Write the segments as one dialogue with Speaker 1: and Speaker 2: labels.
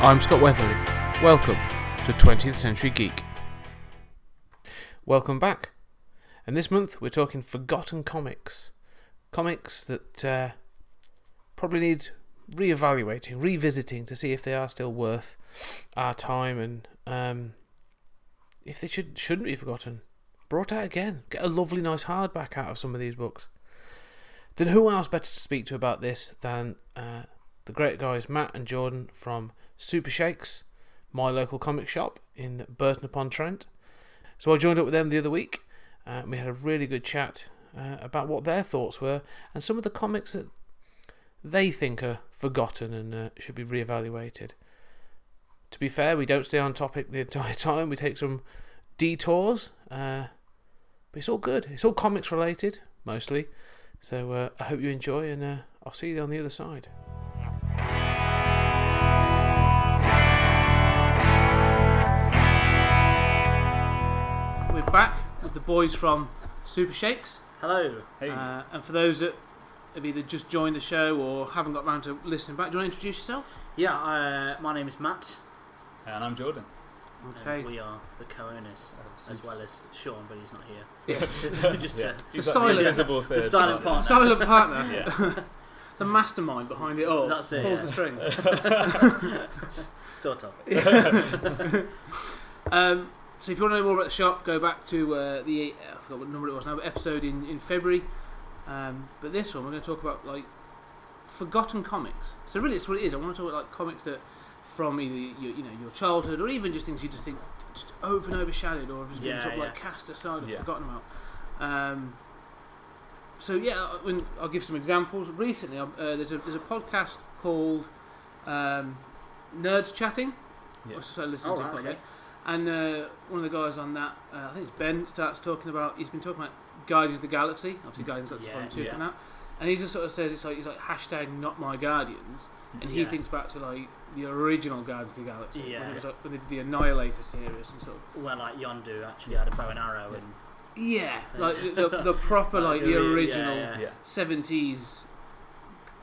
Speaker 1: I'm Scott Weatherly. Welcome to 20th Century Geek. Welcome back. And this month we're talking forgotten comics. Comics that uh, probably need re-evaluating, revisiting to see if they are still worth our time and um, if they should, shouldn't be forgotten. Brought out again. Get a lovely, nice hardback out of some of these books. Then who else better to speak to about this than uh, the great guys Matt and Jordan from Super Shakes, my local comic shop in Burton upon Trent. So I joined up with them the other week, uh, and we had a really good chat uh, about what their thoughts were and some of the comics that they think are forgotten and uh, should be reevaluated. To be fair, we don't stay on topic the entire time. We take some detours, uh, but it's all good. It's all comics related mostly. So uh, I hope you enjoy, and uh, I'll see you on the other side. We're back with the boys from Super Shakes.
Speaker 2: Hello. Hey.
Speaker 1: Uh, and for those that have either just joined the show or haven't got round to listening back, do you want to introduce yourself?
Speaker 2: yeah, uh, my name is Matt.
Speaker 3: And I'm Jordan.
Speaker 1: Okay.
Speaker 2: And we are the co-owners, as well as Sean, but he's not here.
Speaker 3: Yeah.
Speaker 2: This is just
Speaker 3: Yeah.
Speaker 2: a-
Speaker 3: He's
Speaker 1: The
Speaker 3: like
Speaker 1: silent-
Speaker 3: invisible
Speaker 2: the
Speaker 3: third
Speaker 2: silent
Speaker 3: partner.
Speaker 2: partner.
Speaker 1: Silent partner,
Speaker 3: Yeah.
Speaker 1: the mastermind behind it all.
Speaker 2: That's it,
Speaker 1: Pulls
Speaker 2: yeah.
Speaker 1: the strings.
Speaker 2: uh, Sort of.
Speaker 1: Um, so if you want to know more about the shop, go back to uh, the I forgot what number it was now, but episode in in February. Um, but this one we're going to talk about like forgotten comics. So really, it's what it is. I want to talk about like comics that from either your, you know your childhood or even just things you just think just over and overshadowed or have just been
Speaker 2: Yeah,
Speaker 1: sort of, like
Speaker 2: yeah.
Speaker 1: cast aside or
Speaker 3: Yeah.
Speaker 1: forgotten about. Um, so yeah, I- when- I'll give some examples. Recently, I've- uh, there's a there's a podcast called um, Nerds Chatting.
Speaker 3: Yeah.
Speaker 1: I started listening
Speaker 2: Oh,
Speaker 1: to
Speaker 2: right,
Speaker 1: quite a
Speaker 2: okay.
Speaker 1: bit. And uh, one of the guys on that, uh, I think it's Ben, starts talking about. He's been talking about Guardians of the Galaxy. Obviously, Guardians of the
Speaker 2: Yeah,
Speaker 1: Galaxy Volume Two
Speaker 3: yeah.
Speaker 1: coming out, and he just sort of says it's like he's like hashtag not my Guardians, and he
Speaker 2: Yeah.
Speaker 1: thinks back to like the original Guardians of the Galaxy when
Speaker 2: Yeah.
Speaker 1: it was like when they did the Annihilator series and sort of
Speaker 2: Where like Yondu actually had a bow and arrow and
Speaker 1: yeah, like the, the, the proper like the
Speaker 2: Yeah,
Speaker 1: original
Speaker 2: yeah.
Speaker 3: Yeah.
Speaker 1: seventies.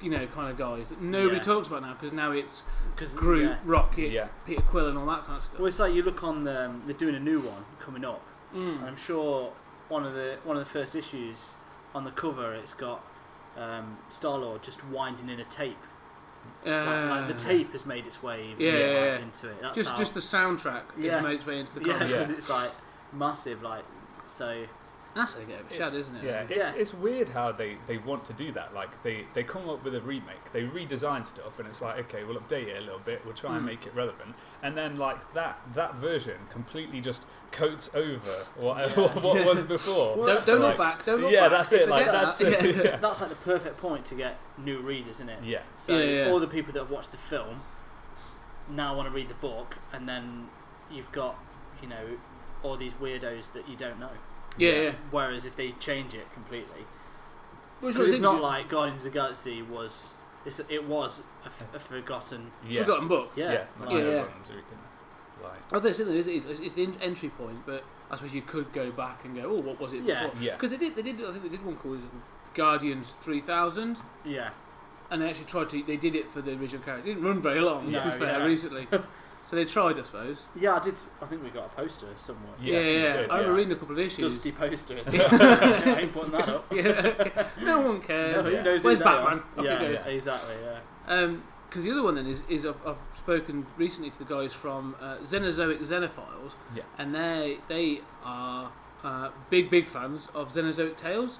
Speaker 1: You know, kind of guys that nobody
Speaker 2: Yeah.
Speaker 1: talks about now because now it's
Speaker 2: because
Speaker 1: Groot,
Speaker 2: yeah.
Speaker 1: Rocket,
Speaker 3: Yeah.
Speaker 1: Peter Quill, and all that kind of stuff.
Speaker 2: Well, it's like you look on the, um, they're doing a new one coming up,
Speaker 1: Mm.
Speaker 2: and I'm sure one of the one of the first issues on the cover it's got um, Star Lord just winding in a tape. Like, like the
Speaker 1: Uh,
Speaker 2: tape has made its way
Speaker 1: yeah,
Speaker 2: like,
Speaker 1: yeah, yeah.
Speaker 2: into it. That's
Speaker 1: just
Speaker 2: how,
Speaker 1: just the soundtrack
Speaker 2: Yeah.
Speaker 1: has made its way into the
Speaker 2: yeah,
Speaker 1: comic.
Speaker 3: Yeah.
Speaker 2: because it's like massive, like so.
Speaker 1: That's how they get overshadowed,
Speaker 3: It's-
Speaker 1: isn't it?
Speaker 3: Yeah, it's,
Speaker 2: Yeah.
Speaker 3: it's weird how they, they want to do that. Like they, they come up with a remake, they redesign stuff, and it's like okay, we'll update it a little bit, we'll try and
Speaker 1: Mm.
Speaker 3: make it relevant, and then like that that version completely just coats over what what was before.
Speaker 1: Don't,
Speaker 2: Well, that's
Speaker 1: don't look
Speaker 3: like-
Speaker 1: back. Don't look
Speaker 3: yeah,
Speaker 1: back.
Speaker 3: that's it.
Speaker 1: Forget
Speaker 3: Like
Speaker 1: that.
Speaker 3: that's it. Yeah.
Speaker 2: That's like the perfect point to get new readers, isn't it?
Speaker 3: yeah.
Speaker 2: So
Speaker 1: Yeah, yeah.
Speaker 2: all the people that have watched the film now want to read the book, and then you've got you know all these weirdos that you don't know.
Speaker 1: Yeah, yeah.
Speaker 3: Yeah.
Speaker 2: Whereas if they change it completely,
Speaker 1: Well, it's
Speaker 2: 'cause it's
Speaker 1: things
Speaker 2: not
Speaker 1: you-
Speaker 2: like Guardians of the Galaxy was. It's, it was a, f- a forgotten.
Speaker 3: Yeah.
Speaker 1: forgotten book.
Speaker 2: Yeah.
Speaker 3: Yeah.
Speaker 2: like-
Speaker 3: like
Speaker 1: Yeah,
Speaker 3: the
Speaker 1: yeah.
Speaker 3: ones who can, like,
Speaker 1: I think it's, it's, it's, it's the en- entry point, but I suppose you could go back and go, oh, what was it
Speaker 2: Yeah.
Speaker 1: before?
Speaker 3: Yeah.
Speaker 1: Because they did, they did. I think they did one called Guardians Three Thousand,
Speaker 2: Yeah.
Speaker 1: and they actually tried to. They did it for the original character. It didn't run very long. to
Speaker 2: No,
Speaker 1: be fair,
Speaker 2: yeah.
Speaker 1: recently. So they tried, I suppose.
Speaker 2: Yeah, I did. I think we got a poster somewhere.
Speaker 3: Yeah,
Speaker 1: yeah.
Speaker 3: you said,
Speaker 1: I remember
Speaker 3: yeah.
Speaker 1: reading a couple of issues.
Speaker 2: Dusty poster. I ain't putting that up.
Speaker 1: yeah. no one
Speaker 2: No,
Speaker 1: cares.
Speaker 2: who
Speaker 3: Yeah.
Speaker 2: knows
Speaker 1: Where's
Speaker 2: who they are?
Speaker 1: Batman? Off he
Speaker 2: Yeah,
Speaker 1: goes.
Speaker 2: yeah, exactly. Yeah.
Speaker 1: Because Um, the other one then is, is I've, I've spoken recently to the guys from uh, Xenozoic Xenophiles,
Speaker 3: Yeah.
Speaker 1: and they they are uh, big big fans of Xenozoic Tales,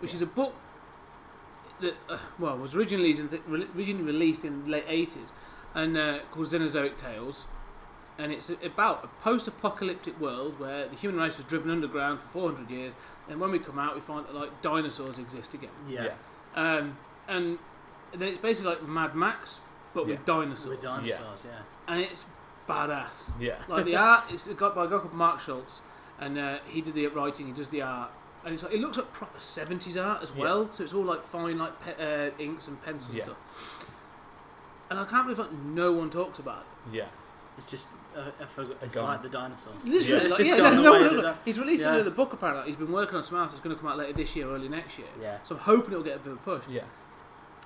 Speaker 1: which is a book that uh, well was originally is in the, re- originally released in the late eighties, and uh, called Xenozoic Tales, and it's about a post-apocalyptic world where the human race was driven underground for four hundred years, and when we come out, we find that like dinosaurs exist again.
Speaker 2: Yeah.
Speaker 3: Yeah.
Speaker 1: Um, and then it's basically like Mad Max, but
Speaker 3: Yeah.
Speaker 1: with dinosaurs.
Speaker 2: With dinosaurs. Yeah.
Speaker 1: and it's badass.
Speaker 3: Yeah.
Speaker 1: Like the art, it's got by a guy called Mark Schultz, and uh, he did the writing, he does the art. And it's like, it looks like proper 70s art as
Speaker 3: Yeah.
Speaker 1: well, so it's all like fine like pe- uh, inks and pencils
Speaker 3: Yeah.
Speaker 1: and stuff. And I can't believe like, no one talks about it.
Speaker 3: Yeah.
Speaker 2: It's just uh, I forgot. It's
Speaker 3: gone.
Speaker 2: like the dinosaurs.
Speaker 1: Literally,
Speaker 2: Yeah.
Speaker 1: like,
Speaker 2: It's
Speaker 1: yeah,
Speaker 2: gone
Speaker 1: no, no,
Speaker 2: away,
Speaker 1: no,
Speaker 2: did
Speaker 1: no.
Speaker 2: that?
Speaker 1: He's releasing
Speaker 2: Yeah.
Speaker 1: another book apparently. He's been working on Smash, it's going to come out later this year, early next year.
Speaker 2: Yeah.
Speaker 1: So I'm hoping it'll get a bit of a push.
Speaker 3: Yeah.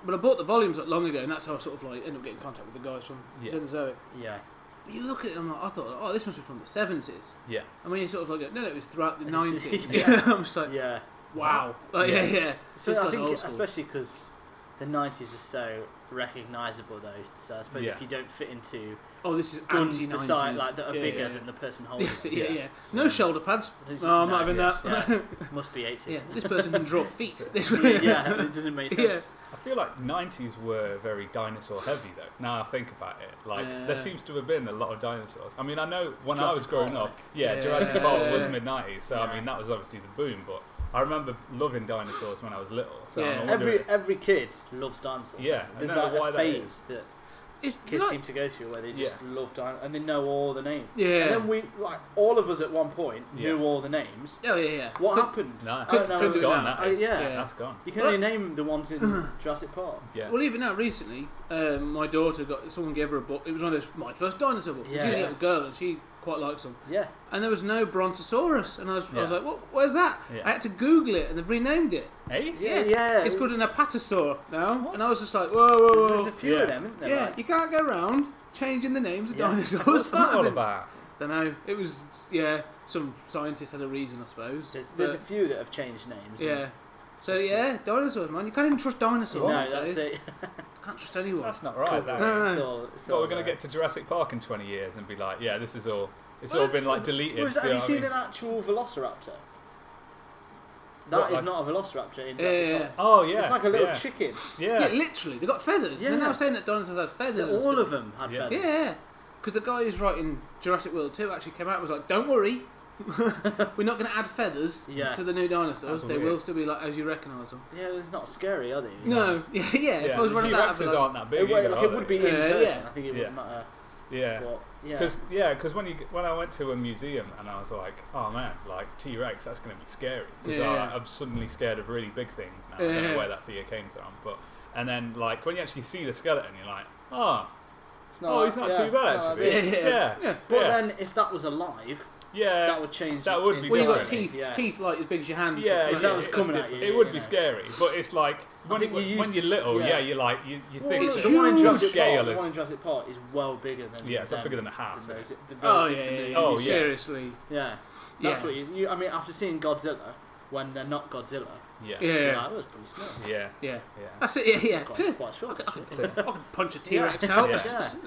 Speaker 1: But I bought the volumes not long ago, and that's how I sort of like ended up getting in contact with the guys from
Speaker 3: Yeah.
Speaker 1: Zoe.
Speaker 2: Yeah.
Speaker 1: But you look at it, and I'm like, I thought, oh, this must be from the seventies.
Speaker 3: Yeah.
Speaker 1: And when you sort of like, go, no, no, it was throughout the
Speaker 2: It's-
Speaker 1: nineties.
Speaker 2: yeah.
Speaker 1: I'm just like,
Speaker 2: Yeah.
Speaker 1: wow. Like, yeah, yeah.
Speaker 2: So
Speaker 1: This
Speaker 2: I
Speaker 1: guy's
Speaker 2: think,
Speaker 1: old school.
Speaker 2: especially because the '90s are so recognisable, though. So I suppose
Speaker 3: Yeah.
Speaker 2: if you don't fit into
Speaker 1: oh, this is
Speaker 2: guns
Speaker 1: anti
Speaker 2: the
Speaker 1: nineties.
Speaker 2: side, like that are
Speaker 1: yeah,
Speaker 2: bigger
Speaker 1: yeah.
Speaker 2: than the person holding
Speaker 1: Yes,
Speaker 2: it,
Speaker 1: yeah,
Speaker 3: Yeah.
Speaker 1: yeah. No shoulder pads.
Speaker 2: There's-
Speaker 1: No, I'm
Speaker 2: no,
Speaker 1: not having
Speaker 2: yeah,
Speaker 1: that.
Speaker 2: must be '80s.
Speaker 1: Yeah, this person can draw feet. This
Speaker 2: yeah, yeah, it doesn't make
Speaker 1: Yeah.
Speaker 2: sense.
Speaker 3: I feel like 90s were very dinosaur heavy though. Now I think about it, like
Speaker 1: Yeah.
Speaker 3: there seems to have been a lot of dinosaurs. I mean, I know when I was
Speaker 2: Jurassic
Speaker 3: growing
Speaker 2: Park,
Speaker 3: up, yeah,
Speaker 1: Yeah.
Speaker 3: Jurassic Park was mid 90s, so
Speaker 2: Yeah.
Speaker 3: I mean that was obviously the boom. But I remember loving dinosaurs when I was little. So
Speaker 1: Yeah.
Speaker 3: I'm
Speaker 2: Every
Speaker 3: wondering-
Speaker 2: every kid loves dinosaurs.
Speaker 3: Yeah, I
Speaker 2: there's
Speaker 3: don't know
Speaker 2: like
Speaker 3: why
Speaker 2: a
Speaker 3: that is.
Speaker 2: phase that
Speaker 1: It's
Speaker 2: kids
Speaker 1: like-
Speaker 2: seem to go through where they just love dinosaurs and they know all the names.
Speaker 1: Yeah.
Speaker 2: And then we, like, all of us at one point
Speaker 3: Yeah.
Speaker 2: knew all the names.
Speaker 1: oh yeah, yeah.
Speaker 2: What
Speaker 1: Could-
Speaker 2: happened?
Speaker 3: No,
Speaker 2: I don't know.
Speaker 3: it's
Speaker 1: Couldn't do it
Speaker 3: gone.
Speaker 1: now.
Speaker 3: That is.
Speaker 2: Oh, yeah.
Speaker 1: Yeah.
Speaker 3: that's gone.
Speaker 2: You can
Speaker 1: Well-
Speaker 2: only name the ones in Jurassic Park.
Speaker 3: Yeah,
Speaker 1: Well, even now, recently, um, my daughter got someone gave her a book. It was one of those my first dinosaur books. and
Speaker 2: Yeah.
Speaker 1: She's a little girl and she quite likes them.
Speaker 2: Yeah.
Speaker 1: And there was no Brontosaurus, and I was, I was
Speaker 3: Yeah.
Speaker 1: like, what, where's that?
Speaker 3: Yeah.
Speaker 1: I had to Google it, and they've renamed it.
Speaker 3: hey,
Speaker 2: Yeah, yeah,
Speaker 1: It's called an
Speaker 2: it's-
Speaker 1: Apatosaur now,
Speaker 2: What?
Speaker 1: and I was just like, whoa, whoa,
Speaker 2: There's
Speaker 1: whoa.
Speaker 2: a few
Speaker 3: Yeah.
Speaker 2: of them, isn't there?
Speaker 1: yeah,
Speaker 2: like-
Speaker 1: you can't go around changing the names of
Speaker 2: Yeah.
Speaker 1: dinosaurs.
Speaker 3: what's
Speaker 1: I'm not
Speaker 3: that all
Speaker 1: having-
Speaker 3: about?
Speaker 1: Don't know. It was yeah. Some scientist had a reason, I suppose.
Speaker 2: There's,
Speaker 1: but-
Speaker 2: there's a few that have changed names.
Speaker 1: yeah. So yeah, dinosaurs, man. You can't even trust dinosaurs.
Speaker 2: No,
Speaker 1: nowadays.
Speaker 2: that's it.
Speaker 1: Can't trust anyone.
Speaker 3: That's not right.
Speaker 1: No,
Speaker 3: That
Speaker 1: no,
Speaker 3: is.
Speaker 1: no.
Speaker 2: It's all- it's
Speaker 3: So
Speaker 2: all
Speaker 3: we're gonna
Speaker 2: there.
Speaker 3: get to Jurassic Park in 20 years and be like, yeah, this is all. It's all been like deleted.
Speaker 2: Well, is that-
Speaker 3: you
Speaker 2: have you
Speaker 3: know what I
Speaker 2: seen
Speaker 3: mean?
Speaker 2: an actual Velociraptor? That is
Speaker 3: What, like-
Speaker 2: not a Velociraptor in
Speaker 1: Yeah,
Speaker 2: Jurassic
Speaker 1: yeah,
Speaker 2: Park.
Speaker 3: Oh yeah,
Speaker 2: It's like a little
Speaker 3: yeah.
Speaker 2: chicken.
Speaker 1: Yeah,
Speaker 3: Yeah,
Speaker 1: literally, they got feathers.
Speaker 2: Yeah.
Speaker 1: They're now saying that dinosaurs had feathers. and
Speaker 2: All
Speaker 1: stuff.
Speaker 2: of them had
Speaker 3: Yeah.
Speaker 2: feathers.
Speaker 1: Yeah, because the guy who's writing Jurassic World 2 actually came out and was like, don't worry, we're not going to add feathers
Speaker 2: Yeah.
Speaker 1: to the new dinosaurs.
Speaker 3: That's
Speaker 1: They
Speaker 3: weird.
Speaker 1: will still be like as you recognise them.
Speaker 2: Yeah, it's not scary, are they?
Speaker 1: No, yeah, yeah. If I was
Speaker 3: the
Speaker 1: one of that, I'd be
Speaker 3: T-Rexes
Speaker 1: like,
Speaker 3: aren't that big.
Speaker 2: It, would-
Speaker 3: either,
Speaker 2: like,
Speaker 3: are
Speaker 2: it would
Speaker 3: they?
Speaker 2: be in
Speaker 1: Yeah,
Speaker 2: person.
Speaker 1: yeah.
Speaker 2: I think it
Speaker 3: Yeah.
Speaker 2: wouldn't matter.
Speaker 3: Yeah.
Speaker 2: But, yeah.
Speaker 3: Because yeah, because when you when I went to a museum and I was like, oh man, like T Rex, that's gonna be scary. Because
Speaker 1: Yeah.
Speaker 3: I'm suddenly scared of really big things now. I don't
Speaker 1: Yeah.
Speaker 3: know where that fear came from, but and then like when you actually see the skeleton, you're like, oh,
Speaker 2: It's
Speaker 3: oh, he's not
Speaker 2: yeah,
Speaker 3: too bad
Speaker 2: it's not
Speaker 3: actually.
Speaker 2: that big.
Speaker 1: big. Yeah,
Speaker 3: Yeah,
Speaker 1: yeah.
Speaker 2: But
Speaker 3: yeah.
Speaker 2: then, if that was alive,
Speaker 3: yeah.
Speaker 2: that would change.
Speaker 3: that
Speaker 2: it
Speaker 3: would be
Speaker 1: well, you got
Speaker 3: Right.
Speaker 2: entirely.
Speaker 1: teeth,
Speaker 2: Yeah.
Speaker 1: teeth like as big as your hand.
Speaker 3: yeah,
Speaker 1: Like,
Speaker 2: if that was
Speaker 3: it-
Speaker 2: coming
Speaker 3: it's
Speaker 2: at
Speaker 3: diff-
Speaker 2: you,
Speaker 3: it would
Speaker 2: you
Speaker 3: be
Speaker 2: know.
Speaker 3: scary, but it's like when,
Speaker 2: think
Speaker 3: you,
Speaker 2: you're
Speaker 3: when
Speaker 2: used
Speaker 3: you're
Speaker 2: to-
Speaker 3: little,
Speaker 2: yeah.
Speaker 3: yeah, you're like you, you
Speaker 2: Well,
Speaker 3: think
Speaker 2: look,
Speaker 1: it's
Speaker 2: the one in
Speaker 1: huge.
Speaker 2: Jurassic
Speaker 3: Scale
Speaker 2: Park, the
Speaker 3: is-
Speaker 2: one in Jurassic Park is well bigger than
Speaker 3: Yeah, it's not
Speaker 2: than-
Speaker 3: bigger than a house,
Speaker 2: than
Speaker 3: is
Speaker 2: those- than
Speaker 1: Oh,
Speaker 2: those
Speaker 1: yeah,
Speaker 2: in
Speaker 1: yeah,
Speaker 2: the-
Speaker 1: yeah.
Speaker 3: Oh, yeah.
Speaker 1: Seriously.
Speaker 2: yeah. That's what you, you. I mean, after seeing Godzilla, when they're not Godzilla,
Speaker 3: yeah,
Speaker 1: Yeah.
Speaker 3: yeah,
Speaker 1: Yeah.
Speaker 2: yeah, you're like, "Oh, it's pretty small.
Speaker 3: yeah.
Speaker 1: Yeah.
Speaker 3: yeah.
Speaker 1: That's it, yeah, yeah.
Speaker 2: It's quite, quite short. Actually.
Speaker 3: So-
Speaker 1: I can punch a T-Rex out.
Speaker 3: Yeah.
Speaker 1: That's-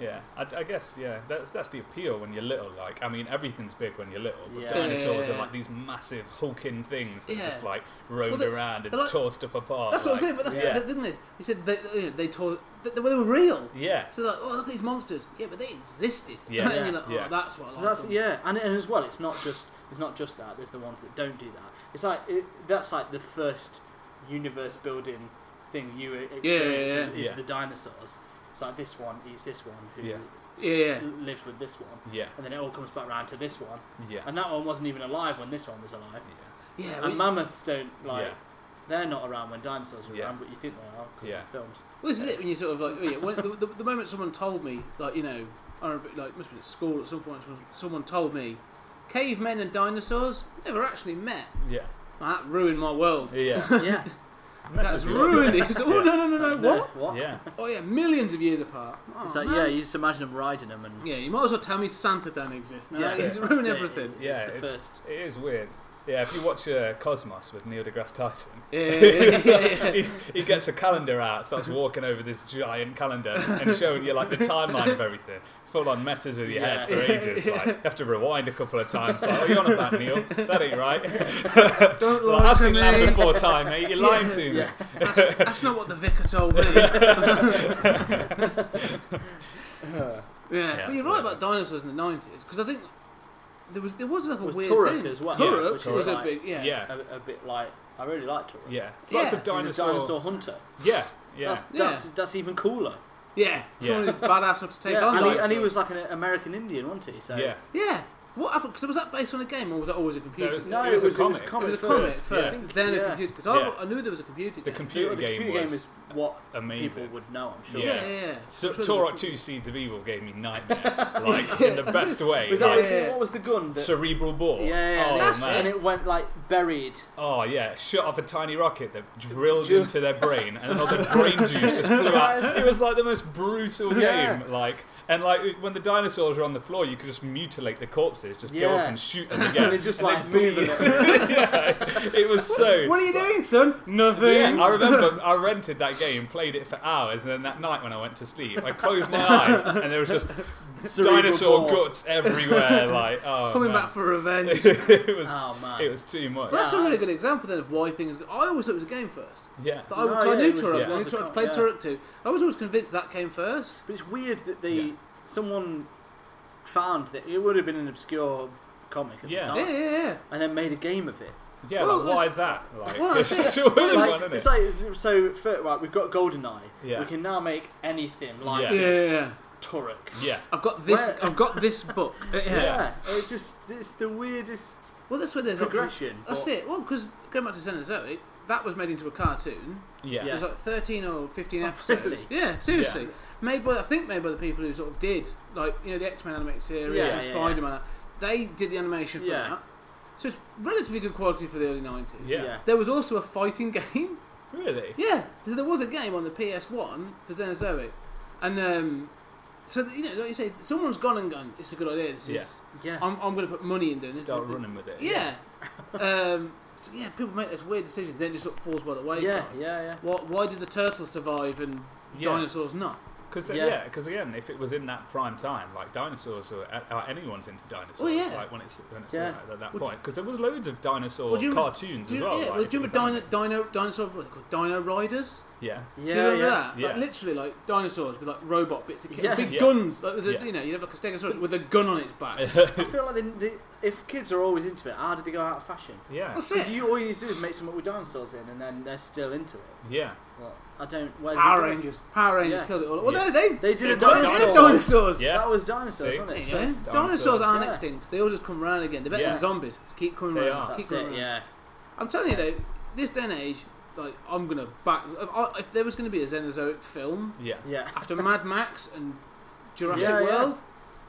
Speaker 3: Yeah, I, I guess yeah. That's that's the appeal when you're little. Like, I mean, everything's big when you're little, but
Speaker 2: Yeah.
Speaker 3: dinosaurs
Speaker 1: Yeah.
Speaker 3: are like these massive hulking things that
Speaker 1: Yeah.
Speaker 3: just like roamed
Speaker 1: Well, they-
Speaker 3: around and
Speaker 1: they're like-
Speaker 3: tore stuff apart.
Speaker 1: That's what I'm saying,
Speaker 3: like-
Speaker 1: but that's
Speaker 3: yeah.
Speaker 1: the, the thing is, you said they, you know, they tore, they, they were real.
Speaker 3: yeah,
Speaker 1: So like, oh, look at these monsters. Yeah, but they existed.
Speaker 3: Yeah.
Speaker 1: and you're like, oh,
Speaker 3: Yeah.
Speaker 1: that's what I like.
Speaker 2: That's
Speaker 1: them.
Speaker 2: yeah, and, and as well, it's not just it's not just that. There's the ones that don't do that. It's like it, that's like the first universe building thing you e-, experience
Speaker 1: yeah,
Speaker 2: is, is
Speaker 3: yeah.
Speaker 2: the dinosaurs. It's like this one eats this one who
Speaker 3: Yeah.
Speaker 1: Yeah, yeah.
Speaker 2: lives with this one,
Speaker 3: yeah,
Speaker 2: and then it all comes back round to this one,
Speaker 3: yeah,
Speaker 2: and that one wasn't even alive when this one was alive.
Speaker 3: yeah,
Speaker 1: Yeah,
Speaker 2: And
Speaker 1: we-
Speaker 2: mammoths don't like
Speaker 3: Yeah.
Speaker 2: they're not around when dinosaurs are
Speaker 3: Yeah.
Speaker 2: around, but you think they are because
Speaker 3: Yeah.
Speaker 2: of films.
Speaker 1: Well, this is it when you sort of like oh, yeah, when, the, the, the moment someone told me like you know I remember, like must have been at school at some point someone, someone told me cavemen and dinosaurs never actually met.
Speaker 3: yeah,
Speaker 1: Well, that ruined my world.
Speaker 3: yeah.
Speaker 2: yeah,
Speaker 1: That's
Speaker 3: Messes you up.
Speaker 1: ruined it. It's, oh no no no no what?
Speaker 2: What?
Speaker 3: Yeah,
Speaker 1: Oh yeah, millions of years apart. Oh,
Speaker 2: It's like
Speaker 1: man.
Speaker 2: yeah, you just imagine them riding them and
Speaker 1: Yeah, you might as well tell me Santa don't exist. No,
Speaker 2: Yeah,
Speaker 1: he's
Speaker 2: yeah.
Speaker 1: ruined
Speaker 2: That's it.
Speaker 1: everything.
Speaker 3: yeah.
Speaker 2: It's the
Speaker 3: It's
Speaker 2: first.
Speaker 3: It is weird. Yeah, if you watch uh, Cosmos with Neil deGrasse Tyson,
Speaker 1: Yeah, yeah, yeah, yeah.
Speaker 3: he, he gets a calendar out, starts walking over this giant calendar and showing you like the timeline of everything. Full on messes with your head
Speaker 2: Yeah.
Speaker 3: for ages. Like you have to rewind a couple of times. Like, oh, you're on about Neil. That ain't right.
Speaker 1: Don't
Speaker 3: Like,
Speaker 1: lie
Speaker 3: I've
Speaker 1: to
Speaker 3: seen that
Speaker 1: me.
Speaker 3: before time, mate. You're lying to me.
Speaker 2: Yeah.
Speaker 1: That's, that's not what the vicar told me. yeah, but you're right about dinosaurs in the nineties because I think there was there was like a
Speaker 2: With
Speaker 1: weird
Speaker 2: Turok
Speaker 1: thing.
Speaker 2: as well.
Speaker 1: Turok
Speaker 3: Yeah,
Speaker 1: which
Speaker 3: Turok.
Speaker 1: was a
Speaker 2: Like-
Speaker 1: big yeah.
Speaker 3: Yeah.
Speaker 2: a, a bit like I really like Turok.
Speaker 3: Yeah.
Speaker 1: Yeah. He's
Speaker 3: Lots of
Speaker 1: a
Speaker 2: He's
Speaker 3: dinosaur.
Speaker 2: a dinosaur hunter.
Speaker 3: Yeah. Yeah.
Speaker 2: That's,
Speaker 1: Yeah.
Speaker 2: that's that's even cooler.
Speaker 1: Yeah,
Speaker 3: Yeah.
Speaker 1: someone who's badass enough to take
Speaker 2: Yeah,
Speaker 1: on.
Speaker 2: and, he,
Speaker 1: dinosaurs.
Speaker 2: and he was like an American Indian, wasn't he? So
Speaker 3: yeah.
Speaker 1: Yeah, what happened? Because was that based on a game or was that always a computer?
Speaker 3: There was-
Speaker 1: no,
Speaker 2: No,
Speaker 3: It
Speaker 2: it was,
Speaker 3: a
Speaker 2: it was
Speaker 3: comic.
Speaker 2: a
Speaker 1: it
Speaker 2: comic.
Speaker 1: was a comic
Speaker 2: first.
Speaker 1: first,
Speaker 2: Yeah.
Speaker 1: then
Speaker 2: Yeah.
Speaker 1: a computer. Because
Speaker 3: Yeah.
Speaker 1: I, I knew there was a computer.
Speaker 3: The
Speaker 1: game.
Speaker 3: computer
Speaker 2: the
Speaker 3: game
Speaker 2: computer
Speaker 3: was
Speaker 2: game is what
Speaker 3: amazing.
Speaker 2: people would know. I'm sure.
Speaker 3: Yeah.
Speaker 1: yeah, yeah. yeah.
Speaker 3: So,
Speaker 1: I'm sure
Speaker 3: Torok
Speaker 1: there's a-
Speaker 3: 2 Seeds of Evil gave me nightmares, like in the best way.
Speaker 2: Was
Speaker 3: like,
Speaker 2: that
Speaker 1: Yeah.
Speaker 2: what was the gun? That,
Speaker 3: cerebral bore.
Speaker 2: yeah, yeah,
Speaker 3: oh,
Speaker 2: and, it,
Speaker 3: man.
Speaker 2: and it went like buried.
Speaker 3: Oh yeah, shot up a tiny rocket that drilled
Speaker 2: Ju-
Speaker 3: into their brain, and all the brain juice just flew out. It was like the most brutal
Speaker 2: Yeah.
Speaker 3: game. Like, and like when the dinosaurs were on the floor, you could just mutilate the corpses, just go
Speaker 2: Yeah.
Speaker 3: up and shoot them again.
Speaker 2: they're just,
Speaker 3: they'd
Speaker 2: like, moving
Speaker 3: bleed.
Speaker 2: it.
Speaker 3: yeah, it was so.
Speaker 1: What are you doing, son? Nothing.
Speaker 3: Yeah, I remember I rented that game, played it for hours, and then that night when I went to sleep, I closed my eyes and there was just
Speaker 2: Cerebral
Speaker 3: dinosaur
Speaker 2: bore.
Speaker 3: guts everywhere. Like, oh,
Speaker 1: Coming
Speaker 3: man.
Speaker 1: back for revenge.
Speaker 3: it was,
Speaker 2: Oh, man.
Speaker 3: it was too much.
Speaker 1: But that's a really good example then of why things. I always thought it was a game first.
Speaker 3: Yeah,
Speaker 1: That I,
Speaker 2: No,
Speaker 1: so I
Speaker 2: yeah,
Speaker 1: knew
Speaker 2: it was-
Speaker 1: Turok.
Speaker 3: yeah.
Speaker 1: I
Speaker 2: it
Speaker 1: knew
Speaker 2: was a
Speaker 1: Turok.
Speaker 2: com-
Speaker 1: played
Speaker 2: yeah.
Speaker 1: Turok 2. I was always convinced that came first.
Speaker 2: But it's weird that they
Speaker 3: Yeah.
Speaker 2: someone found that it would have been an obscure comic at
Speaker 3: Yeah.
Speaker 2: the time,
Speaker 1: Yeah, yeah, yeah.
Speaker 2: and then made a game of it.
Speaker 3: yeah.
Speaker 1: Well,
Speaker 3: like, why that? Like,
Speaker 1: well,
Speaker 3: it's
Speaker 1: that's
Speaker 3: such a weird
Speaker 2: Like,
Speaker 3: one, isn't
Speaker 2: it's
Speaker 3: it?
Speaker 2: like so. For, right, we've got Goldeneye.
Speaker 3: Yeah.
Speaker 2: We can now make anything like
Speaker 3: Yeah.
Speaker 1: Yeah, yeah,
Speaker 2: this.
Speaker 1: yeah.
Speaker 2: Turok.
Speaker 3: yeah,
Speaker 1: I've got this.
Speaker 2: Where-
Speaker 1: I've got this book. Uh, yeah.
Speaker 2: Yeah, It's just it's the weirdest
Speaker 1: Well, that's where there's
Speaker 2: progression.
Speaker 1: That's
Speaker 2: but-
Speaker 1: it. Well, because going back to Xenozoic, that was made into a cartoon.
Speaker 3: yeah,
Speaker 2: Yeah.
Speaker 1: There's like 13 or 15
Speaker 2: Oh,
Speaker 1: episodes.
Speaker 2: really?
Speaker 1: Yeah, seriously. Made by I think made by the people who sort of did like you know the X Men animated series
Speaker 2: Yeah,
Speaker 1: and
Speaker 2: yeah,
Speaker 1: Spider Man. They did the animation for
Speaker 2: Yeah.
Speaker 1: that. So it's relatively good quality for the early 90s.
Speaker 3: Yeah.
Speaker 1: There was also a fighting game.
Speaker 3: Really?
Speaker 1: Yeah, so there was a game on the PS1 for Xenozoic, and um, so you know, like you say, someone's gone and gone. It's a good idea. This is.
Speaker 2: Yeah.
Speaker 1: I'm, I'm going to put money in doing this.
Speaker 3: Start running with it.
Speaker 1: Yeah. um, so yeah, people make those weird decisions. Then it just sort of falls by the wayside.
Speaker 2: yeah, yeah, yeah.
Speaker 1: Why, why did the turtles survive and
Speaker 3: Yeah.
Speaker 1: dinosaurs not?
Speaker 3: Because
Speaker 2: Yeah.
Speaker 3: yeah, because again, if it was in that prime time, like dinosaurs or uh, anyone's into dinosaurs,
Speaker 1: Oh, yeah.
Speaker 3: like when it's when it's
Speaker 2: Yeah.
Speaker 3: like at that
Speaker 1: Would-
Speaker 3: point, because there was loads of dinosaur
Speaker 1: Well, do you remember-
Speaker 3: cartoons
Speaker 1: Do you,
Speaker 3: as well.
Speaker 1: yeah,
Speaker 3: like,
Speaker 1: well,
Speaker 3: if
Speaker 1: do you
Speaker 3: it was
Speaker 1: remember
Speaker 3: anime.
Speaker 1: dino, dino, dinosaur, what are they called? Dino Riders?
Speaker 3: Yeah,
Speaker 1: do
Speaker 2: Yeah,
Speaker 1: you remember
Speaker 2: yeah.
Speaker 1: that? Like,
Speaker 3: Yeah.
Speaker 1: literally, like dinosaurs with like robot bits of
Speaker 2: Yeah.
Speaker 1: big
Speaker 3: Yeah.
Speaker 1: guns. Like, there's a,
Speaker 3: Yeah.
Speaker 1: You know, you'd have like a stegosaurus with a gun on its back.
Speaker 2: I feel like they, they, if kids are always into it, how did they go out of fashion?
Speaker 3: yeah,
Speaker 1: That's
Speaker 2: Because
Speaker 1: it.
Speaker 2: you all you do is make something with dinosaurs in, and then they're still into it.
Speaker 3: yeah.
Speaker 2: Well, I don't. Where's the
Speaker 1: Power
Speaker 2: dino-
Speaker 1: Rangers. Power Rangers
Speaker 2: Yeah.
Speaker 1: killed it all. Well,
Speaker 3: Yeah.
Speaker 1: no, they've
Speaker 2: They did a
Speaker 1: they've got-
Speaker 2: dinosaur.
Speaker 1: they've dinosaurs.
Speaker 3: Yeah.
Speaker 2: That was dinosaurs,
Speaker 3: See?
Speaker 2: wasn't
Speaker 1: There
Speaker 2: it?
Speaker 1: you go.
Speaker 2: First?
Speaker 1: Dinosaurs,
Speaker 3: Dinosaurs,
Speaker 1: aren't
Speaker 2: yeah.
Speaker 1: extinct. They all just come round again. They're better
Speaker 3: Yeah.
Speaker 1: than zombies. Just keep coming
Speaker 3: They
Speaker 1: round.
Speaker 3: are.
Speaker 1: Keep
Speaker 2: That's
Speaker 1: coming
Speaker 2: it.
Speaker 1: round.
Speaker 2: Yeah.
Speaker 1: I'm telling you though, this day and age, like I'm gonna back. if I- If there was gonna be a Xenozoic film
Speaker 3: Yeah,
Speaker 2: Yeah.
Speaker 1: after Mad Max and Jurassic
Speaker 2: Yeah, yeah.
Speaker 1: World,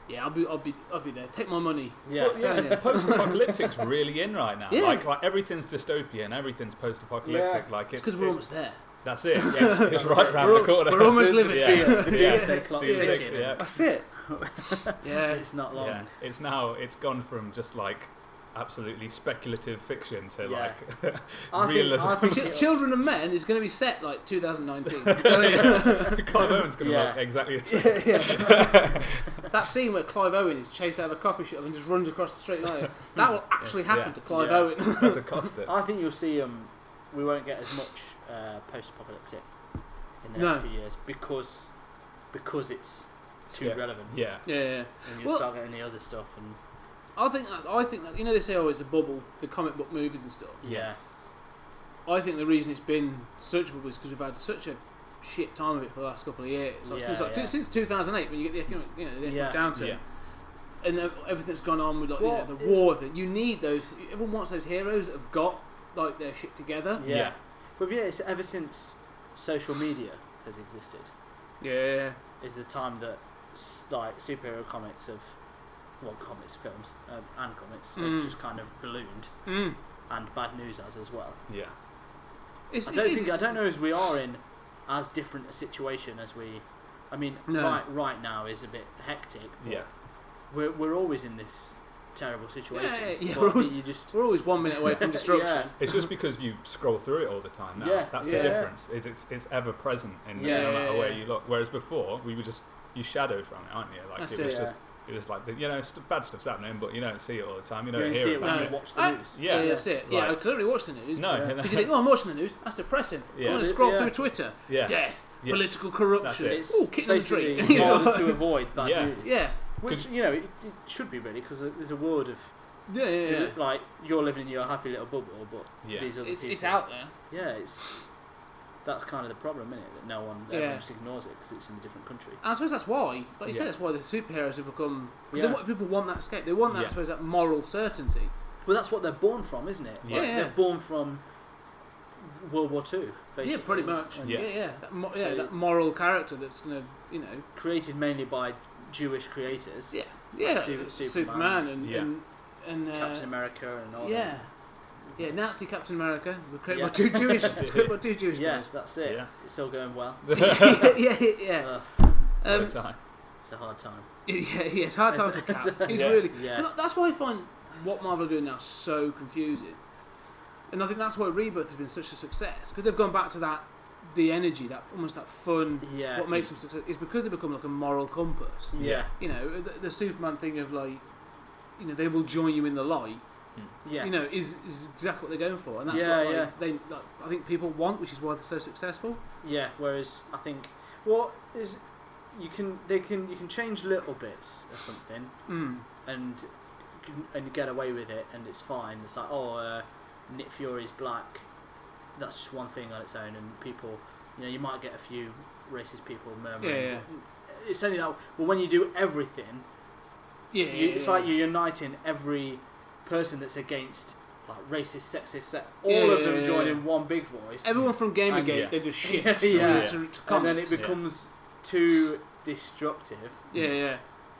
Speaker 1: yeah. I'll be, I'll be, I'll be there. Take my money.
Speaker 2: Yeah.
Speaker 3: Well, yeah,
Speaker 1: Yeah.
Speaker 3: post-apocalyptic's really in right now.
Speaker 1: Yeah.
Speaker 3: Like, like everything's dystopian, everything's post-apocalyptic. Like
Speaker 1: It's
Speaker 3: it's
Speaker 1: because we're almost there.
Speaker 3: That's it. Yes, it's right
Speaker 2: it.
Speaker 3: round
Speaker 1: We're
Speaker 3: the
Speaker 1: al-
Speaker 3: corner.
Speaker 1: we're almost living.
Speaker 3: yeah.
Speaker 2: Fear.
Speaker 3: Yeah.
Speaker 2: Doomsday clock's
Speaker 3: Doomsday-
Speaker 2: ticking.
Speaker 3: yeah.
Speaker 1: That's it. yeah.
Speaker 2: It's not long.
Speaker 3: Yeah, it's now it's gone from just like absolutely speculative fiction
Speaker 2: Yeah.
Speaker 3: to like
Speaker 2: I think-
Speaker 3: realism.
Speaker 2: I think
Speaker 1: Ch-
Speaker 2: it-
Speaker 1: Children and Men is going to be set like 2019. I'm telling you.
Speaker 3: Clive Owen's gonna
Speaker 2: Yeah.
Speaker 3: look exactly the same.
Speaker 1: That scene where Clive Owen is chased out of a coffee shop and just runs across the street like that will actually happen
Speaker 3: Yeah.
Speaker 1: to Clive
Speaker 3: Yeah.
Speaker 1: Owen.
Speaker 3: That's a Costa.
Speaker 2: I think you'll see. Um, we won't get as much uh, post-apocalyptic in the
Speaker 1: No.
Speaker 2: next few years because because it's too
Speaker 3: yeah.
Speaker 2: relevant.
Speaker 3: Yeah.
Speaker 1: Yeah, yeah.
Speaker 2: And you'll
Speaker 1: Well-
Speaker 2: start getting the other stuff and
Speaker 1: I think that, I think that you know they say oh it's a bubble for the comic book movies and stuff.
Speaker 2: yeah,
Speaker 1: I think the reason it's been such a bubble is because we've had such a shit time of it for the last couple of years. Like,
Speaker 2: Yeah,
Speaker 1: since, like, t-
Speaker 2: yeah.
Speaker 1: since 2008 when you get the economic, you know, the economic
Speaker 2: Yeah.
Speaker 1: downturn.
Speaker 3: Yeah.
Speaker 1: And uh, everything's gone on with like you know,
Speaker 2: Well,
Speaker 1: the
Speaker 2: it's-
Speaker 1: war. Thing. You need those. Everyone wants those heroes that have got like their shit together.
Speaker 2: yeah.
Speaker 3: Yeah.
Speaker 2: But yeah, it's ever since social media has existed
Speaker 1: Yeah.
Speaker 2: is the time that s- like superhero comics have, well, comics, films, um, and comics
Speaker 1: Mm.
Speaker 2: have just kind of ballooned,
Speaker 1: Mm.
Speaker 2: and bad news as as well.
Speaker 3: Yeah.
Speaker 1: It's,
Speaker 2: I don't
Speaker 1: it's-
Speaker 2: think I don't know as we are in as different a situation as we. I mean,
Speaker 1: No.
Speaker 2: right right now is a bit hectic. but
Speaker 3: Yeah.
Speaker 2: we're we're always in this terrible situation.
Speaker 1: Yeah, yeah, yeah,
Speaker 2: but
Speaker 1: we're always-
Speaker 2: you just
Speaker 1: We're always one minute away from destruction.
Speaker 2: Yeah.
Speaker 3: It's just because you scroll through it all the time now.
Speaker 2: Yeah,
Speaker 3: That's
Speaker 2: yeah.
Speaker 3: the difference. Is it's it's ever present in
Speaker 1: Yeah,
Speaker 3: no matter
Speaker 1: yeah,
Speaker 3: where
Speaker 1: yeah.
Speaker 3: you look. Whereas before we were just you shadowed from it, aren't you? Like
Speaker 1: That's
Speaker 3: it
Speaker 1: it,
Speaker 3: was
Speaker 2: yeah.
Speaker 3: just it was like the, you know st- bad stuff's happening, but you don't see it all the time.
Speaker 2: You
Speaker 3: You don't
Speaker 2: only
Speaker 3: hear
Speaker 2: see it
Speaker 3: about
Speaker 2: when
Speaker 1: no.
Speaker 2: you
Speaker 3: it.
Speaker 2: watch the
Speaker 1: I-
Speaker 2: news.
Speaker 1: Uh, Yeah,
Speaker 3: Yeah.
Speaker 1: that's it. Yeah,
Speaker 3: Like-
Speaker 1: I could only watch the news.
Speaker 2: Yeah.
Speaker 3: No.
Speaker 1: Because you think, oh, I'm watching the news. That's depressing.
Speaker 3: Yeah.
Speaker 1: I'm going to scroll
Speaker 2: Yeah.
Speaker 1: through Twitter.
Speaker 3: Yeah.
Speaker 1: Death,
Speaker 3: Yeah.
Speaker 1: political corruption.
Speaker 2: It's
Speaker 1: Oh, kitten on the tree.
Speaker 2: basically
Speaker 1: You know,
Speaker 2: harder to avoid bad
Speaker 3: Yeah.
Speaker 2: news.
Speaker 1: yeah.
Speaker 2: Which, you know, it, it should be really, because there's a world of,
Speaker 1: Yeah, yeah, yeah.
Speaker 2: like, you're living in your happy little bubble, but
Speaker 3: Yeah.
Speaker 2: these other
Speaker 1: It's,
Speaker 2: people...
Speaker 1: it's out there.
Speaker 2: Yeah, it's... That's kind of the problem, isn't it? That no one,
Speaker 1: Yeah.
Speaker 2: everyone just ignores it because it's in a different country.
Speaker 1: And I suppose that's why, like you said,
Speaker 3: Yeah.
Speaker 1: that's why the superheroes have become. Because
Speaker 2: Yeah.
Speaker 1: people want that escape. They want that, I
Speaker 3: Yeah.
Speaker 1: suppose, that moral certainty.
Speaker 2: Well, that's what they're born from, isn't it?
Speaker 3: Yeah.
Speaker 1: Yeah.
Speaker 2: They're born from World War Two, basically.
Speaker 1: Yeah, pretty much.
Speaker 2: And
Speaker 1: Yeah,
Speaker 3: Yeah.
Speaker 1: yeah, that mo- yeah,
Speaker 2: So-
Speaker 1: that moral character that's gonna, you know,
Speaker 2: Created mainly by Jewish creators,
Speaker 1: yeah, yeah,
Speaker 2: Su-
Speaker 1: Superman,
Speaker 2: Superman
Speaker 1: and
Speaker 3: Yeah.
Speaker 1: and, and uh,
Speaker 2: Captain America, and all.
Speaker 1: yeah,
Speaker 2: that.
Speaker 1: yeah, Nazi Captain America, we created
Speaker 2: Yeah.
Speaker 1: by two Jewish, created by two Jewish
Speaker 2: yeah,
Speaker 1: guys.
Speaker 2: that's it.
Speaker 3: Yeah.
Speaker 2: It's all going well.
Speaker 1: yeah, yeah, yeah.
Speaker 2: Ugh,
Speaker 1: Um,
Speaker 3: time.
Speaker 2: it's a hard time.
Speaker 1: yeah, yeah, it's a hard time for Cap. He's
Speaker 3: Yeah.
Speaker 1: really.
Speaker 2: Yes.
Speaker 1: Look, that's why I find what Marvel are doing now so confusing, and I think that's why Rebirth has been such a success because they've gone back to that, the energy, that almost that fun.
Speaker 2: Yeah.
Speaker 1: What makes them success is because they become like a moral compass.
Speaker 2: Yeah.
Speaker 1: you know the, the Superman thing of like you know they will join you in the light
Speaker 2: Yeah.
Speaker 1: you know is, is exactly what they're going for and that's
Speaker 2: Yeah,
Speaker 1: what like,
Speaker 2: yeah.
Speaker 1: they like, I think people want which is why they're so successful
Speaker 2: Yeah. Whereas I think what is you can they can you can change little bits or something
Speaker 1: mm.
Speaker 2: and and get away with it and it's fine. It's like oh, uh, Nick Fury's black. That's just one thing on its own, and people, you know, you might get a few racist people murmuring.
Speaker 1: Yeah, yeah.
Speaker 2: It's only that. Well, when you do everything,
Speaker 1: yeah,
Speaker 2: you, it's like you're uniting every person that's against like racist, sexist, se- all
Speaker 1: Yeah,
Speaker 2: of
Speaker 1: yeah,
Speaker 2: them
Speaker 1: yeah,
Speaker 2: join
Speaker 1: yeah.
Speaker 2: in one big voice,
Speaker 1: everyone from Gamergate
Speaker 2: And-
Speaker 3: Yeah.
Speaker 1: they just shift
Speaker 2: Yeah,
Speaker 1: to,
Speaker 2: yeah.
Speaker 1: to, to
Speaker 2: and then it
Speaker 1: comics
Speaker 3: Yeah.
Speaker 2: becomes too destructive.
Speaker 1: yeah yeah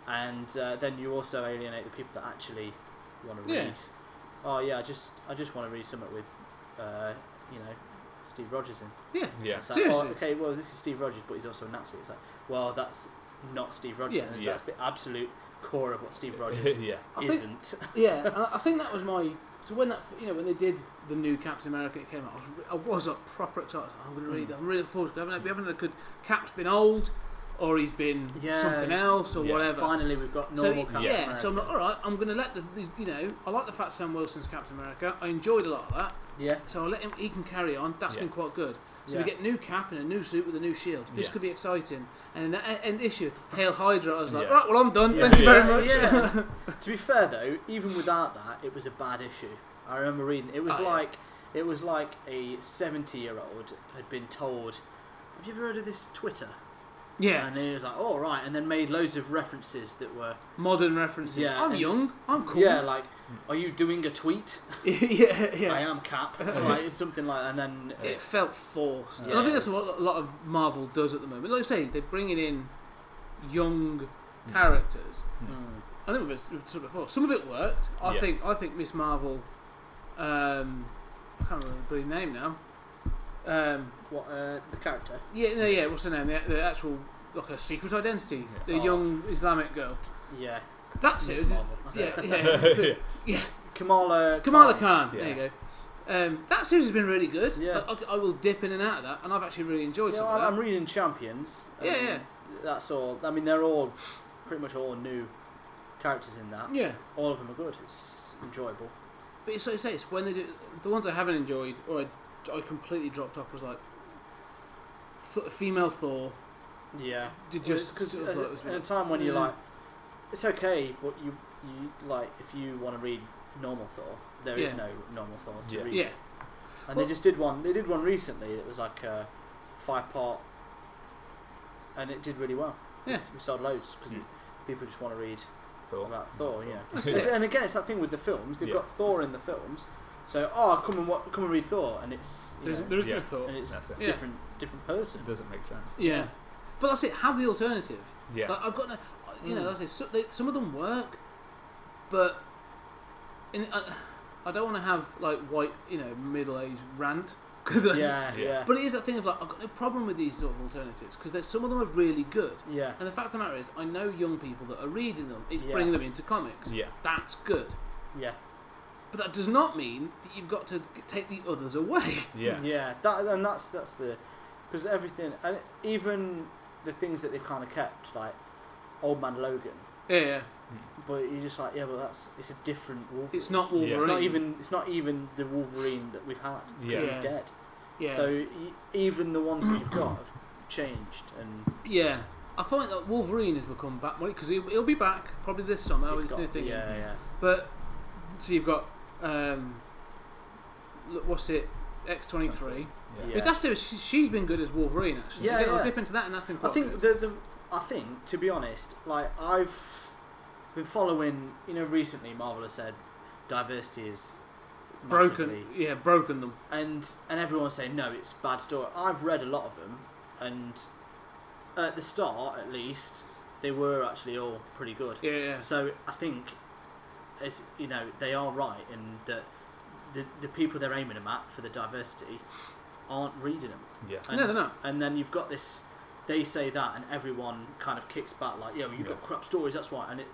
Speaker 2: and uh, then you also alienate the people that actually want to
Speaker 1: Yeah.
Speaker 2: read. Oh yeah, I just I just want to read something with, uh, you know, Steve Rogers in.
Speaker 1: yeah
Speaker 3: Yeah.
Speaker 2: It's like, oh,
Speaker 1: Seriously?
Speaker 2: okay, well this is Steve Rogers, but he's also a Nazi. It's like, well that's not Steve Rogers.
Speaker 1: Yeah.
Speaker 2: and
Speaker 3: Yeah.
Speaker 2: That's the absolute core of what Steve Rogers
Speaker 3: yeah.
Speaker 1: I think-
Speaker 2: isn't.
Speaker 1: yeah and I- I think that was my so when that you know when they did the new Captain America it came out I was, re- I was up proper excited I'm going to
Speaker 2: Hmm.
Speaker 1: read that I'm really looking forward to it. We haven't- we haven't had a good Cap's been old or he's been
Speaker 2: Yeah.
Speaker 1: something else or
Speaker 3: Yeah.
Speaker 1: whatever
Speaker 2: Finally, we've got
Speaker 1: So,
Speaker 2: normal Captain
Speaker 1: yeah,
Speaker 2: America.
Speaker 1: so I'm like, all right, I'm going to let the, these- you know, I like the fact Sam Wilson's Captain America. I enjoyed a lot of that,
Speaker 2: yeah,
Speaker 1: so I'll let him. He can carry on. That's
Speaker 3: Yeah.
Speaker 1: been quite good. So
Speaker 2: Yeah.
Speaker 1: we get new cap and a new suit with a new shield. This
Speaker 3: Yeah.
Speaker 1: could be exciting. And an end issue, Hail Hydra. I was like,
Speaker 3: Yeah.
Speaker 1: right, well I'm done.
Speaker 2: Yeah.
Speaker 1: Thank you very
Speaker 2: Yeah,
Speaker 1: much.
Speaker 2: yeah. to be fair though, even without that, it was a bad issue. I remember reading it was
Speaker 1: Oh, yeah.
Speaker 2: like it was like a seventy-year-old had been told, "Have you ever heard of this Twitter?"
Speaker 1: yeah,
Speaker 2: and he was like, "All right," and then made loads of references that were
Speaker 1: modern references.
Speaker 2: Yeah,
Speaker 1: I'm
Speaker 2: and
Speaker 1: young. I'm cool.
Speaker 2: yeah, like, "Are you doing a tweet?"
Speaker 1: yeah, yeah.
Speaker 2: I am Cap, like something like, and then uh,
Speaker 1: It felt forced.
Speaker 2: Yeah.
Speaker 1: And I think that's
Speaker 2: Yes.
Speaker 1: what a lot of Marvel does at the moment. Like I say, they're bringing in young characters.
Speaker 2: Mm.
Speaker 1: I think we've we've said before. Some of it worked. I
Speaker 3: Yeah.
Speaker 1: think I think Miss Marvel. Um, I can't remember the bloody name now. Um,
Speaker 2: what uh, the character?
Speaker 1: yeah, no, yeah. What's her name? The, the actual like her secret identity.
Speaker 3: Yeah.
Speaker 1: The
Speaker 2: Oh.
Speaker 1: young Islamic girl.
Speaker 2: Yeah,
Speaker 1: That's
Speaker 2: Miss
Speaker 1: it. was-
Speaker 2: Marvel.
Speaker 1: Yeah,
Speaker 2: Okay.
Speaker 1: yeah.
Speaker 3: Yeah.
Speaker 2: Kamala.
Speaker 1: Kamala Khan. There
Speaker 3: Yeah.
Speaker 1: you go. Um, that series has been really good.
Speaker 2: Yeah.
Speaker 1: Like, I, I will dip in and out of that, and I've actually really enjoyed
Speaker 2: You know,
Speaker 1: some
Speaker 2: I'm
Speaker 1: of
Speaker 2: I'm
Speaker 1: that.
Speaker 2: reading Champions. and
Speaker 1: Yeah, yeah.
Speaker 2: That's all. I mean, they're all pretty much all new characters in that.
Speaker 1: yeah.
Speaker 2: All of them are good. It's enjoyable.
Speaker 1: But it's like I say, it's when they do the ones I haven't enjoyed or I, I completely dropped off was like th- female Thor.
Speaker 2: Yeah.
Speaker 1: Did just
Speaker 2: because
Speaker 1: sort of like- it was
Speaker 2: at, at a
Speaker 1: like-
Speaker 2: time when you're
Speaker 1: Yeah.
Speaker 2: like, it's okay, but you you like if you want to read normal Thor, there is
Speaker 1: Yeah.
Speaker 2: no normal Thor to
Speaker 3: Yeah.
Speaker 2: read.
Speaker 1: Yeah,
Speaker 2: And
Speaker 1: Well-
Speaker 2: they just did one. They did one recently. It was like a five part, and it did really well.
Speaker 1: Yeah. Hmm.
Speaker 2: We sold loads because
Speaker 3: Mm.
Speaker 2: people just want to read
Speaker 3: Thor.
Speaker 2: about Thor. Yeah.
Speaker 1: That's
Speaker 2: It's-
Speaker 1: it.
Speaker 2: and again, it's that thing with the films. They've
Speaker 3: Yeah.
Speaker 2: got Thor in the films, so oh, come and wa- come and read Thor, and it's you
Speaker 1: there's,
Speaker 2: know,
Speaker 1: there is
Speaker 3: yeah.
Speaker 1: no Thor.
Speaker 2: and it's,
Speaker 3: That's it.
Speaker 2: it's
Speaker 1: Yeah.
Speaker 2: different different person.
Speaker 3: It doesn't make sense.
Speaker 1: Yeah, Uh, but that's it. Have the alternative.
Speaker 3: Yeah.
Speaker 1: Like, I've got no, you know,
Speaker 2: Mm.
Speaker 1: that's it. So, they, some of them work, but in, I, I don't want to have like white, you know, middle-aged rant. 'cause I-
Speaker 2: Yeah,
Speaker 3: Yeah.
Speaker 2: yeah,
Speaker 1: But it is that thing of like I've got no problem with these sort of alternatives because some of them are really good.
Speaker 2: yeah.
Speaker 1: And the fact of the matter is, I know young people that are reading them. It's
Speaker 2: Yeah.
Speaker 1: bringing them into comics.
Speaker 3: Yeah.
Speaker 1: That's good.
Speaker 2: Yeah,
Speaker 1: But that does not mean that you've got to g- take the others away.
Speaker 3: Yeah.
Speaker 2: yeah. That and that's that's the because everything and even the things that they kind of kept like Old Man Logan,
Speaker 1: Yeah, yeah.
Speaker 2: but you're just like yeah, but that's it's a different Wolverine.
Speaker 1: it's not
Speaker 3: Yeah.
Speaker 1: Wolverine.
Speaker 2: It's not even it's not even the Wolverine that we've had. 'cause
Speaker 3: Yeah.
Speaker 1: Yeah.
Speaker 2: he's dead.
Speaker 1: Yeah,
Speaker 2: So y- even the ones that you've got have changed and
Speaker 1: yeah. I find that Wolverine has become back because he'll, he'll be back probably this summer.
Speaker 2: he's
Speaker 1: with this
Speaker 2: got-
Speaker 1: new thing.
Speaker 2: yeah, yeah.
Speaker 1: But so you've got um, look, what's it? X twenty three.
Speaker 2: Yeah.
Speaker 1: That's the- she- she's been good as Wolverine actually.
Speaker 2: Yeah,
Speaker 1: Again, I'll
Speaker 2: yeah.
Speaker 1: dip into that and that's been
Speaker 2: I
Speaker 1: quite
Speaker 2: think
Speaker 1: good.
Speaker 2: the, the I think to be honest, like I've been following. You know, recently Marvel has said diversity is
Speaker 1: broken,
Speaker 2: massively.
Speaker 1: yeah, broken them.
Speaker 2: and and everyone was saying no, it's a bad story. I've read a lot of them, and at the start, at least, they were actually all pretty good.
Speaker 1: Yeah, yeah.
Speaker 2: So I think, as you know, they are right in that the the people they're aiming them at for the diversity aren't reading them.
Speaker 3: Yeah.
Speaker 2: And,
Speaker 1: No, they're not.
Speaker 2: And then you've got this. They say that, and everyone kind of kicks back like, "Yo, you've got
Speaker 3: Yeah.
Speaker 2: crap stories. That's why." And it,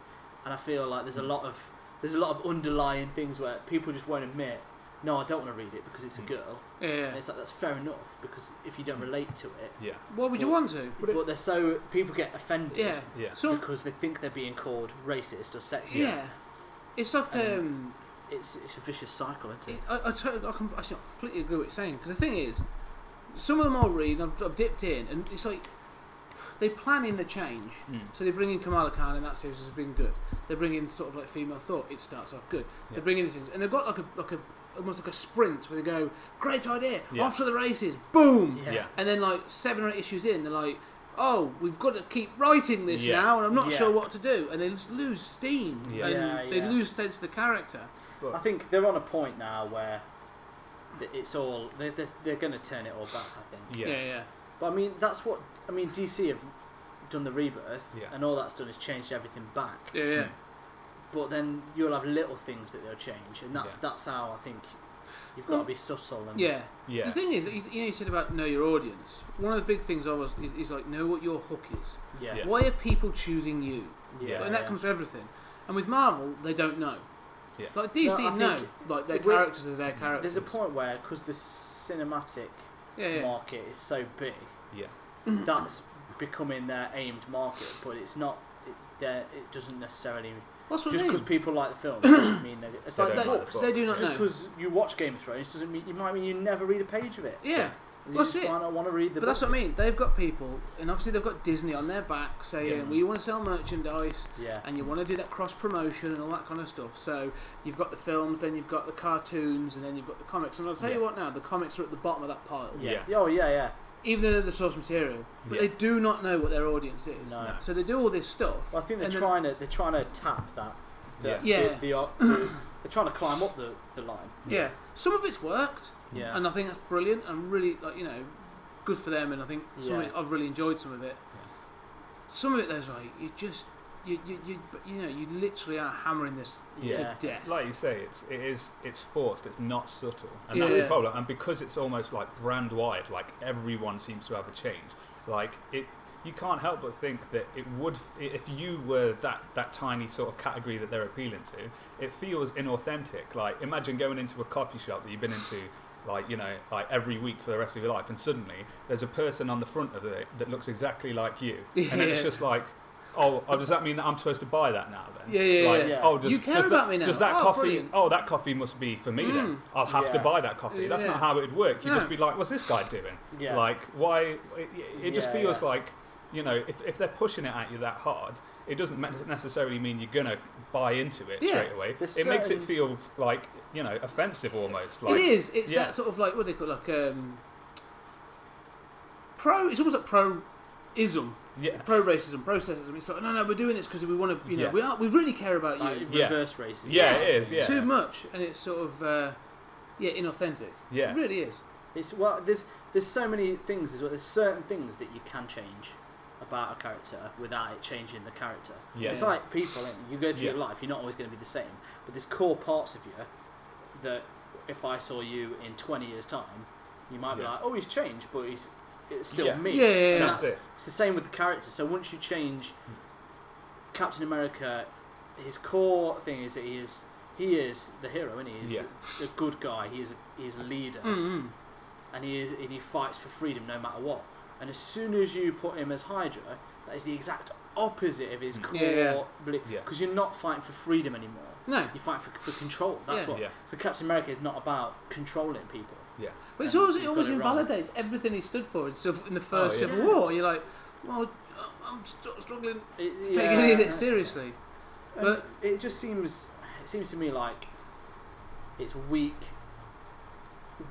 Speaker 2: and I feel like
Speaker 1: Mm.
Speaker 2: there's a lot of there's a lot of underlying things where people just won't admit. No, I don't want to read it because it's
Speaker 1: Mm.
Speaker 2: a girl.
Speaker 1: yeah,
Speaker 2: And
Speaker 1: yeah.
Speaker 2: it's like that's fair enough because if you
Speaker 1: Mm.
Speaker 2: don't relate to it,
Speaker 3: Yeah.
Speaker 1: Why would you
Speaker 2: Well-
Speaker 1: want to?
Speaker 2: but they're so people get offended
Speaker 1: Yeah,
Speaker 3: Yeah.
Speaker 1: so
Speaker 2: because they think they're being called racist or sexist.
Speaker 1: yeah, it's like
Speaker 2: Um,
Speaker 1: um,
Speaker 2: It's, it's a vicious cycle, isn't it?
Speaker 1: I, I, tot- I, com- actually, I completely agree with what you're saying because the thing is, some of them I'll read and I've, I've dipped in, and it's like they plan in the change.
Speaker 3: Mm.
Speaker 1: So they bring in Kamala Khan, and that series has been good. They bring in sort of like female thought; it starts off good. They
Speaker 3: Yeah.
Speaker 1: bring in these things, and they've got like a like a almost like a sprint where they go, "Great idea!
Speaker 3: Yeah.
Speaker 1: Off to the races! Boom!"
Speaker 2: Yeah.
Speaker 3: Yeah.
Speaker 1: And then like seven or eight issues in, they're like, "Oh, we've got to keep writing this
Speaker 3: Yeah.
Speaker 1: now, and I'm not
Speaker 2: Yeah.
Speaker 1: sure what to do." And they just lose steam,
Speaker 3: Yeah.
Speaker 1: and
Speaker 2: Yeah,
Speaker 1: they
Speaker 2: yeah.
Speaker 1: lose sense of the character.
Speaker 2: I think they're on a point now where th- it's all they're, they're, they're going to turn it all back. I think.
Speaker 3: Yeah.
Speaker 1: yeah. yeah.
Speaker 2: But I mean, that's what I mean. DC have done the rebirth,
Speaker 3: Yeah.
Speaker 2: and all that's done is changed everything back.
Speaker 1: Yeah, yeah.
Speaker 2: But then you'll have little things that they'll change, and that's
Speaker 3: Yeah.
Speaker 2: that's how I think you've got
Speaker 1: Well,
Speaker 2: to be subtle. And
Speaker 1: Yeah.
Speaker 3: Hmm. Yeah.
Speaker 1: The thing is, you, you know, you said about know your audience. One of the big things I was is, is like know what your hook is.
Speaker 2: yeah,
Speaker 3: Yeah.
Speaker 1: Why are people choosing you?
Speaker 3: Yeah.
Speaker 1: and that comes from everything. And with Marvel, they don't know.
Speaker 3: Yeah.
Speaker 1: Like DC,
Speaker 2: No, I
Speaker 1: know.
Speaker 2: think
Speaker 1: like their
Speaker 2: we-
Speaker 1: characters are their characters.
Speaker 2: There's a point where because the cinematic
Speaker 1: yeah, yeah.
Speaker 2: market is so big,
Speaker 3: Yeah.
Speaker 2: that's becoming their aimed market, but it's not. It, they're- it doesn't necessarily
Speaker 1: That's what
Speaker 2: just
Speaker 1: I mean.
Speaker 2: because people like the film doesn't mean they, it's
Speaker 3: They
Speaker 2: like
Speaker 3: don't
Speaker 1: they,
Speaker 3: like the
Speaker 2: books.
Speaker 3: book.
Speaker 1: they do not
Speaker 2: Just
Speaker 1: know.
Speaker 2: because you watch Game of Thrones doesn't mean you might mean you never read a page of it.
Speaker 1: yeah.
Speaker 2: You
Speaker 1: That's
Speaker 2: just
Speaker 1: it.
Speaker 2: might not want to read the.
Speaker 1: But that's
Speaker 2: book.
Speaker 1: what I mean. They've got people, and obviously they've got Disney on their back saying,
Speaker 3: Yeah.
Speaker 1: "Well, you want to sell merchandise,
Speaker 2: Yeah.
Speaker 1: and you want to do that cross promotion and all that kind of stuff. So you've got the films, then you've got the cartoons, and then you've got the comics. And I'll tell you
Speaker 3: Yeah.
Speaker 1: what now, the comics are at the bottom of that pile,
Speaker 2: yeah. Oh yeah, yeah.
Speaker 1: even though they're the source material. But
Speaker 3: Yeah.
Speaker 1: they do not know what their audience is.
Speaker 2: No.
Speaker 1: So they do all this stuff.
Speaker 2: Well, I think they're
Speaker 1: and then-
Speaker 2: trying to they're trying to tap that. The,
Speaker 1: Yeah.
Speaker 2: The, the, the, they're trying to climb up the, the line.
Speaker 1: Yeah. Some of it's worked,
Speaker 2: Yeah.
Speaker 1: and I think that's brilliant. and really, like, you know, good for them, and I think some of
Speaker 2: Yeah.
Speaker 1: it, I've really enjoyed some of it.
Speaker 3: Yeah.
Speaker 1: Some of it, there's like, you just, you, you, you, but, you know, you literally are hammering this
Speaker 3: Yeah.
Speaker 1: to death.
Speaker 3: Like you say, it's it is it's forced. It's not subtle, and
Speaker 1: Yeah.
Speaker 3: that's
Speaker 1: Yeah.
Speaker 3: the problem. And because it's almost like brand wide, like everyone seems to have a change. Like it, you can't help but think that it would i- if you were that that tiny sort of category that they're appealing to. It feels inauthentic. Like imagine going into a coffee shop that you've been into. Like you know, like every week for the rest of your life, and suddenly there's a person on the front of it that looks exactly like you, and then it's
Speaker 1: Yeah.
Speaker 3: just like, oh, oh, does that mean that I'm supposed to buy that now then?
Speaker 1: Yeah, yeah,
Speaker 3: like,
Speaker 1: yeah.
Speaker 3: Oh, does,
Speaker 1: You care
Speaker 3: does
Speaker 1: about
Speaker 3: that,
Speaker 1: me now.
Speaker 3: Does that
Speaker 1: Oh,
Speaker 3: coffee?
Speaker 1: brilliant. Mm.
Speaker 3: Oh, that coffee must be for me then. I'll have to
Speaker 2: Yeah.
Speaker 3: buy that coffee. That's
Speaker 1: Yeah.
Speaker 3: not how it would work. You
Speaker 1: No.
Speaker 3: just be like, what's this guy doing?
Speaker 2: Yeah.
Speaker 3: Like, why? It, it just
Speaker 2: Yeah,
Speaker 3: feels
Speaker 2: yeah.
Speaker 3: like, you know, if, if they're pushing it at you that hard, it doesn't me- necessarily mean you're gonna buy into it
Speaker 1: Yeah.
Speaker 3: straight away.
Speaker 2: There's
Speaker 3: it makes it
Speaker 2: certain-
Speaker 3: feel like you know offensive almost. Like,
Speaker 1: it is. It's
Speaker 3: yeah.
Speaker 1: that sort of like what do they call it? like um, pro. It's almost like pro. Ism,
Speaker 3: Yeah.
Speaker 1: pro racism, pro sexism. It's like no, no, we're doing this because we want to, you know,
Speaker 3: Yeah.
Speaker 1: we are, we really care about
Speaker 2: Like,
Speaker 1: you.
Speaker 3: Yeah.
Speaker 2: Reverse racism.
Speaker 3: Yeah, it is. Yeah.
Speaker 1: Too much, and it's sort of uh, yeah, inauthentic.
Speaker 3: Yeah.
Speaker 1: It really is.
Speaker 2: It's well, there's there's so many things. There's, there's certain things that you can change about a character without it changing the character.
Speaker 3: Yeah.
Speaker 2: It's like people. ain't it? You go through
Speaker 3: Yeah.
Speaker 2: your life. You're not always going to be the same, but there's core parts of you that if I saw you in 20 years' time, you might be
Speaker 3: Yeah.
Speaker 2: like, oh, he's changed, but he's it's still
Speaker 3: Yeah.
Speaker 2: me.
Speaker 1: Yeah, yeah, yeah.
Speaker 2: And
Speaker 3: That's it.
Speaker 2: It's the same with the character. So once you change Captain America, his core thing is that he is he is the hero, and he is
Speaker 3: Yeah.
Speaker 2: a, good guy. He is a, he is a leader
Speaker 1: Mm-hmm.
Speaker 2: and he is and he fights for freedom no matter what. And as soon as you put him as Hydra, that is the exact opposite of his core
Speaker 1: Yeah, yeah.
Speaker 2: belief.
Speaker 3: Hmm. Yeah.
Speaker 2: Because you're not fighting for freedom anymore.
Speaker 1: No,
Speaker 2: You fight for, for control. That's
Speaker 1: Yeah.
Speaker 2: what.
Speaker 3: Yeah.
Speaker 2: So Captain America is not about controlling people.
Speaker 3: Yeah.
Speaker 1: but it's
Speaker 2: And
Speaker 1: always
Speaker 2: you've
Speaker 1: it
Speaker 2: got
Speaker 1: always
Speaker 2: it wrong. Oh,
Speaker 1: invalidates everything he stood for in, Civ- in the first
Speaker 3: yeah.
Speaker 1: Civil War. You're like, well, I'm st- struggling
Speaker 2: It-
Speaker 1: to take any of
Speaker 2: yeah.
Speaker 1: this seriously.
Speaker 2: And
Speaker 1: but-
Speaker 2: it just seems it seems to me like it's weak,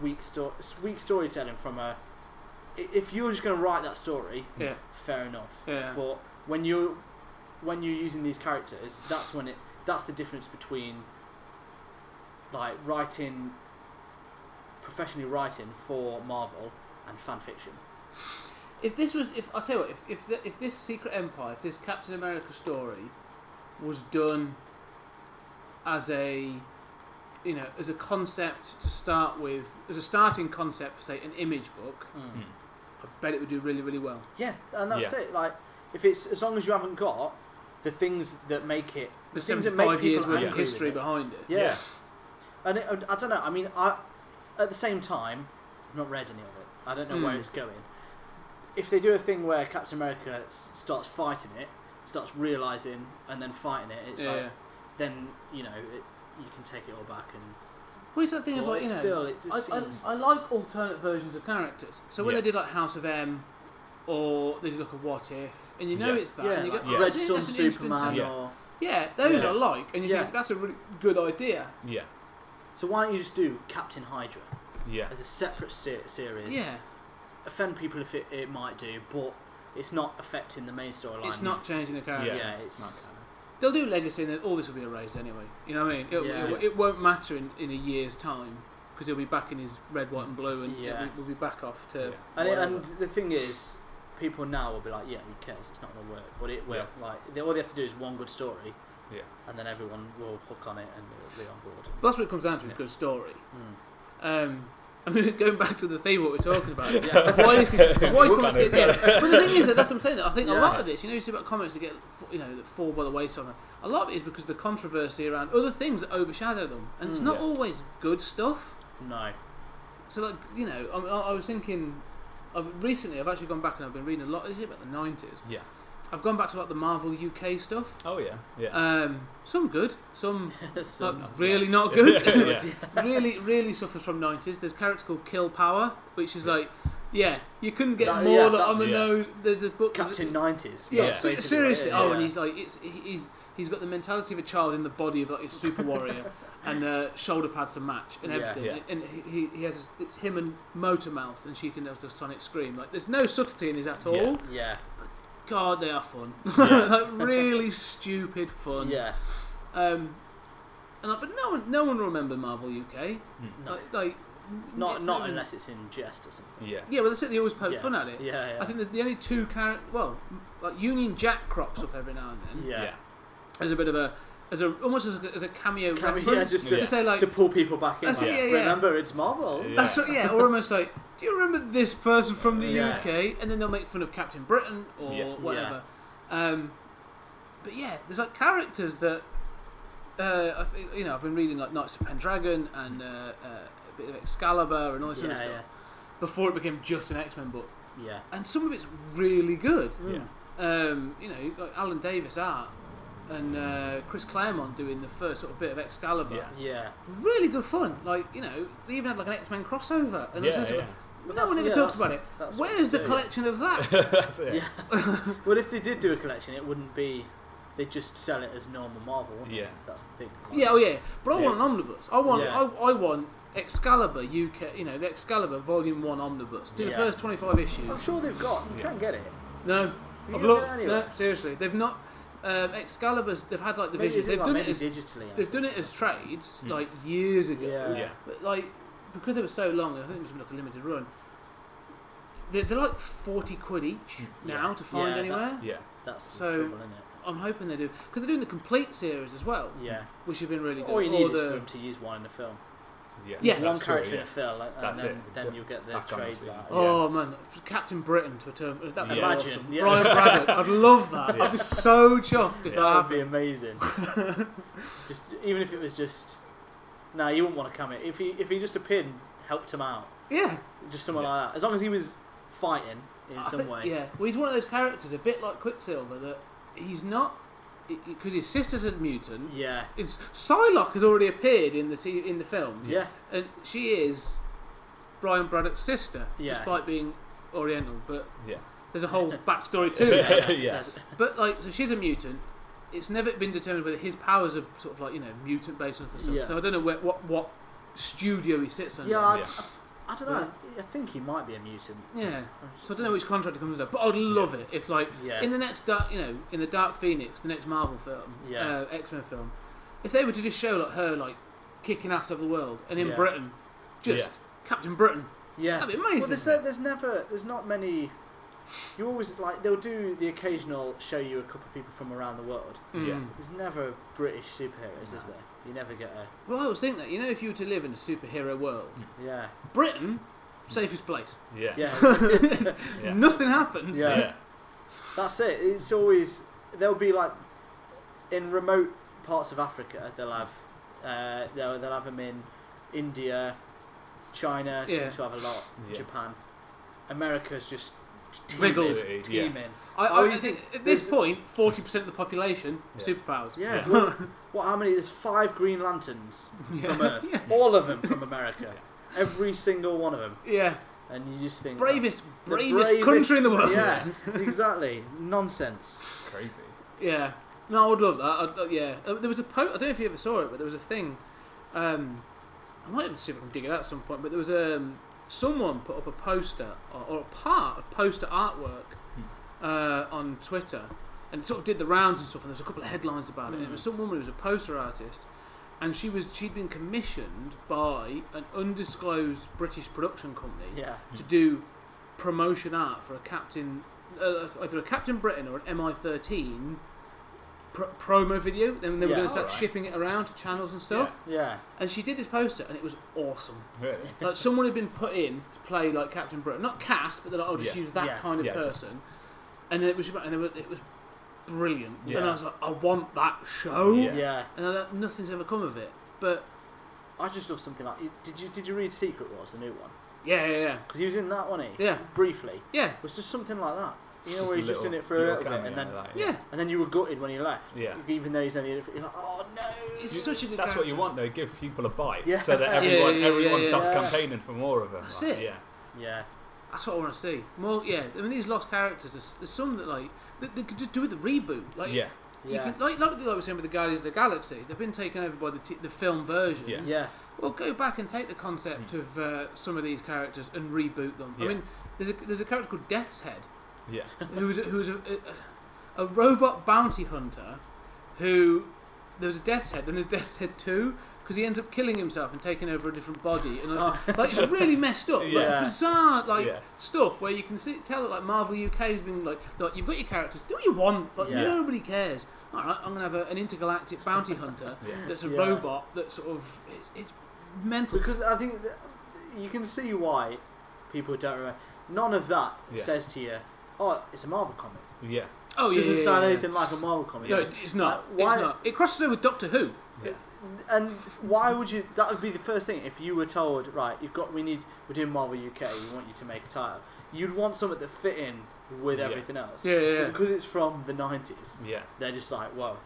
Speaker 2: weak sto- it's weak storytelling from a. i- If you're just going to write that story,
Speaker 1: Yeah,
Speaker 2: fair enough.
Speaker 1: yeah,
Speaker 2: But when you when you're using these characters, that's when it that's the difference between like writing professionally writing for Marvel and fan fiction.
Speaker 1: If this was, if I tell you what, if if, th if this Secret Empire, if this Captain America story, was done as a, you know, as a concept to start with, as a starting concept for say an image book,
Speaker 2: Hmm.
Speaker 1: I bet it would do really really well.
Speaker 2: Yeah, and that's
Speaker 3: Yeah.
Speaker 2: it. Like, if it's as long as you haven't got the things that make it,
Speaker 1: The
Speaker 2: things that make
Speaker 1: seventy-five years
Speaker 2: people
Speaker 1: worth of
Speaker 2: angry with
Speaker 1: history
Speaker 2: it.
Speaker 1: behind it.
Speaker 2: Yeah. And it, and I don't know. I mean, I at the same time, I've not read any of it. I don't know where
Speaker 1: Hmm.
Speaker 2: it's going. If they do a thing where Captain America s- starts fighting it, starts realizing and then fighting it, it's
Speaker 1: Yeah.
Speaker 2: like then you know it, you can take it all back and
Speaker 1: What is that thing of
Speaker 2: Well,
Speaker 1: like, you
Speaker 2: it's
Speaker 1: know,
Speaker 2: still, it just
Speaker 1: I, I,
Speaker 2: seems-
Speaker 1: I like alternate versions of characters. So when
Speaker 3: Yeah.
Speaker 1: they did like House of M, or they did like a What If, and you know
Speaker 3: Yeah.
Speaker 1: it's that, and you
Speaker 2: like
Speaker 1: go,
Speaker 3: Yeah.
Speaker 1: oh,
Speaker 2: Red
Speaker 1: that's-
Speaker 2: Sun
Speaker 1: that's an interesting
Speaker 2: Superman
Speaker 1: take.
Speaker 3: Yeah.
Speaker 2: or
Speaker 1: Yeah, those
Speaker 3: Yeah.
Speaker 1: I like, and you
Speaker 2: Yeah.
Speaker 1: think that's a really good idea.
Speaker 3: Yeah.
Speaker 2: so why don't you just do Captain Hydra
Speaker 3: Yeah.
Speaker 2: as a separate se- series?
Speaker 1: Yeah,
Speaker 2: offend people if it, it might do, but it's not affecting the main storyline.
Speaker 1: it's not changing the character.
Speaker 3: Yeah.
Speaker 2: Yeah,
Speaker 3: It's
Speaker 2: it's
Speaker 3: not
Speaker 1: They'll do Legacy, and then all this will be erased anyway. You know what I mean? It,
Speaker 2: Yeah.
Speaker 1: it, it won't matter in, in a year's time because he'll be back in his red, white, and blue, and
Speaker 2: Yeah.
Speaker 1: we'll be back off to.
Speaker 2: and, it,
Speaker 1: whatever.
Speaker 2: and the thing is, people now will be like, yeah, who cares? It's not going to work, but it will. Like they, all they have to do is one good story,
Speaker 3: Yeah.
Speaker 2: and then everyone will hook on it and they'll be on board.
Speaker 1: But that's what it comes down to is
Speaker 3: Yeah.
Speaker 1: good story.
Speaker 2: Mm.
Speaker 1: Um, I mean, going back to the theme what we're talking about.
Speaker 2: Yeah.
Speaker 1: why is it, why
Speaker 3: We've
Speaker 1: comics
Speaker 3: got it,
Speaker 1: get- yeah. But the thing is that that's what I'm saying. That I think a
Speaker 2: Yeah.
Speaker 1: lot of this, you know, you see about comics that get you know that fall by the wayside. A lot of it is because of the controversy around other things that overshadow them, and it's
Speaker 2: Mm.
Speaker 1: not
Speaker 3: Yeah.
Speaker 1: always good stuff.
Speaker 2: No,
Speaker 1: So like you know, I, mean, I, I was thinking. I've, recently, I've actually gone back and I've been reading a lot. This is about the nineties.
Speaker 3: Yeah.
Speaker 1: I've gone back to like the Marvel UK stuff.
Speaker 3: Oh yeah. Yeah.
Speaker 1: Um, some good, some
Speaker 2: So-
Speaker 1: like,
Speaker 3: not
Speaker 1: really
Speaker 3: great.
Speaker 1: not good.
Speaker 3: Yeah, yeah.
Speaker 1: really, really suffers from 90s. There's a character called Kill Power, which is like, yeah, you couldn't get
Speaker 2: That-
Speaker 1: more
Speaker 2: yeah,
Speaker 1: like, on the
Speaker 3: that's- Yeah.
Speaker 1: nose. There's a book.
Speaker 2: Captain Nineties.
Speaker 1: Yeah,
Speaker 3: Yeah.
Speaker 1: se- seriously. Oh, and he's like, it's he- he's he's got the mentality of a child in the body of like a super warrior, and uh, shoulder pads to match and
Speaker 2: Yeah.
Speaker 1: everything.
Speaker 3: Yeah.
Speaker 1: And he, he has this, it's him and Motor Mouth, and she can have the sonic scream. Like, there's no subtlety in this at all.
Speaker 3: Yeah.
Speaker 2: yeah,
Speaker 1: God, they are fun.
Speaker 3: Yeah.
Speaker 1: like really stupid fun.
Speaker 2: yeah.
Speaker 1: Um, and like, but no one, no one will remember Marvel UK.
Speaker 2: No,
Speaker 1: Like, like
Speaker 2: not
Speaker 1: it's
Speaker 2: not
Speaker 1: even-
Speaker 2: unless it's in jest or something.
Speaker 3: yeah.
Speaker 1: Yeah, well, that's it. They always poke
Speaker 2: yeah.
Speaker 1: fun at it.
Speaker 2: Yeah, yeah.
Speaker 1: I think that the only two character, well, m- like Union Jack crops up every now and then
Speaker 2: yeah.
Speaker 3: Yeah.
Speaker 1: as a bit of a, as a almost as a, as a cameo,
Speaker 2: Cameo,
Speaker 1: reference
Speaker 2: yeah, just
Speaker 1: to,
Speaker 2: to-
Speaker 1: say like,
Speaker 2: To pull people back in.
Speaker 1: That's
Speaker 2: like,
Speaker 1: it, yeah, yeah.
Speaker 2: Remember, it's Marvel.
Speaker 3: Yeah.
Speaker 1: that's what, yeah, or almost like, do you remember this person from the
Speaker 2: Yeah.
Speaker 1: UK? And then they'll make fun of Captain Britain or
Speaker 3: Yeah.
Speaker 1: whatever. Um, but yeah, there's like characters that. Uh, I think, you know, I've been reading like Knights of Pendragon and uh, uh, a bit of Excalibur and all this
Speaker 2: Yeah,
Speaker 1: other stuff
Speaker 2: yeah.
Speaker 1: before it became just an X Men book.
Speaker 2: yeah.
Speaker 1: and some of it's really good.
Speaker 3: Yeah.
Speaker 1: Um, you know, you've got Alan Davis art and uh, Chris Claremont doing the first sort of bit of Excalibur.
Speaker 3: Yeah.
Speaker 2: Yeah.
Speaker 1: Really good fun. Like you know, they even had like an X Men crossover. And I was
Speaker 3: Yeah,
Speaker 1: just like,
Speaker 3: yeah.
Speaker 2: But
Speaker 1: No
Speaker 2: that's-
Speaker 1: one ever
Speaker 2: yeah,
Speaker 1: talks about
Speaker 2: that's-
Speaker 1: it.
Speaker 2: that's what
Speaker 1: Where's
Speaker 2: to
Speaker 1: the
Speaker 2: do.
Speaker 1: collection of that?
Speaker 3: That's it.
Speaker 2: Yeah. well, if they did do a collection, it wouldn't be. They'd just sell it as normal Marvel. wouldn't they?
Speaker 3: Yeah.
Speaker 2: That's the thing. like-
Speaker 1: yeah, oh yeah. But I
Speaker 3: Yeah.
Speaker 1: want an omnibus. I want
Speaker 2: Yeah.
Speaker 1: I, I want Excalibur UK. You know, the Excalibur Volume One omnibus. Do the
Speaker 2: Yeah.
Speaker 1: first twenty five issues.
Speaker 2: I'm sure they've got. You
Speaker 3: Yeah.
Speaker 2: can't get it.
Speaker 1: No,
Speaker 2: You
Speaker 1: I've
Speaker 2: get
Speaker 1: looked.
Speaker 2: it anyway.
Speaker 1: No, seriously, they've not. Um, Excalibur's. They've had like the
Speaker 2: Maybe
Speaker 1: visions.
Speaker 2: it's
Speaker 1: They've
Speaker 2: like
Speaker 1: done it
Speaker 2: maybe
Speaker 1: as
Speaker 2: digitally.
Speaker 1: They've
Speaker 2: I think.
Speaker 1: done it as trades
Speaker 3: Hmm.
Speaker 1: like years ago,
Speaker 2: Yeah.
Speaker 3: Yeah.
Speaker 1: but like because they were so long, I think it was like a limited run. They're, they're like forty quid each
Speaker 3: Mm,
Speaker 1: now to find
Speaker 2: Yeah, that-
Speaker 1: anywhere.
Speaker 3: Yeah.
Speaker 2: That's the
Speaker 1: So-
Speaker 2: trouble, isn't it?
Speaker 1: I'm hoping they do because they're doing the complete series as well,
Speaker 3: Mm.
Speaker 2: Yeah.
Speaker 1: which have been really good.
Speaker 2: All you
Speaker 1: Or
Speaker 2: need is
Speaker 1: the-
Speaker 2: for them to use one in a film.
Speaker 3: Yeah.
Speaker 1: Yeah.
Speaker 2: one
Speaker 3: That's true,
Speaker 2: character in
Speaker 3: yeah.
Speaker 2: a film, like, and
Speaker 3: That's
Speaker 2: then,
Speaker 3: it.
Speaker 2: then
Speaker 3: Done.
Speaker 2: you'll get the
Speaker 3: Back on the
Speaker 2: trades
Speaker 3: scene.
Speaker 2: out.
Speaker 1: Oh man, for Captain Britain to a term. That'd be
Speaker 3: Yeah.
Speaker 1: awesome.
Speaker 2: Imagine, yeah.
Speaker 1: Brian Braddock. I'd love that.
Speaker 3: Yeah.
Speaker 1: I'd be so chuffed if
Speaker 3: Yeah.
Speaker 1: that
Speaker 2: That would be
Speaker 1: happened.
Speaker 2: amazing. just even if it was just. No, you wouldn't want to come in. If he if he just appeared and helped him out,
Speaker 1: Yeah.
Speaker 2: just someone like that. As long as he was fighting in
Speaker 1: I
Speaker 2: some
Speaker 1: think-
Speaker 2: way.
Speaker 1: Yeah, well, he's one of those characters, a bit like Quicksilver, that he's not because his sister's a mutant.
Speaker 2: Yeah.
Speaker 1: It's Psylocke has already appeared in the t- in the films,
Speaker 2: Yeah.
Speaker 1: and she is Brian Braddock's sister,
Speaker 2: Yeah.
Speaker 1: despite being Oriental. But
Speaker 3: Yeah.
Speaker 1: there's a whole backstory to it.
Speaker 3: Yeah. Yeah.
Speaker 1: But like, so she's a mutant. It's never been determined whether his powers are sort of like you know mutant based on other stuff.
Speaker 2: Yeah.
Speaker 1: So I don't know where, what what studio he sits under.
Speaker 2: Yeah, I,
Speaker 3: Yeah.
Speaker 2: I, I don't know. I think he might be a mutant.
Speaker 1: Yeah. So I don't know which contract it comes with, that, but I'd love it if, like,
Speaker 2: Yeah.
Speaker 1: in the next, dark, you know, in the Dark Phoenix, the next Marvel film,
Speaker 2: Yeah.
Speaker 1: uh, X Men film, if they were to just show like her like kicking ass over the world, and in
Speaker 2: Yeah.
Speaker 1: Britain, just
Speaker 3: Yeah.
Speaker 1: Captain Britain.
Speaker 2: Yeah.
Speaker 1: That'd be amazing.
Speaker 2: Well, there's, no, there's never, there's not many. You always like they'll do the occasional show you a couple of people from around the world.
Speaker 3: Yeah.
Speaker 1: Mm.
Speaker 2: There's never British superheroes, is
Speaker 3: No.
Speaker 2: there? You never get a
Speaker 1: Well, I always think that you know, if you were to live in a superhero world,
Speaker 2: yeah,
Speaker 1: Britain, safest place.
Speaker 3: Yeah.
Speaker 2: yeah.
Speaker 3: Yeah.
Speaker 1: Nothing happens.
Speaker 2: Yeah.
Speaker 3: Yeah.
Speaker 2: That's it. It's always they'll be like in remote parts of Africa. They'll have uh, they'll they'll have them in India, China.
Speaker 1: Yeah.
Speaker 2: Seem to have a lot.
Speaker 3: Yeah.
Speaker 2: Japan, America's just
Speaker 1: Riddled.
Speaker 2: teeming.
Speaker 3: Yeah.
Speaker 2: teeming.
Speaker 1: I, I,
Speaker 2: Oh, you
Speaker 1: I think
Speaker 2: think
Speaker 1: at this
Speaker 2: there's-
Speaker 1: point, forty percent of the population
Speaker 3: Yeah.
Speaker 1: superpowers.
Speaker 2: Yeah. Well, what? How many? There's five Green Lanterns from Earth. All of them from America. Every single one of them.
Speaker 1: Yeah.
Speaker 2: And you just think
Speaker 1: Bravest,
Speaker 2: the
Speaker 1: bravest, country in the world.
Speaker 2: Yeah, exactly. Nonsense.
Speaker 3: Crazy.
Speaker 1: Yeah. No, I would love that. I'd, uh, yeah. Uh, There was a po- I don't know if you ever saw it, but there was a thing. Um, I might even see if I can dig it out at some point. But there was um, someone put up a poster or, or a part of poster artwork uh, on Twitter, and it sort of did the rounds and stuff. And there was a couple of headlines about it. And it was some woman who was a poster artist, and she was she'd been commissioned by an undisclosed British production company
Speaker 2: Yeah.
Speaker 1: to do promotion art for a captain, uh, either a Captain Britain or an MI13 pr- promo video. Then they were
Speaker 2: Yeah,
Speaker 1: going to start
Speaker 3: alright.
Speaker 1: shipping it around to channels and stuff.
Speaker 2: Yeah.
Speaker 1: And she did this poster, and it was awesome.
Speaker 3: Really.
Speaker 1: like someone had been put in to play like Captain Britain, not cast, but they're like, "Oh, just
Speaker 3: Yeah.
Speaker 1: use that
Speaker 2: Yeah.
Speaker 1: kind of
Speaker 3: Yeah, just-
Speaker 1: person." And then it was, and it was, it was brilliant. And
Speaker 3: Yeah.
Speaker 1: I was like, "I want that show."
Speaker 3: Yeah.
Speaker 2: Yeah.
Speaker 1: And I, don't- nothing's ever come of it. But
Speaker 2: I just love something like. Did you did you read Secret Wars, the new one?
Speaker 1: yeah, yeah, yeah,
Speaker 2: Because he was in that, wasn't he?
Speaker 1: yeah,
Speaker 2: Briefly. It
Speaker 1: yeah,
Speaker 2: was just something like that. You know,
Speaker 3: Just
Speaker 2: where
Speaker 3: a
Speaker 2: he's just in
Speaker 3: little-
Speaker 2: it for a little
Speaker 3: little
Speaker 2: bit, and
Speaker 3: cameo
Speaker 2: then
Speaker 3: like that,
Speaker 1: yeah.
Speaker 2: and then you were gutted when he left.
Speaker 3: Yeah.
Speaker 2: Even though he's only in it, for, you're like, oh no.
Speaker 1: It's
Speaker 3: You-
Speaker 1: such a good.
Speaker 3: That's what
Speaker 1: character.
Speaker 3: you want, though. Give people a bite,
Speaker 2: Yeah.
Speaker 3: so that
Speaker 2: Yeah,
Speaker 1: yeah,
Speaker 3: everyone
Speaker 1: yeah,
Speaker 3: everyone
Speaker 1: yeah,
Speaker 3: starts
Speaker 2: yeah.
Speaker 3: campaigning for more of them.
Speaker 1: That's
Speaker 3: like,
Speaker 1: it.
Speaker 3: Yeah.
Speaker 2: yeah.
Speaker 1: That's what I want to see. More, yeah. I mean, these lost characters. There's, there's some that like they, they could just do with the reboot. Like,
Speaker 3: yeah.
Speaker 1: you
Speaker 2: Yeah.
Speaker 1: could, like, like like we were saying with the Guardians of the Galaxy, they've been taken over by the t- the film versions.
Speaker 3: Yeah. Hmm.
Speaker 2: Yeah.
Speaker 1: Well, go back and take the concept of uh, some of these characters and reboot them.
Speaker 3: Yeah.
Speaker 1: I mean, there's a there's a character called Death's Head
Speaker 3: Yeah.
Speaker 1: who was a, who was a, a, a robot bounty hunter who there was a Death's Head, then there's Death's Head two. Because he ends up killing himself and taking over a different body, and it's- like it's really messed up, like,
Speaker 3: Yeah.
Speaker 1: bizarre, like
Speaker 3: Yeah.
Speaker 1: stuff where you can see, tell that like Marvel UK has been like, look, you've got your characters, do what you want, like
Speaker 2: Yeah.
Speaker 1: nobody cares. All right, I'm gonna have a, an intergalactic bounty hunter
Speaker 3: Yeah.
Speaker 1: that's a
Speaker 2: Yeah.
Speaker 1: robot that sort of it's, it's mental.
Speaker 2: Because I think that you can see why people don't remember. None of that
Speaker 3: Yeah.
Speaker 2: says to you, oh, it's a Marvel comic.
Speaker 3: Yeah.
Speaker 1: Oh
Speaker 2: It
Speaker 1: yeah,
Speaker 2: doesn't
Speaker 1: yeah, yeah,
Speaker 2: sound
Speaker 1: yeah.
Speaker 2: anything like a Marvel comic.
Speaker 1: No,
Speaker 2: does it?
Speaker 1: it's not.
Speaker 2: Like, why-
Speaker 1: It's not. It crosses over with Doctor Who.
Speaker 3: Yeah.
Speaker 2: And why would you? That would be the first thing if you were told, right? You've got. We need. We're doing Marvel UK. We want you to make a title. You'd want something that fit in with
Speaker 3: Yeah.
Speaker 2: everything else.
Speaker 1: Yeah, yeah, yeah.
Speaker 2: But Because it's from the nineties.
Speaker 3: Yeah.
Speaker 2: They're just like, whoa.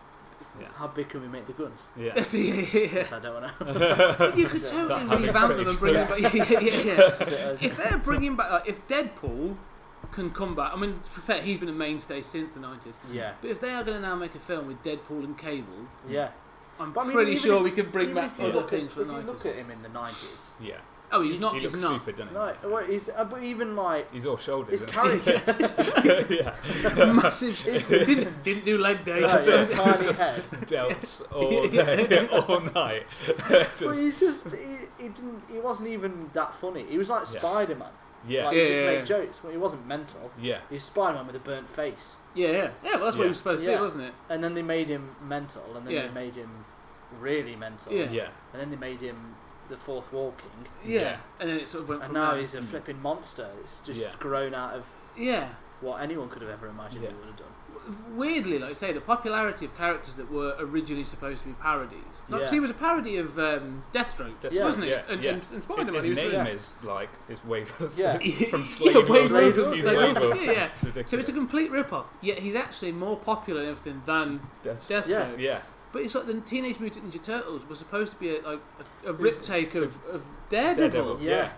Speaker 3: Yeah.
Speaker 2: How big can we make the guns?
Speaker 3: Yeah.
Speaker 1: Yes, yeah, yeah, yeah.
Speaker 2: I don't want to.
Speaker 1: But you could
Speaker 2: That
Speaker 1: totally
Speaker 3: having
Speaker 1: revamp them
Speaker 3: space,
Speaker 1: and bring them back. Yeah, yeah, yeah. yeah. if they're bringing back, like, if Deadpool can come back, I mean, to be fair, he's been a mainstay since the 90s.
Speaker 2: yeah,
Speaker 1: But if they are going to now make a film with Deadpool and Cable,
Speaker 2: yeah.
Speaker 1: I'm
Speaker 2: But I mean,
Speaker 1: pretty
Speaker 2: even
Speaker 1: sure
Speaker 2: if-
Speaker 1: we could bring
Speaker 2: even
Speaker 1: back
Speaker 2: if you
Speaker 1: other
Speaker 2: look at-
Speaker 1: things from
Speaker 2: if
Speaker 1: the
Speaker 2: you
Speaker 1: 90s.
Speaker 2: look at him in the nineties.
Speaker 3: Yeah.
Speaker 1: oh, he's, not.
Speaker 3: He
Speaker 1: He's
Speaker 3: looks
Speaker 1: not.
Speaker 3: stupid, doesn't he?
Speaker 2: No, well, he's, uh, but even like
Speaker 3: He's all
Speaker 2: his
Speaker 3: shoulders. isn't
Speaker 2: character,
Speaker 3: he? yeah.
Speaker 1: Massive. didn't didn't do leg day.
Speaker 2: like, his
Speaker 3: it.
Speaker 2: tiny
Speaker 3: Just-
Speaker 2: head.
Speaker 3: Delts all day, all night.
Speaker 2: But
Speaker 3: Just,
Speaker 2: he's just he, he didn't he wasn't even that funny. He was like
Speaker 3: Yeah.
Speaker 2: Spider Man.
Speaker 3: yeah.
Speaker 2: Like
Speaker 1: Yeah,
Speaker 2: he just
Speaker 1: yeah,
Speaker 2: made
Speaker 1: yeah.
Speaker 2: jokes. Well, he wasn't mental.
Speaker 3: Yeah.
Speaker 2: He's Spider Man with a burnt face.
Speaker 1: Yeah, yeah. Yeah, well, that's what
Speaker 3: Yeah.
Speaker 1: he was supposed to
Speaker 2: Yeah.
Speaker 1: be, wasn't it?
Speaker 2: And then they made him mental and then
Speaker 1: Yeah.
Speaker 2: they made him really mental.
Speaker 1: Yeah.
Speaker 3: Yeah.
Speaker 2: And then they made him the fourth wall king.
Speaker 1: Yeah.
Speaker 3: Yeah.
Speaker 1: And then it sort of went
Speaker 2: And
Speaker 1: from
Speaker 2: now
Speaker 1: there. Hmm.
Speaker 2: he's a
Speaker 3: Mm.
Speaker 2: flipping monster. It's just
Speaker 3: Yeah.
Speaker 2: grown out of
Speaker 1: Yeah.
Speaker 2: what anyone could have ever imagined
Speaker 3: Yeah.
Speaker 2: he would have done.
Speaker 1: weirdly, like I say, the popularity of characters that were originally supposed to be parodies. Like, 'cause
Speaker 2: Yeah.
Speaker 1: he was a parody of um, Deathstroke,
Speaker 3: Deathstroke,
Speaker 1: wasn't he?
Speaker 3: yeah,
Speaker 1: and,
Speaker 3: yeah.
Speaker 1: and, and Spider-Man.
Speaker 3: His
Speaker 1: he was
Speaker 3: name
Speaker 2: yeah.
Speaker 3: is like is Wavers.
Speaker 2: Yeah.
Speaker 3: From
Speaker 1: Yeah,
Speaker 3: Slade
Speaker 1: Wade
Speaker 3: Wilson.
Speaker 2: Wilson.
Speaker 3: He's
Speaker 2: Slade
Speaker 3: Wade
Speaker 2: Wilson,
Speaker 3: Wilson.
Speaker 1: yeah.
Speaker 3: It's
Speaker 1: So it's
Speaker 3: ridiculous.
Speaker 1: a complete rip-off. Yet he's actually more popular and everything than
Speaker 3: That's-
Speaker 1: Deathstroke.
Speaker 3: Yeah.
Speaker 1: But it's like the Teenage Mutant Ninja Turtles was supposed to be a, like a, a
Speaker 3: was
Speaker 1: rip take of, of
Speaker 3: Daredevil.
Speaker 1: Daredevil.
Speaker 3: Oh, Yeah.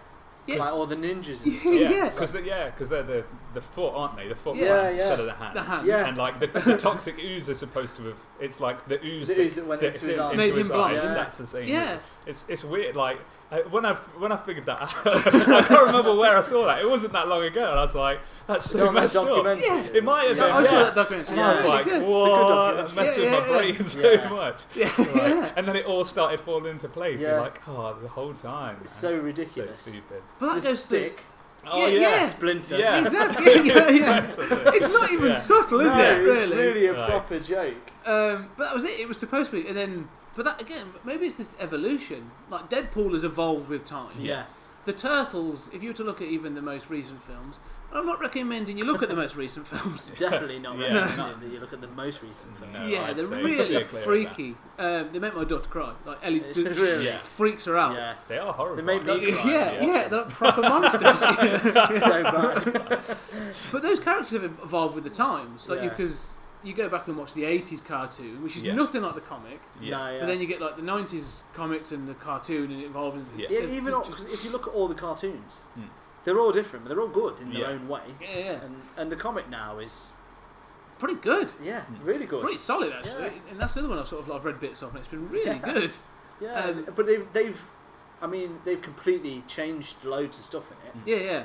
Speaker 1: Yes.
Speaker 2: Like all the ninjas and stuff.
Speaker 1: Yeah.
Speaker 3: Yeah, because yeah, because they're the the foot, aren't they? The foot
Speaker 2: Yeah,
Speaker 3: hand
Speaker 2: yeah.
Speaker 3: instead of the hand.
Speaker 1: The hand.
Speaker 2: Yeah.
Speaker 3: And like the, the toxic ooze is supposed to have. It's like the ooze.
Speaker 2: The ooze that went
Speaker 3: that's
Speaker 2: into his
Speaker 3: in-
Speaker 2: eye.
Speaker 1: Made him blind.
Speaker 3: eyes, and
Speaker 2: Yeah.
Speaker 3: that's the thing.
Speaker 1: Yeah.
Speaker 3: It's it's weird. Like I, when I when I figured that out, I can't remember where I saw that. It wasn't that long ago, and I was like, "That's
Speaker 2: It's
Speaker 3: so
Speaker 2: on that
Speaker 3: messed up."
Speaker 2: documentary.
Speaker 1: Yeah,
Speaker 3: It might have
Speaker 1: Yeah,
Speaker 3: been.
Speaker 1: I saw
Speaker 3: yeah.
Speaker 1: that documentary.
Speaker 3: And
Speaker 1: Yeah,
Speaker 3: I was
Speaker 1: really
Speaker 3: like,
Speaker 1: good.
Speaker 3: "Whoa, that
Speaker 2: documentary.
Speaker 3: messes
Speaker 1: Yeah,
Speaker 3: my
Speaker 1: yeah, yeah.
Speaker 3: brain so
Speaker 2: Yeah.
Speaker 3: much."
Speaker 1: Yeah,
Speaker 3: Right.
Speaker 1: yeah.
Speaker 3: And then it all started falling into place. You're
Speaker 2: Yeah.
Speaker 3: like, "Oh, the whole time."
Speaker 2: It's
Speaker 3: man.
Speaker 2: so ridiculous.
Speaker 3: so stupid.
Speaker 1: But that
Speaker 2: the
Speaker 1: goes to-
Speaker 2: stick,
Speaker 3: Oh
Speaker 1: Yeah,
Speaker 3: yeah.
Speaker 1: yeah.
Speaker 2: splinter.
Speaker 3: Yeah.
Speaker 1: Exactly. Yeah, yeah.
Speaker 3: That's it.
Speaker 1: It's not even
Speaker 3: Yeah.
Speaker 1: subtle, is
Speaker 2: No,
Speaker 1: it?
Speaker 2: it's
Speaker 1: Really.
Speaker 2: really a
Speaker 3: Right.
Speaker 2: proper joke.
Speaker 1: Um, but that was it. It was supposed to be, and then. But that again, maybe it's this evolution. Like Deadpool has evolved with time.
Speaker 2: Yeah.
Speaker 1: The Turtles. If you were to look at even the most recent films, I'm not recommending you look at the most recent films.
Speaker 2: Definitely not
Speaker 3: Yeah.
Speaker 2: recommending that you look at the most recent film.
Speaker 3: No,
Speaker 1: yeah,
Speaker 3: I'd
Speaker 1: they're
Speaker 3: say
Speaker 1: really
Speaker 3: steer clear of that.
Speaker 1: freaky. Um, they make my daughter cry. Like Ellie
Speaker 2: It's
Speaker 1: just
Speaker 2: really-
Speaker 3: Yeah.
Speaker 1: freaks her out.
Speaker 2: Yeah.
Speaker 3: They are horrible.
Speaker 2: made me-
Speaker 1: Yeah,
Speaker 2: Right,
Speaker 1: yeah,
Speaker 3: yeah.
Speaker 1: they're like proper monsters. Yeah.
Speaker 2: so bad.
Speaker 1: But those characters have evolved with the times, like
Speaker 2: Yeah.
Speaker 1: because you go back and watch the '80s cartoon, which is
Speaker 3: Yeah.
Speaker 1: nothing like the comic.
Speaker 2: No, yeah.
Speaker 1: But then you get like the '90s comics and the cartoon, and it evolves. into-
Speaker 3: Yeah.
Speaker 2: yeah,
Speaker 1: it's
Speaker 2: even
Speaker 1: just-
Speaker 2: because if you look at all the cartoons,
Speaker 3: Mm.
Speaker 2: they're all different, but they're all good in their
Speaker 3: Yeah.
Speaker 2: own way.
Speaker 1: yeah, yeah,
Speaker 2: And and the comic now is
Speaker 1: pretty good,
Speaker 2: yeah,
Speaker 3: Hmm.
Speaker 2: really good.
Speaker 1: pretty solid actually.
Speaker 2: Yeah.
Speaker 1: And that's another one I've sort of I've read bits of, and it's been really
Speaker 2: Yeah.
Speaker 1: good.
Speaker 2: Yeah,
Speaker 1: Um,
Speaker 2: but they've they've, I mean, they've completely changed loads of stuff in
Speaker 3: Hmm.
Speaker 2: it.
Speaker 1: Yeah, yeah.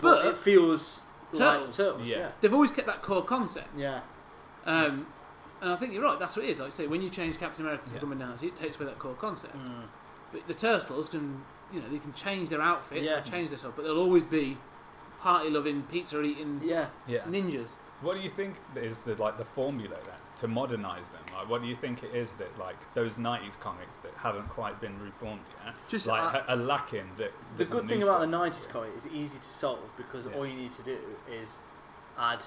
Speaker 2: But,
Speaker 1: But
Speaker 2: it feels
Speaker 1: Turtles.
Speaker 2: like turtles. Yeah,
Speaker 3: Yeah.
Speaker 1: they've always kept that core concept.
Speaker 2: yeah,
Speaker 1: Um, and I think you're right. That's what it is. Like you say, when you change Captain America to
Speaker 3: Yeah.
Speaker 1: become a Nazi, it takes away that core concept.
Speaker 2: Mm.
Speaker 1: But the Turtles can, you know, they can change their outfits,
Speaker 2: Yeah.
Speaker 1: or change their stuff, but they'll always be party-loving, pizza-eating
Speaker 2: yeah.
Speaker 3: Yeah.
Speaker 1: ninjas.
Speaker 3: What do you think is the like the formula then to modernise them? Like, what do you think it is that like those '90s comics that haven't quite been reformed yet,
Speaker 2: Just,
Speaker 3: like
Speaker 2: uh,
Speaker 3: ha- are lacking that?
Speaker 2: The
Speaker 3: that
Speaker 2: good
Speaker 3: new
Speaker 2: thing about
Speaker 3: stuff-
Speaker 2: the '90s comic is easy to solve because
Speaker 3: Yeah.
Speaker 2: all you need to do is add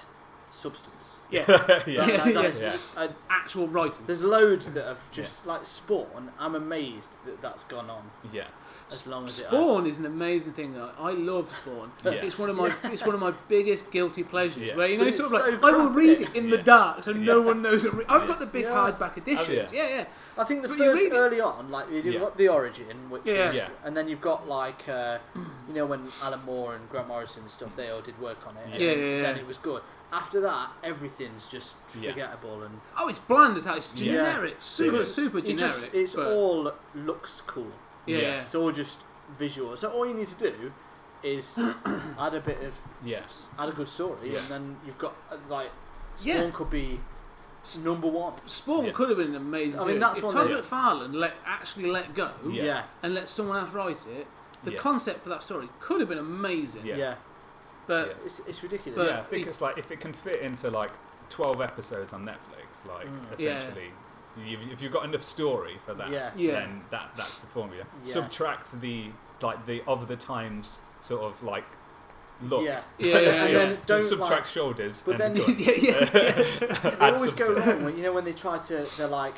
Speaker 2: substance.
Speaker 3: yeah, yeah,
Speaker 2: That- that-
Speaker 1: Yeah.
Speaker 2: that's- I-
Speaker 1: Actual writing.
Speaker 2: uh, there's loads that have just like Spawn. I'm amazed that that's gone on
Speaker 3: yeah,
Speaker 2: as long as
Speaker 1: Spawn is an amazing thing. Though. I love Spawn.
Speaker 3: Yeah.
Speaker 1: It's one of my it's one of my biggest guilty pleasures.
Speaker 3: Yeah.
Speaker 1: Where you know,
Speaker 2: But
Speaker 1: it's
Speaker 2: it's
Speaker 1: sort of like
Speaker 2: so
Speaker 1: I will
Speaker 2: crap,
Speaker 1: read
Speaker 2: isn't
Speaker 1: it
Speaker 2: it?
Speaker 1: in the
Speaker 3: Yeah.
Speaker 1: dark, so no
Speaker 3: Yeah.
Speaker 1: one knows. It re- I've
Speaker 3: Yeah.
Speaker 1: got the big
Speaker 2: Yeah.
Speaker 1: hardback editions.
Speaker 3: yeah.
Speaker 1: Yeah, yeah.
Speaker 2: I think the
Speaker 1: But you
Speaker 2: first
Speaker 1: read it-
Speaker 2: early on, like you do
Speaker 3: Yeah.
Speaker 2: what the origin, which
Speaker 1: Yeah.
Speaker 2: is,
Speaker 3: Yeah.
Speaker 2: and then you've got like uh, you know when Alan Moore and Grant Morrison and stuff, they all did work on it. and
Speaker 1: Yeah,
Speaker 2: then,
Speaker 1: yeah, yeah.
Speaker 2: then it was good. After that, everything's just
Speaker 3: Yeah.
Speaker 2: forgettable and
Speaker 1: Oh, it's bland as hell. It's
Speaker 3: Yeah.
Speaker 1: generic, super,
Speaker 2: Because
Speaker 1: super
Speaker 2: it
Speaker 1: generic.
Speaker 2: just- it's
Speaker 1: but-
Speaker 2: all looks cool.
Speaker 1: yeah.
Speaker 3: Yeah.
Speaker 2: It's all just visual. So all you need to do is add a bit of
Speaker 3: yeah,
Speaker 2: add a good story,
Speaker 3: Yeah.
Speaker 2: and then you've got uh, like Spawn
Speaker 1: Yeah.
Speaker 2: could be number one.
Speaker 1: Spawn
Speaker 3: Yeah.
Speaker 1: could have been an amazing.
Speaker 2: I mean,
Speaker 1: series.
Speaker 2: that's
Speaker 1: if
Speaker 2: one
Speaker 1: Tom
Speaker 2: that-
Speaker 1: McFarlane let actually let go
Speaker 3: Yeah.
Speaker 2: yeah.
Speaker 1: and let someone else write it, the
Speaker 3: Yeah.
Speaker 1: concept for that story could have been amazing.
Speaker 3: Yeah.
Speaker 2: yeah.
Speaker 1: But
Speaker 3: Yeah.
Speaker 2: It's it's ridiculous.
Speaker 1: But-
Speaker 3: yeah. I think
Speaker 1: it-
Speaker 3: it's like if it can fit into like 12 episodes on Netflix, like
Speaker 1: Yeah.
Speaker 3: essentially, you, if you've got enough story for that,
Speaker 2: Mm. Yeah.
Speaker 1: Yeah.
Speaker 3: then that that's the formula.
Speaker 2: Yeah.
Speaker 3: Subtract the like the of the times sort of like look.
Speaker 2: Yeah.
Speaker 1: Yeah, yeah,
Speaker 2: and
Speaker 1: yeah.
Speaker 2: then
Speaker 3: Just
Speaker 2: don't
Speaker 3: subtract
Speaker 2: like,
Speaker 3: shoulders.
Speaker 2: but
Speaker 3: and
Speaker 2: then-
Speaker 3: guns.
Speaker 1: yeah, yeah,
Speaker 2: They
Speaker 3: Add
Speaker 2: always go
Speaker 3: substance.
Speaker 2: wrong when you know when they try to. They're like,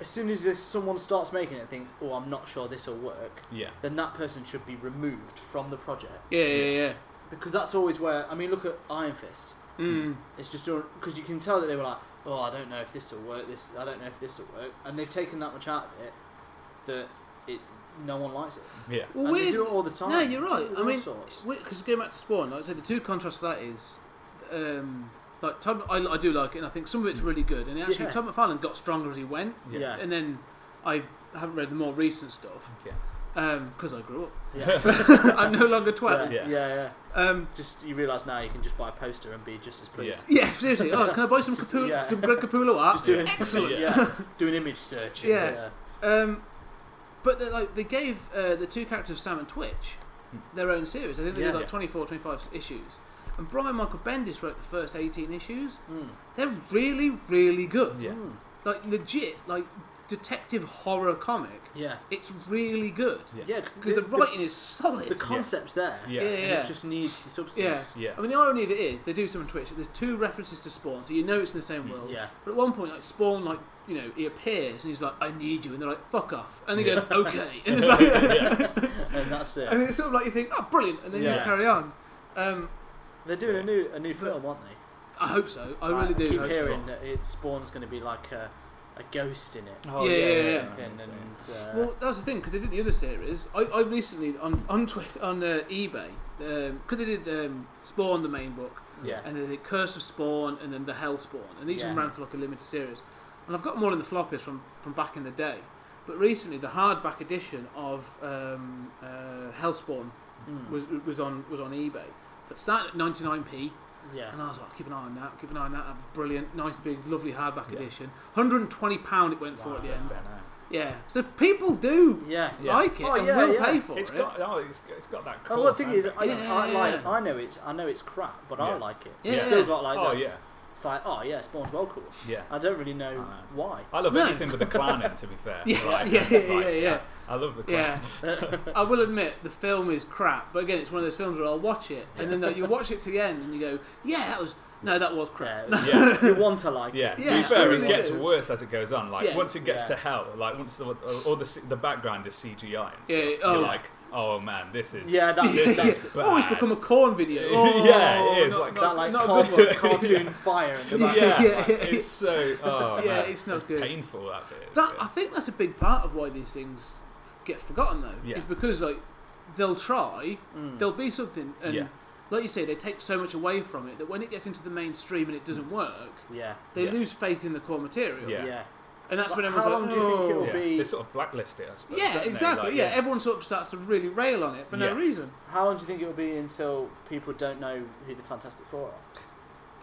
Speaker 2: as soon as this, someone starts making it, and thinks, "Oh, I'm not sure this will work."
Speaker 3: Yeah,
Speaker 2: Then that person should be removed from the project
Speaker 1: yeah, yeah, yeah.
Speaker 2: because that's always where. I mean, look at Iron Fist.
Speaker 1: Mm.
Speaker 2: It's just because you can tell that they were like, "Oh, I don't know if this will work. This, I don't know if this will work," and they've taken that much out of it that it no one likes it.
Speaker 3: yeah,
Speaker 1: Well,
Speaker 2: and they
Speaker 1: weird-
Speaker 2: do it all the time.
Speaker 1: No, you're
Speaker 2: They do
Speaker 1: right.
Speaker 2: it with
Speaker 1: I
Speaker 2: all
Speaker 1: mean,
Speaker 2: sorts.
Speaker 1: because going back to Spawn, like I said, the two contrasts for that is, um, like Tom, I, I do like it, and I think some of it's really good, and actually
Speaker 2: Yeah.
Speaker 1: Tom McFarlane got stronger as he went,
Speaker 2: yeah,
Speaker 1: and then I haven't read the more recent stuff
Speaker 3: yeah.
Speaker 1: because I grew up.
Speaker 2: yeah,
Speaker 1: I'm no longer
Speaker 2: yeah,
Speaker 1: twelve.
Speaker 2: yeah,
Speaker 3: Yeah.
Speaker 2: yeah.
Speaker 1: Um,
Speaker 2: Just you realise now you can just buy a poster and be just as pleased.
Speaker 3: Yeah.
Speaker 1: yeah, seriously. Oh, can I buy some Capula,
Speaker 2: yeah.
Speaker 1: some Greg Capullo art?
Speaker 2: Just do an,
Speaker 3: Excellent.
Speaker 2: Yeah. do an image search. and,
Speaker 1: Yeah.
Speaker 2: uh,
Speaker 1: Um, but they, like they gave uh, the two characters Sam and Twitch their own series. I think they
Speaker 2: Hmm. Yeah.
Speaker 1: did like 24, 25 issues. And Brian Michael Bendis wrote the first 18 issues.
Speaker 2: mm,
Speaker 1: They're really, really good.
Speaker 3: Yeah.
Speaker 2: mm,
Speaker 1: Like legit, like detective horror comic.
Speaker 2: yeah,
Speaker 1: It's really good.
Speaker 3: Yeah.
Speaker 2: yeah. Because
Speaker 1: Because the, writing is solid.
Speaker 2: the concept's there.
Speaker 3: Yeah.
Speaker 1: yeah,
Speaker 2: and
Speaker 1: yeah.
Speaker 2: It just needs the
Speaker 1: yeah.
Speaker 2: substance.
Speaker 3: Yeah.
Speaker 1: I mean, the irony of it is, they do some on Twitch. There's two references to Spawn, so you know it's in the same world.
Speaker 2: yeah.
Speaker 1: But at one point, like Spawn, like you know, he appears and he's like, "I need you," and they're like, "Fuck off," and he goes, "Okay," and it's like,
Speaker 2: and that's it.
Speaker 1: and it's sort of like you think, "Oh, brilliant," and then you just
Speaker 2: Yeah.
Speaker 1: carry on. Um,
Speaker 2: They're doing a new a new film, aren't they?
Speaker 1: I hope so. I
Speaker 2: Like,
Speaker 1: really do.
Speaker 2: keep
Speaker 1: hope
Speaker 2: hearing uh, that it spawns going to be like a, a ghost in it.
Speaker 3: Oh,
Speaker 1: Yeah, yeah, yeah.
Speaker 2: Something,
Speaker 1: so.
Speaker 2: and, uh,
Speaker 1: Well, that was the thing because they did the other series. I, I recently on on Twitter on uh, eBay because they did um, Spawn the main book
Speaker 2: yeah.
Speaker 1: and then the Curse of Spawn and then the Hell Spawn and these
Speaker 2: Yeah.
Speaker 1: one ran for like a limited series. And I've got more in the floppies from from back in the day. But recently, the hardback edition of um, uh, Hellspawn
Speaker 2: Mm.
Speaker 1: was was on was on eBay. But started at 99p,
Speaker 2: Yeah.
Speaker 1: and I was like, keep an eye on that, keep an eye on that. that Brilliant, nice big, lovely hardback
Speaker 3: Yeah.
Speaker 1: edition. 120 pound it went for
Speaker 2: Wow.
Speaker 1: at the
Speaker 3: Yeah,
Speaker 1: end.
Speaker 3: fair now.
Speaker 1: Yeah. So people do
Speaker 2: Yeah.
Speaker 3: Yeah.
Speaker 1: like it
Speaker 2: Oh,
Speaker 1: and
Speaker 2: yeah,
Speaker 1: will
Speaker 2: yeah.
Speaker 1: pay for
Speaker 3: It's
Speaker 1: it.
Speaker 3: got, oh, it's, it's got that.
Speaker 2: Oh,
Speaker 3: Cool
Speaker 2: well, the thing is, I,
Speaker 1: Yeah.
Speaker 2: I like. I know it's. I know it's crap, but I
Speaker 3: Yeah.
Speaker 2: like it.
Speaker 1: Yeah.
Speaker 2: It's still got like
Speaker 3: oh
Speaker 2: that.
Speaker 3: yeah,
Speaker 2: It's like, oh yeah, Spawn's well cool.
Speaker 3: yeah. Uh,
Speaker 2: I don't really know
Speaker 3: I know.
Speaker 2: why.
Speaker 3: I love
Speaker 1: No.
Speaker 3: anything with a clown in. To be fair,
Speaker 1: Yes,
Speaker 3: Like,
Speaker 1: yeah, yeah,
Speaker 3: like,
Speaker 1: yeah, yeah.
Speaker 3: I love the clown.
Speaker 1: Yeah. I will admit the film is crap, but again, it's one of those films where I'll watch it and then you watch it to the end and you go, yeah, that was no, that was crap.
Speaker 2: Yeah,
Speaker 3: Yeah.
Speaker 2: you want to like
Speaker 3: Yeah,
Speaker 2: it.
Speaker 1: Yeah,
Speaker 3: to be fair,
Speaker 1: absolutely
Speaker 3: it gets
Speaker 1: do.
Speaker 3: worse as it goes on. Like
Speaker 1: Yeah.
Speaker 3: once it gets
Speaker 2: Yeah.
Speaker 3: to hell, like once the all the the background is CGI. And stuff,
Speaker 1: Yeah, oh.
Speaker 3: You're like, oh man, this is
Speaker 2: Yeah, that's,
Speaker 3: This
Speaker 1: Yeah.
Speaker 2: that's
Speaker 3: is
Speaker 1: Oh, it's
Speaker 3: bad.
Speaker 1: become a corn video. Oh,
Speaker 3: Yeah, it is,
Speaker 1: not-
Speaker 3: like-
Speaker 1: not-
Speaker 2: that like
Speaker 1: not
Speaker 2: car-
Speaker 1: good.
Speaker 2: cartoon fire in the
Speaker 3: Yeah,
Speaker 2: back.
Speaker 1: Yeah.
Speaker 3: like, it's so oh,
Speaker 1: Yeah,
Speaker 3: man,
Speaker 1: it's not good.
Speaker 3: Painful that bit.
Speaker 1: That
Speaker 3: Yeah.
Speaker 1: I think that's a big part of why these things get forgotten though,
Speaker 3: Yeah.
Speaker 1: is because like they'll try,
Speaker 2: Mm.
Speaker 1: there'll be something, and
Speaker 3: Yeah.
Speaker 1: like you say, they take so much away from it that when it gets into the mainstream and it doesn't work,
Speaker 2: Yeah.
Speaker 1: they
Speaker 3: Yeah.
Speaker 1: lose faith in the core material.
Speaker 3: Yeah.
Speaker 2: Yeah.
Speaker 1: And that's when
Speaker 2: But
Speaker 1: everyone's like,
Speaker 2: how long do you think
Speaker 1: "Oh."
Speaker 2: it'll
Speaker 3: yeah.
Speaker 2: be-
Speaker 3: They sort of blacklist it, I suppose.
Speaker 1: Yeah,
Speaker 3: don't they?
Speaker 1: exactly.
Speaker 3: Like,
Speaker 1: yeah. everyone sort of starts to really rail on it for
Speaker 3: Yeah.
Speaker 1: no reason.
Speaker 2: How long do you think it'll be until people don't know who the Fantastic Four are?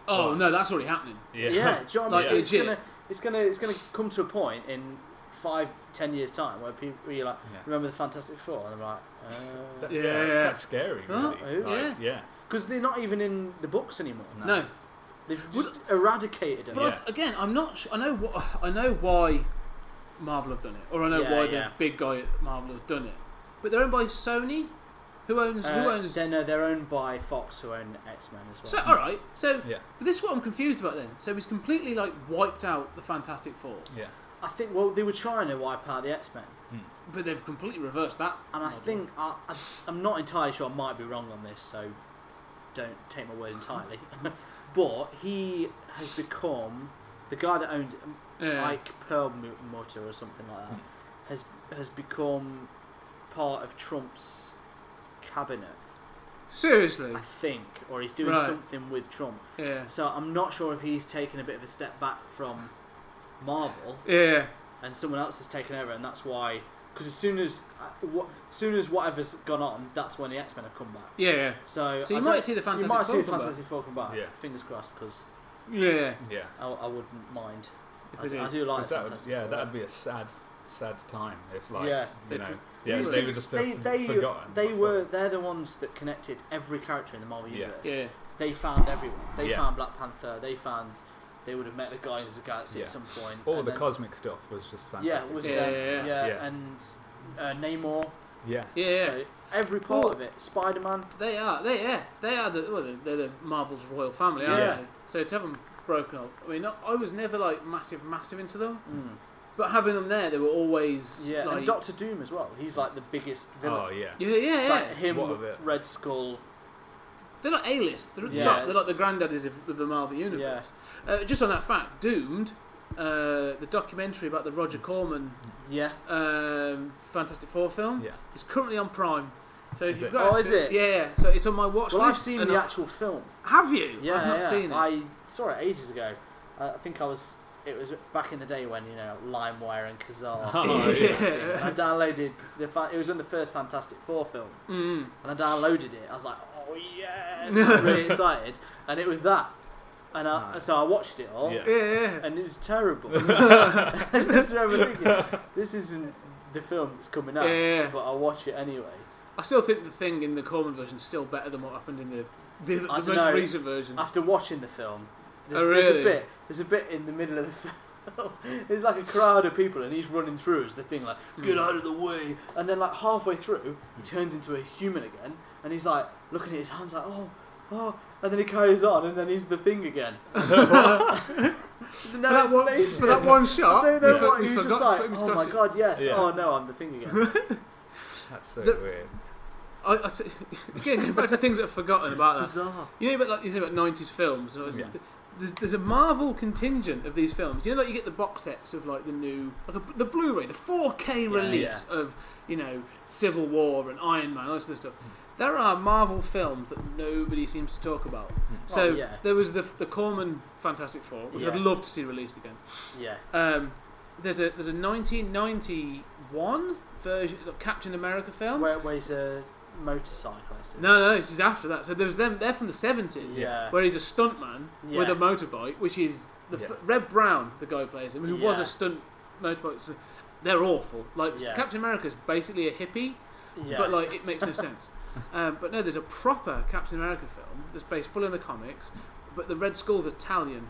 Speaker 1: Oh
Speaker 3: Right.
Speaker 1: no, that's already happening.
Speaker 3: yeah,
Speaker 2: John.
Speaker 1: Like,
Speaker 2: it's
Speaker 1: legit.
Speaker 2: gonna, it's gonna, it's gonna come to a point in five, ten years time where people, where you're like,
Speaker 3: Yeah.
Speaker 2: remember the Fantastic Four, and I'm like,
Speaker 3: That-
Speaker 2: because
Speaker 3: yeah, it's
Speaker 1: Yeah.
Speaker 3: kind of scary,
Speaker 1: Huh?
Speaker 3: really.
Speaker 2: Oh,
Speaker 3: Like, yeah,
Speaker 2: they're not even in the books anymore.
Speaker 3: No.
Speaker 1: No,
Speaker 2: They've just eradicated them.
Speaker 1: but
Speaker 3: Yeah.
Speaker 1: I, again, I'm not. Sh- I know. Wh- I know why Marvel have done it, or I know
Speaker 2: Yeah,
Speaker 1: why
Speaker 2: yeah.
Speaker 1: the big guy at Marvel has done it. But they're owned by Sony, who owns
Speaker 2: Uh,
Speaker 1: who owns.
Speaker 2: They're, no, they're owned by Fox, who own X Men as well.
Speaker 1: so all right. So
Speaker 3: Yeah.
Speaker 1: but this is what I'm confused about then. So he's completely like wiped out the Fantastic Four,
Speaker 3: yeah,
Speaker 2: I think well, they were trying to wipe out the X Men.
Speaker 1: but they've completely reversed that.
Speaker 2: And I
Speaker 1: model.
Speaker 2: think I, I, I'm not entirely sure. I might be wrong on this, so don't take my word entirely. but he has become the guy that owns
Speaker 1: Yeah. Hmm.
Speaker 2: Ike Perlmutter or something like that. Has has become part of Trump's cabinet,
Speaker 1: seriously.
Speaker 2: I think, or he's doing
Speaker 1: Right.
Speaker 2: something with Trump.
Speaker 1: Yeah.
Speaker 2: So I'm not sure if he's taken a bit of a step back from Marvel
Speaker 1: Yeah.
Speaker 2: and someone else has taken over, and that's why. Because as soon as uh, wha- as soon as whatever's gone on, that's when the X Men have come back.
Speaker 1: Yeah.
Speaker 2: So,
Speaker 1: So you
Speaker 2: I
Speaker 1: might
Speaker 2: don't-
Speaker 1: see the Fantastic
Speaker 2: you might see
Speaker 1: Four
Speaker 2: the
Speaker 1: come
Speaker 2: Fantastic Four come back.
Speaker 3: Yeah.
Speaker 2: Fingers crossed, because
Speaker 1: Yeah.
Speaker 3: yeah.
Speaker 2: I, I wouldn't mind.
Speaker 1: If
Speaker 2: I
Speaker 1: they
Speaker 2: do,
Speaker 1: do.
Speaker 2: I do like
Speaker 3: 'Cause that would-
Speaker 2: Fantastic
Speaker 3: yeah,
Speaker 2: Four.
Speaker 3: that'd be a sad, sad time if like
Speaker 2: Yeah.
Speaker 3: you
Speaker 1: They-
Speaker 3: know,
Speaker 2: You
Speaker 3: yeah,
Speaker 2: just
Speaker 3: if they
Speaker 2: think
Speaker 3: were just
Speaker 2: they,
Speaker 3: uh,
Speaker 2: they,
Speaker 3: forgotten.
Speaker 2: They
Speaker 3: like,
Speaker 2: were they're the ones that connected every character in the Marvel
Speaker 3: Yeah.
Speaker 2: universe.
Speaker 1: Yeah.
Speaker 2: They found everyone. They
Speaker 3: Yeah.
Speaker 2: found Black Panther. They found they would have met the Guardians of the Galaxy at
Speaker 3: Yeah.
Speaker 2: some point.
Speaker 3: all
Speaker 2: and
Speaker 3: the
Speaker 2: then-
Speaker 3: cosmic stuff was just
Speaker 2: Yeah,
Speaker 3: fantastic.
Speaker 2: it was
Speaker 1: Yeah,
Speaker 2: them.
Speaker 1: yeah, yeah.
Speaker 3: Yeah.
Speaker 2: and uh, Namor.
Speaker 3: yeah,
Speaker 1: Yeah.
Speaker 2: So every part
Speaker 1: Well-
Speaker 2: of it. Spider Man.
Speaker 1: They are, they yeah, they are the well, they're- they're the Marvel's royal family, aren't
Speaker 2: Yeah.
Speaker 1: they? So to have them broken up, I mean, not, I was never like massive, massive into them,
Speaker 2: Mm.
Speaker 1: but having them there, they were always
Speaker 2: Yeah,
Speaker 1: Hmm. like,
Speaker 2: and Doctor Doom as well. He's like the biggest villain.
Speaker 3: oh yeah,
Speaker 1: yeah, yeah,
Speaker 2: It's
Speaker 1: yeah.
Speaker 2: like him,
Speaker 3: What of it?
Speaker 2: Red Skull.
Speaker 1: they're like A list. They're at the
Speaker 2: Yeah.
Speaker 1: top. They're like the granddaddies of, of the Marvel universe. Uh, just on that fact, Doomed, uh, the documentary about the Roger Corman
Speaker 2: Yeah.
Speaker 1: um, Fantastic Four film,
Speaker 3: yeah,
Speaker 1: is currently on Prime. So if
Speaker 3: Is
Speaker 1: you've
Speaker 3: it?
Speaker 1: got,
Speaker 2: Oh, is it?
Speaker 1: Yeah, yeah. So it's on my watch
Speaker 2: Well,
Speaker 1: list.
Speaker 2: I've seen
Speaker 1: and
Speaker 2: the
Speaker 1: I-
Speaker 2: actual film.
Speaker 1: Have you?
Speaker 2: Yeah,
Speaker 1: I've not
Speaker 2: yeah.
Speaker 1: seen it.
Speaker 2: I saw it ages ago. Uh, I think I was. It was back in the day when you know LimeWire and Kazaa.
Speaker 3: Oh,
Speaker 2: And
Speaker 3: yeah.
Speaker 2: I downloaded the. Fa- it was when the first Fantastic Four film,
Speaker 1: Mm.
Speaker 2: and I downloaded it. I was like, oh yes, I was really excited, and it was that. And I,
Speaker 3: Nice.
Speaker 2: so I watched it all,
Speaker 3: Yeah.
Speaker 1: Yeah, yeah.
Speaker 2: and it was terrible. I just remember thinking, this isn't the film that's coming out,
Speaker 1: Yeah, yeah, yeah.
Speaker 2: but I'll watch it anyway.
Speaker 1: I still think the thing in the Coleman version is still better than what happened in the the, the
Speaker 2: I
Speaker 1: most
Speaker 2: don't know.
Speaker 1: recent version.
Speaker 2: After watching the film, there's,
Speaker 1: Oh,
Speaker 2: there's
Speaker 1: really?
Speaker 2: a bit. There's a bit in the middle of the film. there's like a crowd of people, and he's running through as the thing, like
Speaker 1: Hmm.
Speaker 2: "Get out of the way!" And then, like halfway through, he turns into a human again, and he's like looking at his hands, like "Oh, oh," and then he carries on, and then he's the thing again. no
Speaker 1: for, that one,
Speaker 2: explanation.
Speaker 1: for that one shot,
Speaker 2: I don't know
Speaker 1: we for-
Speaker 2: what
Speaker 1: we
Speaker 2: he was
Speaker 1: forgot
Speaker 2: just
Speaker 1: to
Speaker 2: like.
Speaker 1: put him
Speaker 2: Oh my
Speaker 1: across it."
Speaker 2: god, yes.
Speaker 3: Yeah.
Speaker 2: Oh no, I'm the thing again.
Speaker 3: that's so
Speaker 1: The-
Speaker 3: weird.
Speaker 1: I, I t- again, going back to things that are forgotten about that.
Speaker 2: Bizarre.
Speaker 1: You know, about like you said about nineties films. and I was-
Speaker 3: Yeah.
Speaker 1: There's, there's a Marvel contingent of these films. You know, like you get the box sets of like the new, like a, the Blu-ray, the 4K release of you know Civil War and Iron Man, all this other stuff. There are Marvel films that nobody seems to talk about. So
Speaker 2: Hmm. Well, yeah.
Speaker 1: there was the the Corman Fantastic Four, which I'd
Speaker 2: Yeah.
Speaker 1: love to see released again.
Speaker 2: Yeah.
Speaker 1: Um, there's a there's a 1991 version of Captain America film.
Speaker 2: Where, where's a motorcyclist? is
Speaker 1: Um, No, no, this is after that. So there's them. They're from the 70s,
Speaker 2: Yeah.
Speaker 1: where he's a stuntman with
Speaker 2: Yeah.
Speaker 1: a motorbike, which is the f-
Speaker 3: Yeah.
Speaker 1: Red Brown, the guy who plays him, who was
Speaker 2: Yeah.
Speaker 1: a stunt motorbike. So they're awful. Like
Speaker 2: Yeah.
Speaker 1: Captain America's basically a hippie,
Speaker 2: it? Yeah.
Speaker 1: but like it makes no sense. Um, but no, there's a proper Captain America film that's based full on the comics, but the Red Skull's Italian.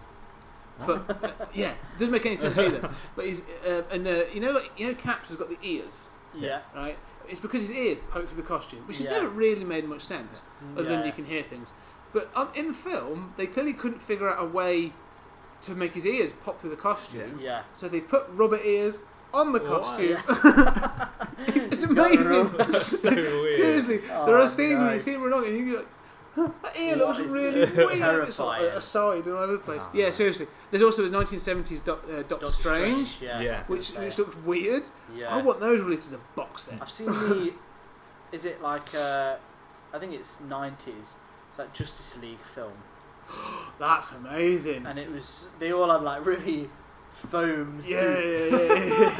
Speaker 1: But uh, yeah, doesn't make any sense either. But he's uh, and uh, you know like you know Caps has got the ears,
Speaker 2: yeah.
Speaker 1: right? It's because his ears poke through the costume, which has
Speaker 2: Yeah.
Speaker 1: never really made much sense, other than
Speaker 2: Yeah.
Speaker 1: you can hear things. But um, in film, they clearly couldn't figure out a way to make his ears pop through the costume,
Speaker 2: Yeah.
Speaker 1: so they've put rubber ears on the
Speaker 3: Why?
Speaker 1: costume. it's amazing.
Speaker 3: That's so weird.
Speaker 1: Seriously, there
Speaker 2: Oh,
Speaker 1: are scenes where
Speaker 2: no.
Speaker 1: you see him run on and you're like, "Huh, that ear
Speaker 2: What
Speaker 1: looks
Speaker 2: is
Speaker 1: really
Speaker 2: this?
Speaker 1: weird. It's like
Speaker 2: Terrifying. Oh.
Speaker 1: aside and all over the place.
Speaker 3: Ah.
Speaker 1: yeah, seriously. There's also the 1970s Doc, uh, Doctor,
Speaker 2: Doctor
Speaker 1: Strange,
Speaker 2: Yeah.
Speaker 3: Yeah.
Speaker 2: I was gonna
Speaker 1: which,
Speaker 2: say.
Speaker 1: which looks weird.
Speaker 2: yeah.
Speaker 1: I want those released as a box set.
Speaker 2: I've seen the. Is it like uh, I think it's nineties. It's like Justice League film,
Speaker 1: That's amazing.
Speaker 2: and it was they all had like really foam
Speaker 1: Yeah, yeah,
Speaker 2: suits.
Speaker 1: yeah,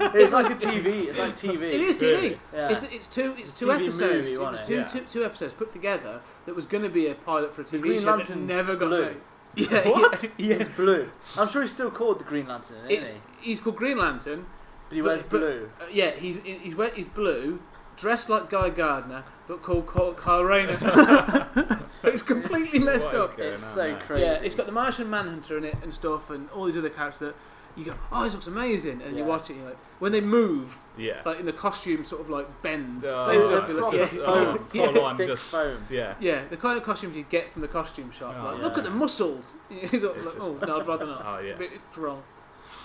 Speaker 1: yeah,
Speaker 2: it's like a TV. It's like TV.
Speaker 1: It is TV.
Speaker 3: Really?
Speaker 2: Yeah.
Speaker 1: It's, the, it's two. It's
Speaker 2: It's
Speaker 1: two
Speaker 2: a TV movie,
Speaker 1: episodes. it
Speaker 2: wasn't
Speaker 1: was
Speaker 2: it?
Speaker 1: two,
Speaker 3: Yeah.
Speaker 1: two, two episodes put together that was going to be a pilot for a TV
Speaker 2: Green
Speaker 1: show
Speaker 2: Lantern's
Speaker 1: that never got
Speaker 2: blue.
Speaker 1: made. Yeah,
Speaker 3: What?
Speaker 1: yeah,
Speaker 2: It's blue. I'm sure he's still called the Green Lantern, isn't
Speaker 1: It's
Speaker 2: he?
Speaker 1: he's called Green Lantern,
Speaker 2: But he
Speaker 1: but-
Speaker 2: wears
Speaker 1: but-
Speaker 2: blue.
Speaker 1: Uh, yeah, he's he's wet. He's blue, dressed like Guy Gardner, but called Kyle, Kyle Rayner. so it's completely messed
Speaker 3: What is
Speaker 1: up.
Speaker 3: going
Speaker 2: It's
Speaker 3: on
Speaker 2: so
Speaker 3: there?
Speaker 2: crazy.
Speaker 1: Yeah, it's got the Martian Manhunter in it and stuff, and all these other characters that you go, oh, this looks amazing, and you
Speaker 2: Yeah.
Speaker 1: watch it, and you're like, when they move,
Speaker 3: Yeah.
Speaker 1: like in the costume, sort of like bends.
Speaker 3: Oh,
Speaker 1: so it's
Speaker 2: it's
Speaker 1: lovely
Speaker 2: just-
Speaker 1: looking.
Speaker 2: just- oh,
Speaker 1: yeah.
Speaker 3: full
Speaker 2: Yeah,
Speaker 3: on,
Speaker 2: thick
Speaker 3: just
Speaker 2: foam.
Speaker 3: yeah.
Speaker 1: Yeah, the kind of costumes you get from the costume shop.
Speaker 3: Oh,
Speaker 1: like, look
Speaker 2: yeah.
Speaker 1: at the muscles. It's all
Speaker 3: It's
Speaker 1: like,
Speaker 3: just-
Speaker 1: oh, no, I'd rather not.
Speaker 3: Oh,
Speaker 1: It's
Speaker 3: yeah.
Speaker 1: a bit wrong.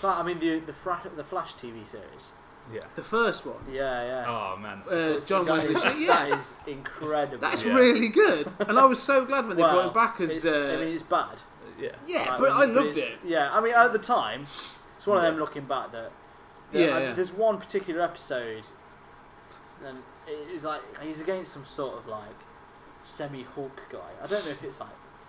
Speaker 2: But I mean the the, fra- the Flash TV series.
Speaker 3: Yeah.
Speaker 1: The first one,
Speaker 2: Yeah, yeah.
Speaker 3: Oh man.
Speaker 1: uh,
Speaker 2: That's-
Speaker 1: John
Speaker 2: that
Speaker 1: Wesley.
Speaker 2: is-
Speaker 1: Ship- Yeah,
Speaker 2: That is incredible.
Speaker 1: That's
Speaker 3: Yeah.
Speaker 1: really good, and I was so glad when they brought
Speaker 2: Well,
Speaker 1: him back as.
Speaker 2: it's-
Speaker 1: Uh,
Speaker 2: I mean, it's bad.
Speaker 3: yeah.
Speaker 1: yeah,
Speaker 2: Like,
Speaker 1: but I
Speaker 2: but
Speaker 1: loved
Speaker 2: it's-
Speaker 1: it.
Speaker 2: Yeah, I mean, at the time, it's one of
Speaker 3: Yeah.
Speaker 2: them looking back that. that-
Speaker 1: Yeah,
Speaker 2: I-
Speaker 1: yeah.
Speaker 2: There's one particular episode, and it was like he's against some sort of like semi Hulk guy. I don't know if it's like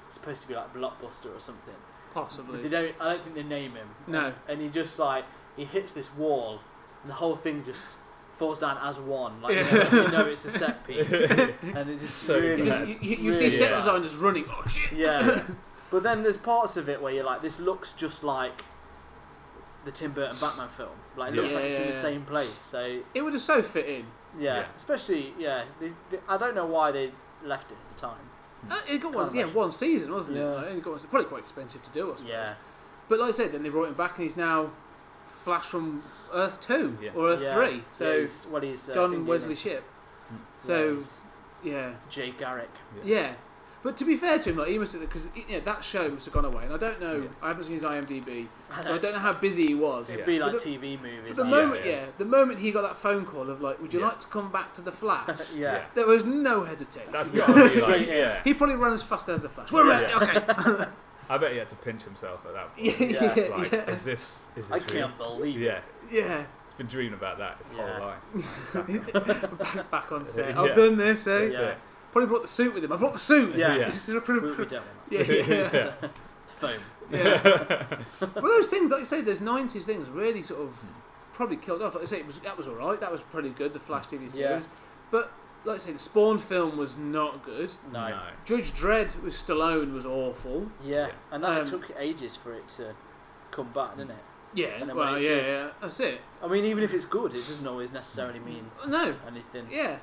Speaker 2: supposed to be like Blockbuster or something. But they
Speaker 1: Possibly.
Speaker 2: don't. I don't think they name him.
Speaker 1: No.
Speaker 2: And, and he just like he hits this wall, and the whole thing just falls down as one. Like you, know, you know it's a set piece, and it's just
Speaker 3: So
Speaker 2: really
Speaker 1: You, just, you, you- you see
Speaker 2: Really
Speaker 1: set
Speaker 3: bad.
Speaker 1: designers running. Oh shit!
Speaker 2: yeah. But then there's parts of it where you're like, this looks just like the Tim Burton Batman film. Like, it looks
Speaker 1: Yeah.
Speaker 2: like it's in the
Speaker 1: Yeah.
Speaker 2: same place. So, yeah.
Speaker 1: It would have so fit in.
Speaker 3: Yeah.
Speaker 2: Especially, yeah. They, they- I don't know why they left it at the time.
Speaker 1: Uh, it got
Speaker 2: Can't
Speaker 1: one, yeah,
Speaker 2: imagine.
Speaker 1: one season, wasn't
Speaker 2: Yeah.
Speaker 1: it? Like, it only got one, se- probably quite expensive to do, I suppose.
Speaker 2: Yeah.
Speaker 1: But like I said, then they brought him back, and he's now Flash from Earth Two
Speaker 3: Yeah.
Speaker 1: or Earth
Speaker 2: yeah.
Speaker 1: Three. So
Speaker 2: Yeah, he's- well, he's, uh,
Speaker 1: John
Speaker 2: Indian
Speaker 1: Wesley
Speaker 2: and-
Speaker 1: Ship.
Speaker 2: Mm. yeah,
Speaker 1: So
Speaker 2: he's
Speaker 1: yeah.
Speaker 2: Jay Garrick.
Speaker 1: yeah, But to be fair to him, like he must because yeah, that show must have gone away, and I don't know.
Speaker 3: Yeah.
Speaker 1: I haven't seen his IMDb, so
Speaker 2: I
Speaker 1: I
Speaker 2: don't-
Speaker 1: don't know how busy he was.
Speaker 2: It'd
Speaker 3: Yeah.
Speaker 2: be
Speaker 1: But
Speaker 2: like
Speaker 1: the-
Speaker 2: TV movies.
Speaker 1: But the
Speaker 2: like-
Speaker 1: moment,
Speaker 3: yeah.
Speaker 1: yeah, the moment he got that phone call of like, "Would you
Speaker 3: Yeah.
Speaker 1: like to come back to the Flash?"
Speaker 2: yeah. yeah.
Speaker 1: there was no hesitation.
Speaker 3: That's gotta be like
Speaker 2: Straight in.
Speaker 3: yeah.
Speaker 1: He probably ran as fast as the Flash. We're ready.
Speaker 3: Yeah.
Speaker 1: Okay.
Speaker 3: I bet he had to pinch himself at that
Speaker 1: yeah,
Speaker 3: point.
Speaker 1: yeah,
Speaker 2: it's
Speaker 3: It's like,
Speaker 1: yeah.
Speaker 3: is this is this
Speaker 2: I
Speaker 3: real?
Speaker 2: can't believe it.
Speaker 3: Yeah.
Speaker 1: yeah.
Speaker 3: It's been dreaming about that his
Speaker 2: Yeah.
Speaker 3: whole life.
Speaker 1: back, back on set.
Speaker 3: Yeah.
Speaker 1: I've done this, eh?
Speaker 2: Yeah.
Speaker 3: So,
Speaker 1: Probably brought the suit with him. I brought the suit.
Speaker 2: Yeah.
Speaker 3: Yeah.
Speaker 2: We, we
Speaker 1: yeah,
Speaker 2: don't want
Speaker 1: yeah. yeah.
Speaker 2: that. Foam.
Speaker 1: well, those things, like you say, those '90s things really sort of probably killed off. Like I say, it was that was all right. That was pretty good. The Flash TV series,
Speaker 2: Yeah.
Speaker 1: but like I say, the Spawn film was not good.
Speaker 2: No.
Speaker 3: no.
Speaker 1: Judge Dredd with Stallone was awful.
Speaker 2: Yeah.
Speaker 3: Yeah.
Speaker 2: And that
Speaker 1: Um,
Speaker 2: took ages for it to come back, didn't it?
Speaker 1: Yeah,
Speaker 2: And then
Speaker 1: well,
Speaker 2: when
Speaker 1: yeah,
Speaker 2: it did-
Speaker 1: yeah, that's it.
Speaker 2: I mean, even if it's good, it doesn't always necessarily mean
Speaker 1: No,
Speaker 2: anything.
Speaker 1: yeah,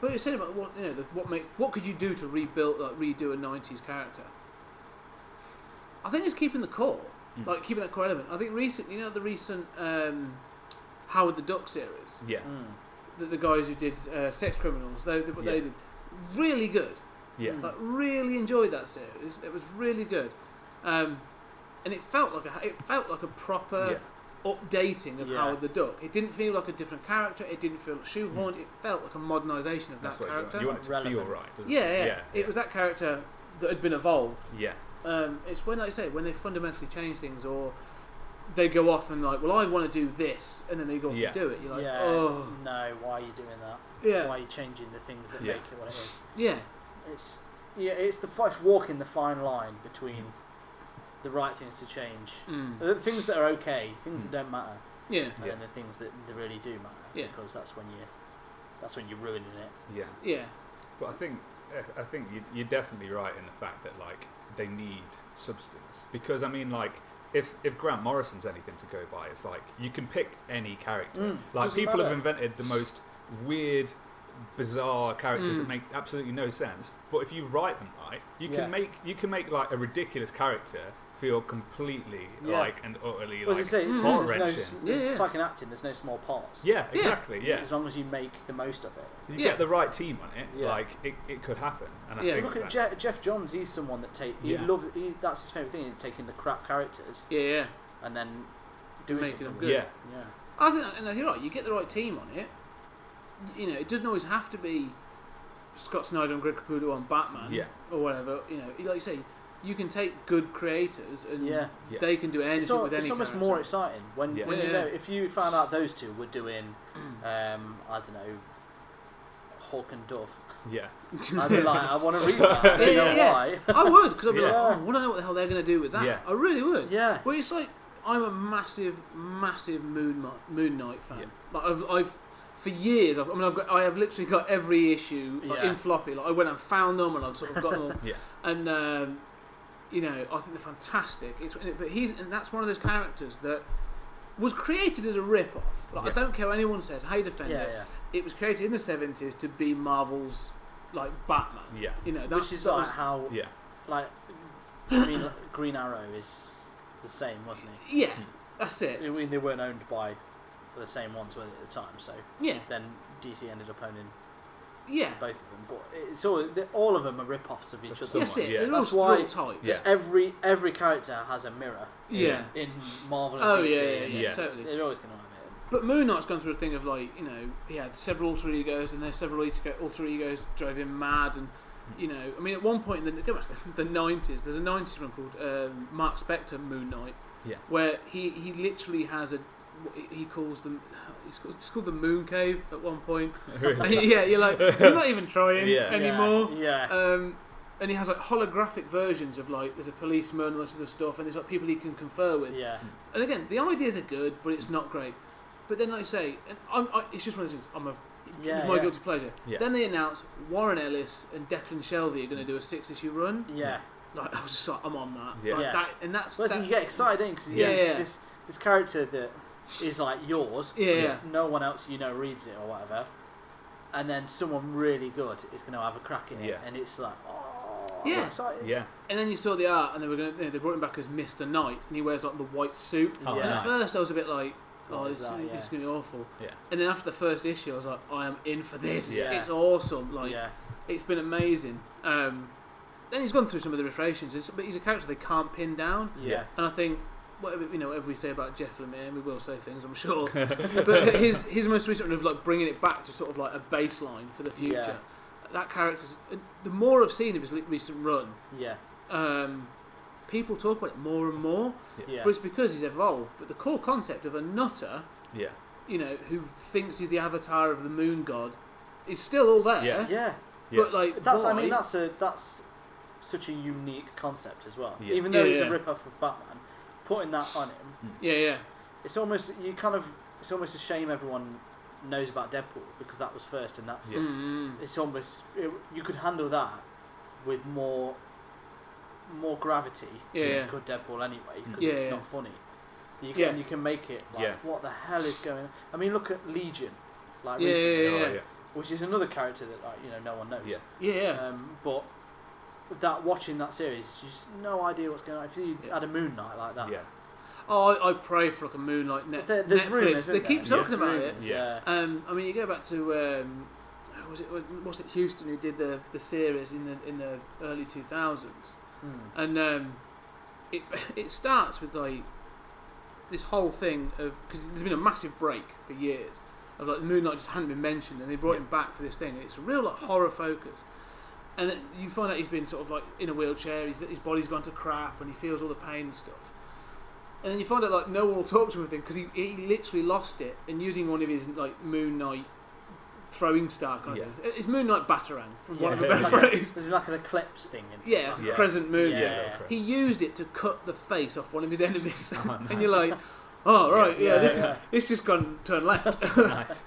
Speaker 1: but you said about what you know, the, what make, what could you do to rebuild, like redo a '90s character? I think it's keeping the core,
Speaker 2: Hmm.
Speaker 3: Mm.
Speaker 1: like keeping that core element. I think recent, you know, the recent um, Howard the Duck series,
Speaker 3: Yeah.
Speaker 2: Mm.
Speaker 1: the, the guys who did uh, Sex Criminals, they, they, what they
Speaker 3: Yeah.
Speaker 1: did really good.
Speaker 3: Yeah.
Speaker 2: Mm.
Speaker 1: Like really enjoyed that series. It was really good, um, and it felt like a it felt like a proper updating of
Speaker 2: Yeah.
Speaker 1: Howard the Duck. It didn't feel like a different character. It didn't feel shoehorned. It felt like a modernisation of
Speaker 3: Mm. That's
Speaker 1: that
Speaker 3: what you want.
Speaker 1: character.
Speaker 3: You want it to feel
Speaker 2: Relevant.
Speaker 3: right, doesn't
Speaker 1: yeah,
Speaker 3: it?
Speaker 1: yeah,
Speaker 3: Yeah.
Speaker 1: It was that character that had been evolved.
Speaker 3: Yeah.
Speaker 1: Um, it's when, like I say, when they fundamentally change things or they go off and like, well, I want to do this, and then they go off
Speaker 3: Yeah.
Speaker 1: and do it. You're like,
Speaker 2: yeah.
Speaker 1: oh,
Speaker 2: No, why are you doing that?
Speaker 1: yeah,
Speaker 2: Why are you changing the things that
Speaker 3: Yeah.
Speaker 2: make it what it is?
Speaker 1: yeah,
Speaker 2: It's yeah, it's the fi- it's walking the fine line between the right things to change.
Speaker 1: Mm.
Speaker 2: The things that are okay, things that don't matter,
Speaker 1: Yeah.
Speaker 2: and
Speaker 3: Mm. Yeah.
Speaker 2: then the things that, that really do matter.
Speaker 1: Yeah.
Speaker 2: Because that's when you, that's when you're ruining it.
Speaker 3: Yeah.
Speaker 1: Yeah.
Speaker 3: But I think I- I think you- you're definitely right in the fact that like they need substance because I mean like if if Grant Morrison's anything to go by, it's like you can pick any character.
Speaker 2: Mm,
Speaker 3: like
Speaker 2: doesn't
Speaker 3: people have
Speaker 2: matter.
Speaker 3: invented the most weird, bizarre characters
Speaker 1: Mm.
Speaker 3: that make absolutely no sense. But if you write them right, you
Speaker 2: Yeah.
Speaker 3: can make you can make like a ridiculous character feel completely
Speaker 2: Yeah.
Speaker 3: like and utterly
Speaker 2: Well,
Speaker 3: like
Speaker 2: as I say,
Speaker 1: Mm.
Speaker 2: there's no,
Speaker 3: heart-wrenching.
Speaker 2: s-
Speaker 1: Yeah,
Speaker 2: it's
Speaker 1: yeah.
Speaker 2: like an acting. There's no small parts.
Speaker 3: yeah exactly yeah.
Speaker 2: As long as you make the most of it.
Speaker 3: You
Speaker 1: Yeah.
Speaker 3: get the right team on it,
Speaker 2: Yeah.
Speaker 3: like it, it could happen. And I
Speaker 1: Yeah.
Speaker 3: think
Speaker 2: Look at
Speaker 3: that's-
Speaker 2: Jeff, Jeff Johns. He's someone that take. He
Speaker 3: Yeah.
Speaker 2: love. He, that's his favorite thing. Taking the crap characters
Speaker 1: Yeah. Yeah.
Speaker 2: and then doing
Speaker 1: Making
Speaker 2: something
Speaker 1: them
Speaker 2: with
Speaker 1: good.
Speaker 3: yeah.
Speaker 2: it. Yeah.
Speaker 1: I think, and you're right. You get the right team on it. You know, it doesn't always have to be Scott Snyder and Greg Capullo on Batman,
Speaker 3: Yeah.
Speaker 1: or whatever. You know, like you say, you can take good creators, and
Speaker 2: Yeah.
Speaker 3: Yeah.
Speaker 1: they can do anything
Speaker 2: It's, al-
Speaker 1: with any.
Speaker 2: it's almost
Speaker 1: character.
Speaker 2: more exciting when,
Speaker 3: Yeah.
Speaker 2: when you
Speaker 1: Yeah.
Speaker 2: know if you found out those two were doing, um, I don't know, Hawk and Dove.
Speaker 3: Yeah.
Speaker 2: I'd be like, I want to read that. I don't
Speaker 1: Yeah,
Speaker 2: know
Speaker 1: yeah, yeah.
Speaker 2: why.
Speaker 1: I would, because I'd be like,
Speaker 2: Yeah.
Speaker 1: oh, I want to know what the hell they're going to do with that.
Speaker 3: Yeah.
Speaker 1: I really would.
Speaker 2: Yeah.
Speaker 1: Well, it's like I'm a massive, massive Moon Mi- Moon Knight fan.
Speaker 3: Yeah.
Speaker 1: Like I've, I've for years, I've, I mean, I've got, I have literally got every issue like,
Speaker 2: Yeah.
Speaker 1: in floppy. Like I went and found them, and I've sort of got them all.
Speaker 3: Yeah.
Speaker 1: And um, you know, I think they're fantastic. It's, but he's and that's one of those characters that was created as a rip-off. Like
Speaker 3: Yeah.
Speaker 1: I don't care what anyone says. Hey, defend
Speaker 2: Yeah,
Speaker 1: it.
Speaker 2: yeah.
Speaker 1: It was created in the seventies to be Marvel's like Batman.
Speaker 3: Yeah.
Speaker 1: You know, that's
Speaker 2: Which is
Speaker 1: sort
Speaker 2: like
Speaker 1: of-
Speaker 2: how
Speaker 3: Yeah.
Speaker 2: like Green, Green Arrow is the same, wasn't
Speaker 1: yeah, that's it.
Speaker 2: he? I Hmm. mean, they weren't owned by the same ones were they, at the time, so
Speaker 1: Yeah,
Speaker 2: then DC ended up owning
Speaker 1: yeah.
Speaker 2: both of them. But it's all they- all of them are rip-offs of each
Speaker 3: Of
Speaker 2: other.
Speaker 3: someone.
Speaker 1: Yes, it.
Speaker 3: yeah.
Speaker 1: They're all
Speaker 2: That's why-
Speaker 1: type.
Speaker 3: Yeah.
Speaker 2: Every every character has a mirror
Speaker 1: Yeah.
Speaker 2: in Marvel and
Speaker 1: Oh
Speaker 2: DC.
Speaker 1: yeah, yeah, yeah,
Speaker 3: Yeah.
Speaker 1: totally.
Speaker 2: They're always going to have
Speaker 1: But Moon Knight's gone through a thing of like, you know, he had several alter egos, and their several alter alter egos drove him mad, and
Speaker 3: Mm.
Speaker 1: you know, I mean, at one point in the go back to the nineties, there's a nineties one called um, Mark Spector Moon Knight,
Speaker 3: Yeah.
Speaker 1: where he he literally has a what he- he calls them. It's called, it's called the Moon Cave at one point. yeah, you're like, you're not even trying
Speaker 3: Yeah.
Speaker 2: it.
Speaker 1: anymore.
Speaker 2: Yeah. yeah.
Speaker 1: Um, and he has like holographic versions of like there's a policeman, lots of the stuff, and there's like people he can confer with.
Speaker 2: yeah.
Speaker 1: And again, the ideas are good, but it's not great. But then, like I say, and I'm, I, it's just one of those things. I'm a,
Speaker 2: Yeah,
Speaker 1: it's my
Speaker 2: yeah.
Speaker 1: guilty pleasure.
Speaker 3: Yeah.
Speaker 1: Then they announce Warren Ellis and Declan Shelby are going to do a six-issue run.
Speaker 2: Yeah.
Speaker 1: Like I was just like, I'm on that.
Speaker 3: Yeah.
Speaker 1: Like,
Speaker 2: Yeah.
Speaker 1: That, and that's
Speaker 2: Well, listen,
Speaker 1: that,
Speaker 2: you get excited, don't you? 'Cause
Speaker 1: Yeah,
Speaker 2: there's
Speaker 1: yeah.
Speaker 2: This, this character that is like yours,
Speaker 1: Yeah,
Speaker 2: 'cause
Speaker 1: yeah.
Speaker 2: no one else you know reads it or whatever, and then someone really good is going to have a crack in it,
Speaker 3: Yeah.
Speaker 2: and it's like, oh, I'm
Speaker 1: Yeah.
Speaker 2: excited.
Speaker 3: Yeah.
Speaker 1: And then you saw the art, and they were going. You know, they brought him back as Mister Knight, and he wears like the white suit.
Speaker 3: Oh,
Speaker 2: Yeah.
Speaker 1: And
Speaker 3: nice.
Speaker 1: at first, I was a bit like, "Oh,
Speaker 2: What is
Speaker 1: this,
Speaker 2: that?
Speaker 1: this is
Speaker 2: Yeah.
Speaker 1: going to be awful."
Speaker 3: Yeah.
Speaker 1: And then after the first issue, I was like, "I am in for this.
Speaker 3: Yeah.
Speaker 1: It's awesome. Like,
Speaker 2: yeah,
Speaker 1: it's been amazing." Um, then he's gone through some of the iterations, it's- but he's a character they can't pin down.
Speaker 2: yeah,
Speaker 1: And I think whatever you know, whatever we say about Jeff Lemire, and we will say things, I'm sure. but his his most recent one of like bringing it back to sort of like a baseline for the future.
Speaker 2: Yeah.
Speaker 1: That character's the more I've seen of his li- recent run,
Speaker 2: yeah,
Speaker 1: um, people talk about it more and more.
Speaker 2: yeah.
Speaker 1: But it's because he's evolved. But the core concept of a nutter,
Speaker 3: Yeah.
Speaker 1: you know, who thinks he's the avatar of the moon god, is still all there.
Speaker 3: Yeah.
Speaker 2: yeah.
Speaker 3: Yeah.
Speaker 1: But like,
Speaker 2: That's, I
Speaker 1: why?
Speaker 2: mean, that's a that's such a unique concept as well.
Speaker 3: Yeah.
Speaker 2: Even though
Speaker 1: Yeah,
Speaker 2: it's
Speaker 1: yeah.
Speaker 2: a rip-off of Batman, putting that on him,
Speaker 1: yeah, yeah,
Speaker 2: it's almost you kind of it's almost a shame everyone knows about Deadpool because that was first, and that's
Speaker 3: Yeah.
Speaker 1: Mm,
Speaker 2: it's almost it, you could handle that with more more gravity
Speaker 1: Yeah,
Speaker 2: than
Speaker 1: yeah.
Speaker 2: you could Deadpool anyway because
Speaker 1: Yeah,
Speaker 2: it's
Speaker 1: yeah.
Speaker 2: not funny. You can
Speaker 1: Yeah.
Speaker 2: you can make it like
Speaker 3: Yeah.
Speaker 2: what the hell is going? on? I mean, look at Legion, like
Speaker 1: Yeah,
Speaker 2: recently,
Speaker 1: yeah,
Speaker 3: Oh,
Speaker 1: yeah.
Speaker 3: yeah.
Speaker 2: which is another character that like, you know no one knows.
Speaker 3: Yeah.
Speaker 1: yeah, yeah,
Speaker 2: Um, but that watching that series, you just no idea what's going on. If you
Speaker 1: Yeah.
Speaker 2: had a Moon Knight like that,
Speaker 3: Yeah.
Speaker 1: Oh, I, I pray for like a moonlight net.
Speaker 2: But there- there's
Speaker 1: Netflix.
Speaker 2: rumours,
Speaker 1: they
Speaker 2: isn't
Speaker 1: keep
Speaker 2: there?
Speaker 1: talking
Speaker 2: There's
Speaker 1: about it.
Speaker 2: rumours,
Speaker 3: Yeah.
Speaker 2: yeah.
Speaker 1: Um, I mean, you go back to um, was it was it Houston who did the, the series in the in the early two thousands,
Speaker 2: Hmm.
Speaker 1: and um, it it starts with like this whole thing of because there's been a massive break for years of like the Moon Knight just hadn't been mentioned, and they brought
Speaker 3: Yeah.
Speaker 1: him back for this thing, and it's a real like horror focus. And then you find out he's been sort of like in a wheelchair, he's, his body's gone to crap, and he feels all the pain and stuff. And then you find out like no one will talk to him with him because he, he literally lost it and using one of his like Moon Knight throwing star kind
Speaker 3: Yeah.
Speaker 1: of thing. It's Moon Knight Batarang, from one of the
Speaker 3: Yeah.
Speaker 1: better
Speaker 2: Like a-
Speaker 1: phrase.
Speaker 2: There's like an eclipse thing. and stuff
Speaker 1: Yeah,
Speaker 2: like that.
Speaker 3: Yeah.
Speaker 1: Crescent Moon.
Speaker 2: Yeah.
Speaker 1: He used it to cut the face off one of his enemies,
Speaker 3: Oh,
Speaker 1: and you're like, oh right, yeah,
Speaker 2: Yeah,
Speaker 1: this is
Speaker 2: yeah.
Speaker 1: it's just gone turn left.
Speaker 3: nice.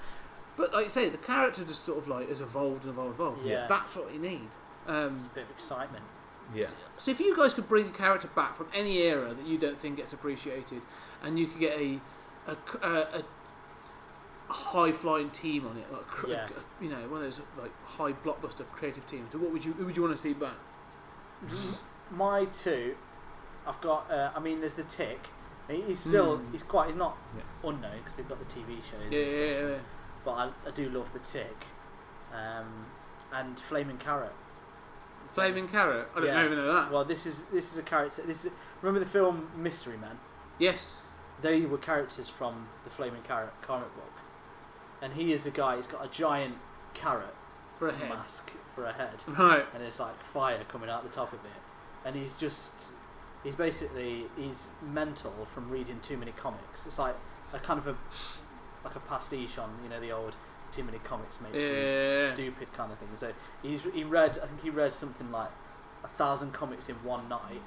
Speaker 1: but like I say, the character just sort of like has evolved and evolved and evolved.
Speaker 2: Yeah.
Speaker 1: That's what you need.
Speaker 2: It's
Speaker 1: Um,
Speaker 2: a bit of excitement.
Speaker 3: Yeah.
Speaker 1: so if you guys could bring a character back from any era that you don't think gets appreciated, and you could get a a, c- a- a- a high flying team on it, like a cr-
Speaker 2: Yeah.
Speaker 1: you know, one of those like high blockbuster creative teams. So what would you who would you want to see back?
Speaker 2: My two, I've got. Uh, I mean, there's the Tick. He- He's still.
Speaker 1: Mm.
Speaker 2: He's quite. He's not
Speaker 3: Yeah.
Speaker 2: unknown because they've got the TV shows.
Speaker 1: Yeah, yeah,
Speaker 2: and stuff.
Speaker 1: yeah, yeah.
Speaker 2: But I, I do love the Tick, um, and Flaming Carrot.
Speaker 1: Flaming Carrot. I don't
Speaker 2: Yeah.
Speaker 1: even know that.
Speaker 2: Well, this is this is a character. This is remember the film Mystery Man.
Speaker 1: yes.
Speaker 2: They were characters from the Flaming Carrot comic book, and he is a guy. He's got a giant carrot
Speaker 1: For a head.
Speaker 2: mask for a head.
Speaker 1: Right.
Speaker 2: and it's like fire coming out the top of it. And he's just, he's basically he's mental from reading too many comics. It's like a kind of a like a pastiche on you know the old too many comics makes you
Speaker 1: Yeah.
Speaker 2: stupid kind of thing. So he's he read I think he read something like a thousand comics in one night,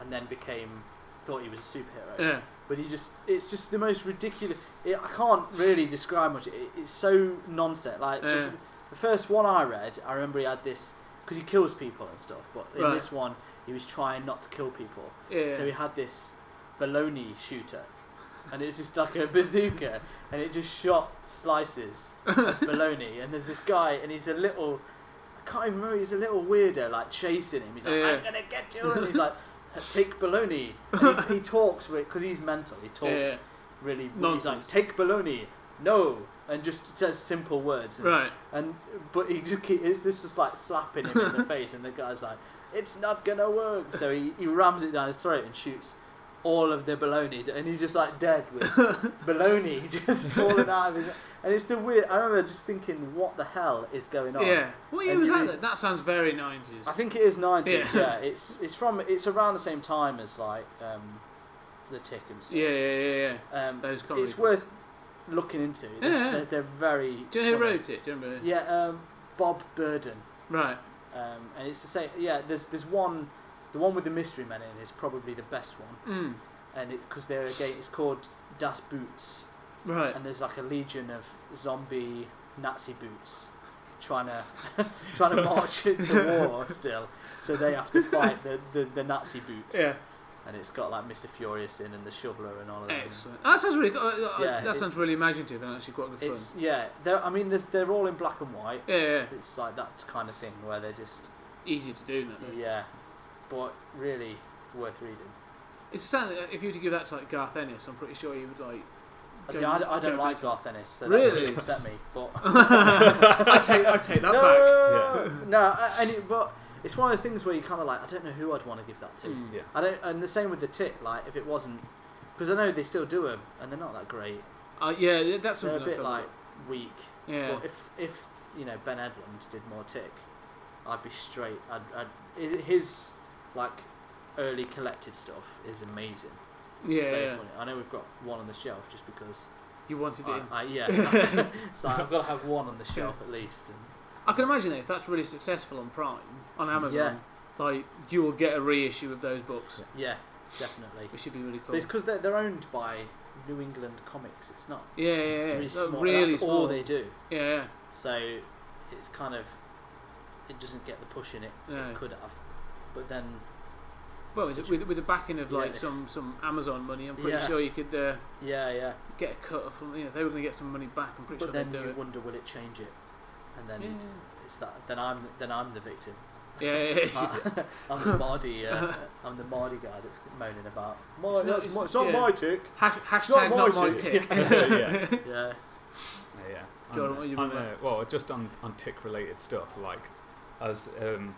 Speaker 2: and then became thought he was a superhero.
Speaker 1: Yeah.
Speaker 2: But he just it's just the most ridiculous. It, I can't really describe much. It, it's so nonsense. Like the-
Speaker 1: Yeah.
Speaker 2: the first one I read, I remember he had this because he kills people and stuff. But in
Speaker 1: Right.
Speaker 2: this one, he was trying not to kill people,
Speaker 1: Yeah.
Speaker 2: so he had this baloney shooter, and it's just like a bazooka, and it just shot slices of baloney. And there's this guy, and he's a little. I can't even remember. He's a little weirdo, like chasing him. He's like,
Speaker 1: Yeah.
Speaker 2: "I'm gonna get you," and he's like, "Take baloney." And he, he talks because he's mental. He talks
Speaker 1: Yeah.
Speaker 2: really. He's like,
Speaker 1: Nonsense.
Speaker 2: "Take baloney," no, and just says simple words. And
Speaker 1: Right.
Speaker 2: and but he just keep, it's this just like slapping him in the face, and the guy's like, "It's not gonna work." So he, he rams it down his throat and shoots all of the baloney, d- and he's just like dead with baloney just falling out of his. And it's the weird. I remember just thinking, "What the hell is going on?"
Speaker 1: Yeah. What year
Speaker 2: And
Speaker 1: was
Speaker 2: you
Speaker 1: that?
Speaker 2: read-
Speaker 1: then? That sounds very nineties.
Speaker 2: I think it is nineties.
Speaker 1: Yeah.
Speaker 2: Yeah. it's it's from it's around the same time as like um, the tick and stuff.
Speaker 1: Yeah, yeah, yeah, yeah.
Speaker 2: um,
Speaker 1: Those comedy
Speaker 2: it's worth looking into. They're,
Speaker 1: Yeah.
Speaker 2: they're, they're very.
Speaker 1: Do you know who
Speaker 2: funny.
Speaker 1: wrote it? Do you remember?
Speaker 2: Yeah, um, Bob Burden.
Speaker 1: Right.
Speaker 2: Um, and it's the same. Yeah, there's there's one, the one with the mystery men in is probably the best one,
Speaker 1: Mm.
Speaker 2: and because they're again, it's called Das Boots,
Speaker 1: Right.
Speaker 2: and there's like a legion of zombie Nazi boots, trying to trying to march to war still. So they have to fight the, the, the Nazi boots.
Speaker 1: Yeah.
Speaker 2: And it's got like Mr. Furious in and the shoveler and all of that.
Speaker 1: Excellent. That sounds really. good. Uh, uh,
Speaker 2: Yeah,
Speaker 1: that
Speaker 2: it-
Speaker 1: sounds really imaginative and actually quite good fun.
Speaker 2: It's yeah. They're I mean, there's, they're all in black and white.
Speaker 1: Yeah, yeah.
Speaker 2: It's like that kind of thing where they're just
Speaker 1: Easy to do that. though.
Speaker 2: yeah, but really worth reading.
Speaker 1: It's something. that If you were to give that to like Garth Ennis, I'm pretty sure he would like.
Speaker 2: I
Speaker 1: go-
Speaker 2: See, I, d- I
Speaker 1: go
Speaker 2: don't
Speaker 1: big.
Speaker 2: like Garth Ennis, so that
Speaker 1: Really?
Speaker 2: really upset me. But
Speaker 1: I take. I take that
Speaker 2: no,
Speaker 1: back.
Speaker 2: no, I- and it, but it's one of those things where you kind of like, I don't know who I'd want to give that to.
Speaker 1: Mm.
Speaker 3: Yeah.
Speaker 2: I don't, and the same with the tick. Like if it wasn't, because I know they still do them, and they're not that great.
Speaker 1: Uh, yeah, th- that's
Speaker 2: They're
Speaker 1: something
Speaker 2: a
Speaker 1: I
Speaker 2: bit
Speaker 1: felt
Speaker 2: like weak.
Speaker 1: Yeah.
Speaker 2: But if if you know Ben Edlund did more tick, I'd be straight. I'd, I'd i- his like early collected stuff is amazing.
Speaker 1: yeah,
Speaker 2: so
Speaker 1: yeah.
Speaker 2: funny. I know we've got one on the shelf just because
Speaker 1: You wanted it.
Speaker 2: I,
Speaker 1: in.
Speaker 2: I, yeah. so I've got to have one on the shelf at least. And
Speaker 1: I can imagine that if that's really successful on Prime, on Amazon, like you will get a reissue of those books,
Speaker 2: yeah, definitely.
Speaker 1: which should be really
Speaker 2: But
Speaker 1: cool.
Speaker 2: it's because they're, they're owned by New England Comics. It's not.
Speaker 1: yeah, yeah, yeah.
Speaker 2: It's really
Speaker 1: They're
Speaker 2: small.
Speaker 1: really
Speaker 2: That's
Speaker 1: small.
Speaker 2: all they do.
Speaker 1: Yeah, yeah,
Speaker 2: So it's kind of. It doesn't get the push in it
Speaker 1: yeah.
Speaker 2: it could have. But then.
Speaker 1: Well, with,
Speaker 2: Such
Speaker 1: with, with the backing of like
Speaker 2: Yeah.
Speaker 1: some some Amazon money, I'm pretty
Speaker 2: Yeah.
Speaker 1: sure you could uh,
Speaker 2: Yeah, yeah.
Speaker 1: get a cut from. You know, if they were going to get some money back, I'm pretty
Speaker 2: But
Speaker 1: sure
Speaker 2: then
Speaker 1: they'd do
Speaker 2: you
Speaker 1: it.
Speaker 2: wonder, will it change it? And then
Speaker 1: Yeah.
Speaker 2: it's that. Then I'm then I'm the victim.
Speaker 1: Yeah, yeah, yeah.
Speaker 2: I, I'm the Mardy. Uh, I'm the Mardy guy that's moaning about. My,
Speaker 1: It's not-
Speaker 2: that's
Speaker 1: it's-
Speaker 2: my, it's not
Speaker 1: yeah.
Speaker 2: my tick.
Speaker 1: Hash, hashtag
Speaker 2: my
Speaker 1: not my tick.
Speaker 2: tick.
Speaker 3: yeah.
Speaker 2: Yeah.
Speaker 3: Yeah.
Speaker 1: Jordan,
Speaker 3: And,
Speaker 1: what you
Speaker 3: and,
Speaker 1: been
Speaker 3: uh, Well, just on, on tick related stuff, like, as um,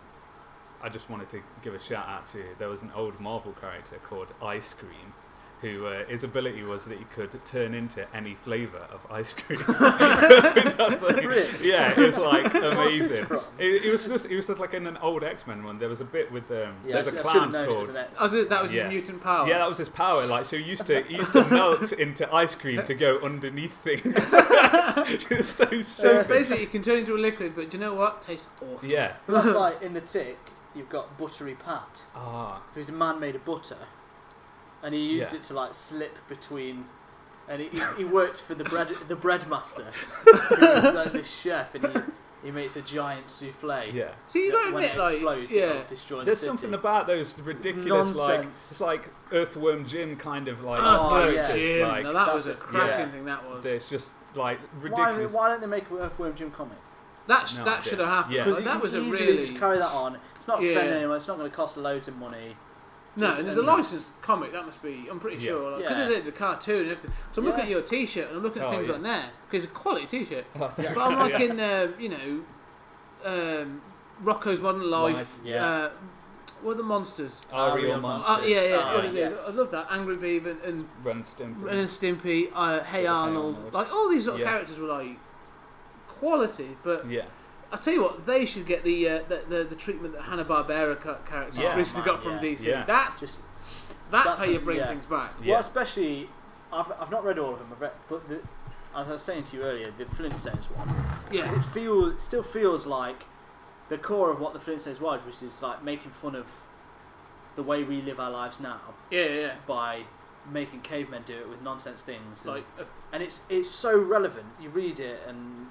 Speaker 3: I just wanted to give a shout out to, there was an old Marvel character called Ice Cream who uh, his ability was that he could turn into any flavour of ice cream. Which I think-
Speaker 2: Really?
Speaker 3: Yeah, it's like
Speaker 2: this
Speaker 3: amazing.
Speaker 2: from?
Speaker 3: It, it was just it was just like in an old X Men one. There was a bit with um,
Speaker 2: Yeah,
Speaker 3: there's
Speaker 2: I
Speaker 3: a
Speaker 2: should- I
Speaker 3: clown
Speaker 2: should've known it was
Speaker 3: called.
Speaker 2: an X.
Speaker 1: Oh, so that was
Speaker 3: Yeah.
Speaker 1: his Newton power.
Speaker 3: Yeah, that was his power. Like, so he used to he used to melt into ice cream to go underneath things. It's so
Speaker 1: so
Speaker 3: stupid.
Speaker 1: basically, you can turn into a liquid, but do you know what? Tastes awesome.
Speaker 3: yeah.
Speaker 2: Well, That's like in the tick. You've got Buttery Pat,
Speaker 3: Ah.
Speaker 2: who's a man made of butter, and he used
Speaker 3: Yeah.
Speaker 2: it to like slip between. And he, he, he worked for the bread the bread master, who was like the chef, and he, he makes a giant souffle.
Speaker 3: Yeah.
Speaker 1: So you
Speaker 2: that
Speaker 1: gotta
Speaker 2: when
Speaker 1: admit,
Speaker 2: it
Speaker 1: like,
Speaker 2: explodes,
Speaker 1: yeah,
Speaker 2: it'll destroy
Speaker 3: There's
Speaker 2: the city.
Speaker 3: something about those ridiculous, like
Speaker 2: Nonsense.
Speaker 3: it's like earthworm gin kind of like.
Speaker 2: Oh,
Speaker 3: approaches,
Speaker 2: yeah.
Speaker 1: Jim,
Speaker 3: like,
Speaker 1: now that
Speaker 2: that's
Speaker 1: was a
Speaker 2: a-
Speaker 1: cracking
Speaker 3: yeah.
Speaker 1: thing. That was
Speaker 3: There's just like
Speaker 2: why,
Speaker 3: ridiculous.
Speaker 2: why don't they make an Earthworm Jim comic?
Speaker 1: that. sh-
Speaker 3: No
Speaker 1: that
Speaker 3: idea.
Speaker 1: should have happened.
Speaker 3: Yeah.
Speaker 1: Like,
Speaker 2: Because you
Speaker 1: that
Speaker 2: can
Speaker 1: was a
Speaker 2: easily
Speaker 1: really
Speaker 2: just carry that on. It's not
Speaker 1: Yeah.
Speaker 2: offending anyone. It's not going to cost loads of money.
Speaker 1: no.
Speaker 2: just
Speaker 1: And there's a
Speaker 2: end up-
Speaker 1: licensed comic. That must be. I'm pretty
Speaker 3: Yeah.
Speaker 1: sure because
Speaker 2: Yeah.
Speaker 1: there's the cartoon and everything. So I'm looking
Speaker 2: Yeah.
Speaker 1: at your T-shirt and I'm looking at
Speaker 3: Oh,
Speaker 1: things
Speaker 3: yeah.
Speaker 1: on there because it's a quality T-shirt.
Speaker 3: Yeah.
Speaker 1: But I'm like
Speaker 3: Yeah.
Speaker 1: in uh, you know, um, Rocco's Modern Life.
Speaker 3: Life,
Speaker 2: yeah.
Speaker 1: Uh, what are the monsters?
Speaker 3: Our
Speaker 2: Our
Speaker 3: real
Speaker 2: real
Speaker 3: monsters. Oh,
Speaker 1: Uh, yeah, yeah,
Speaker 2: Ah,
Speaker 1: what is it?
Speaker 2: yes.
Speaker 1: I love that. Angry Beaver and, and
Speaker 3: Ren Stimpy.
Speaker 1: Ren and Stimpy, uh, Hey
Speaker 3: Hey
Speaker 1: Arnold.
Speaker 3: Arnold.
Speaker 1: like all these sort of
Speaker 3: Yeah.
Speaker 1: characters were like quality, but
Speaker 3: Yeah.
Speaker 1: I tell you what, they should get the uh, the, the, the treatment that Hanna Barbera characters
Speaker 3: Yeah.
Speaker 1: recently
Speaker 2: Oh,
Speaker 1: got
Speaker 2: man,
Speaker 1: from
Speaker 2: yeah.
Speaker 1: DC.
Speaker 3: Yeah.
Speaker 1: That's
Speaker 2: Just
Speaker 1: that's,
Speaker 2: That's
Speaker 1: how
Speaker 2: a-
Speaker 1: you bring
Speaker 2: yeah.
Speaker 1: things back.
Speaker 3: Yeah.
Speaker 2: well, especially I've, I've not read all of them. I've read, but the, as I was saying to you earlier, the Flintstones one. Because
Speaker 1: Yeah,
Speaker 2: it feels, it still feels like the core of what the Flintstones was, which is like making fun of the way we live our lives now
Speaker 1: yeah, yeah.
Speaker 2: by making cavemen do it with nonsense things. and-
Speaker 1: Like uh,
Speaker 2: and it's it's so relevant. You read it, and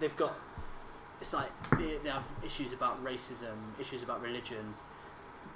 Speaker 2: they've got it's like they, they have issues about racism, issues about religion,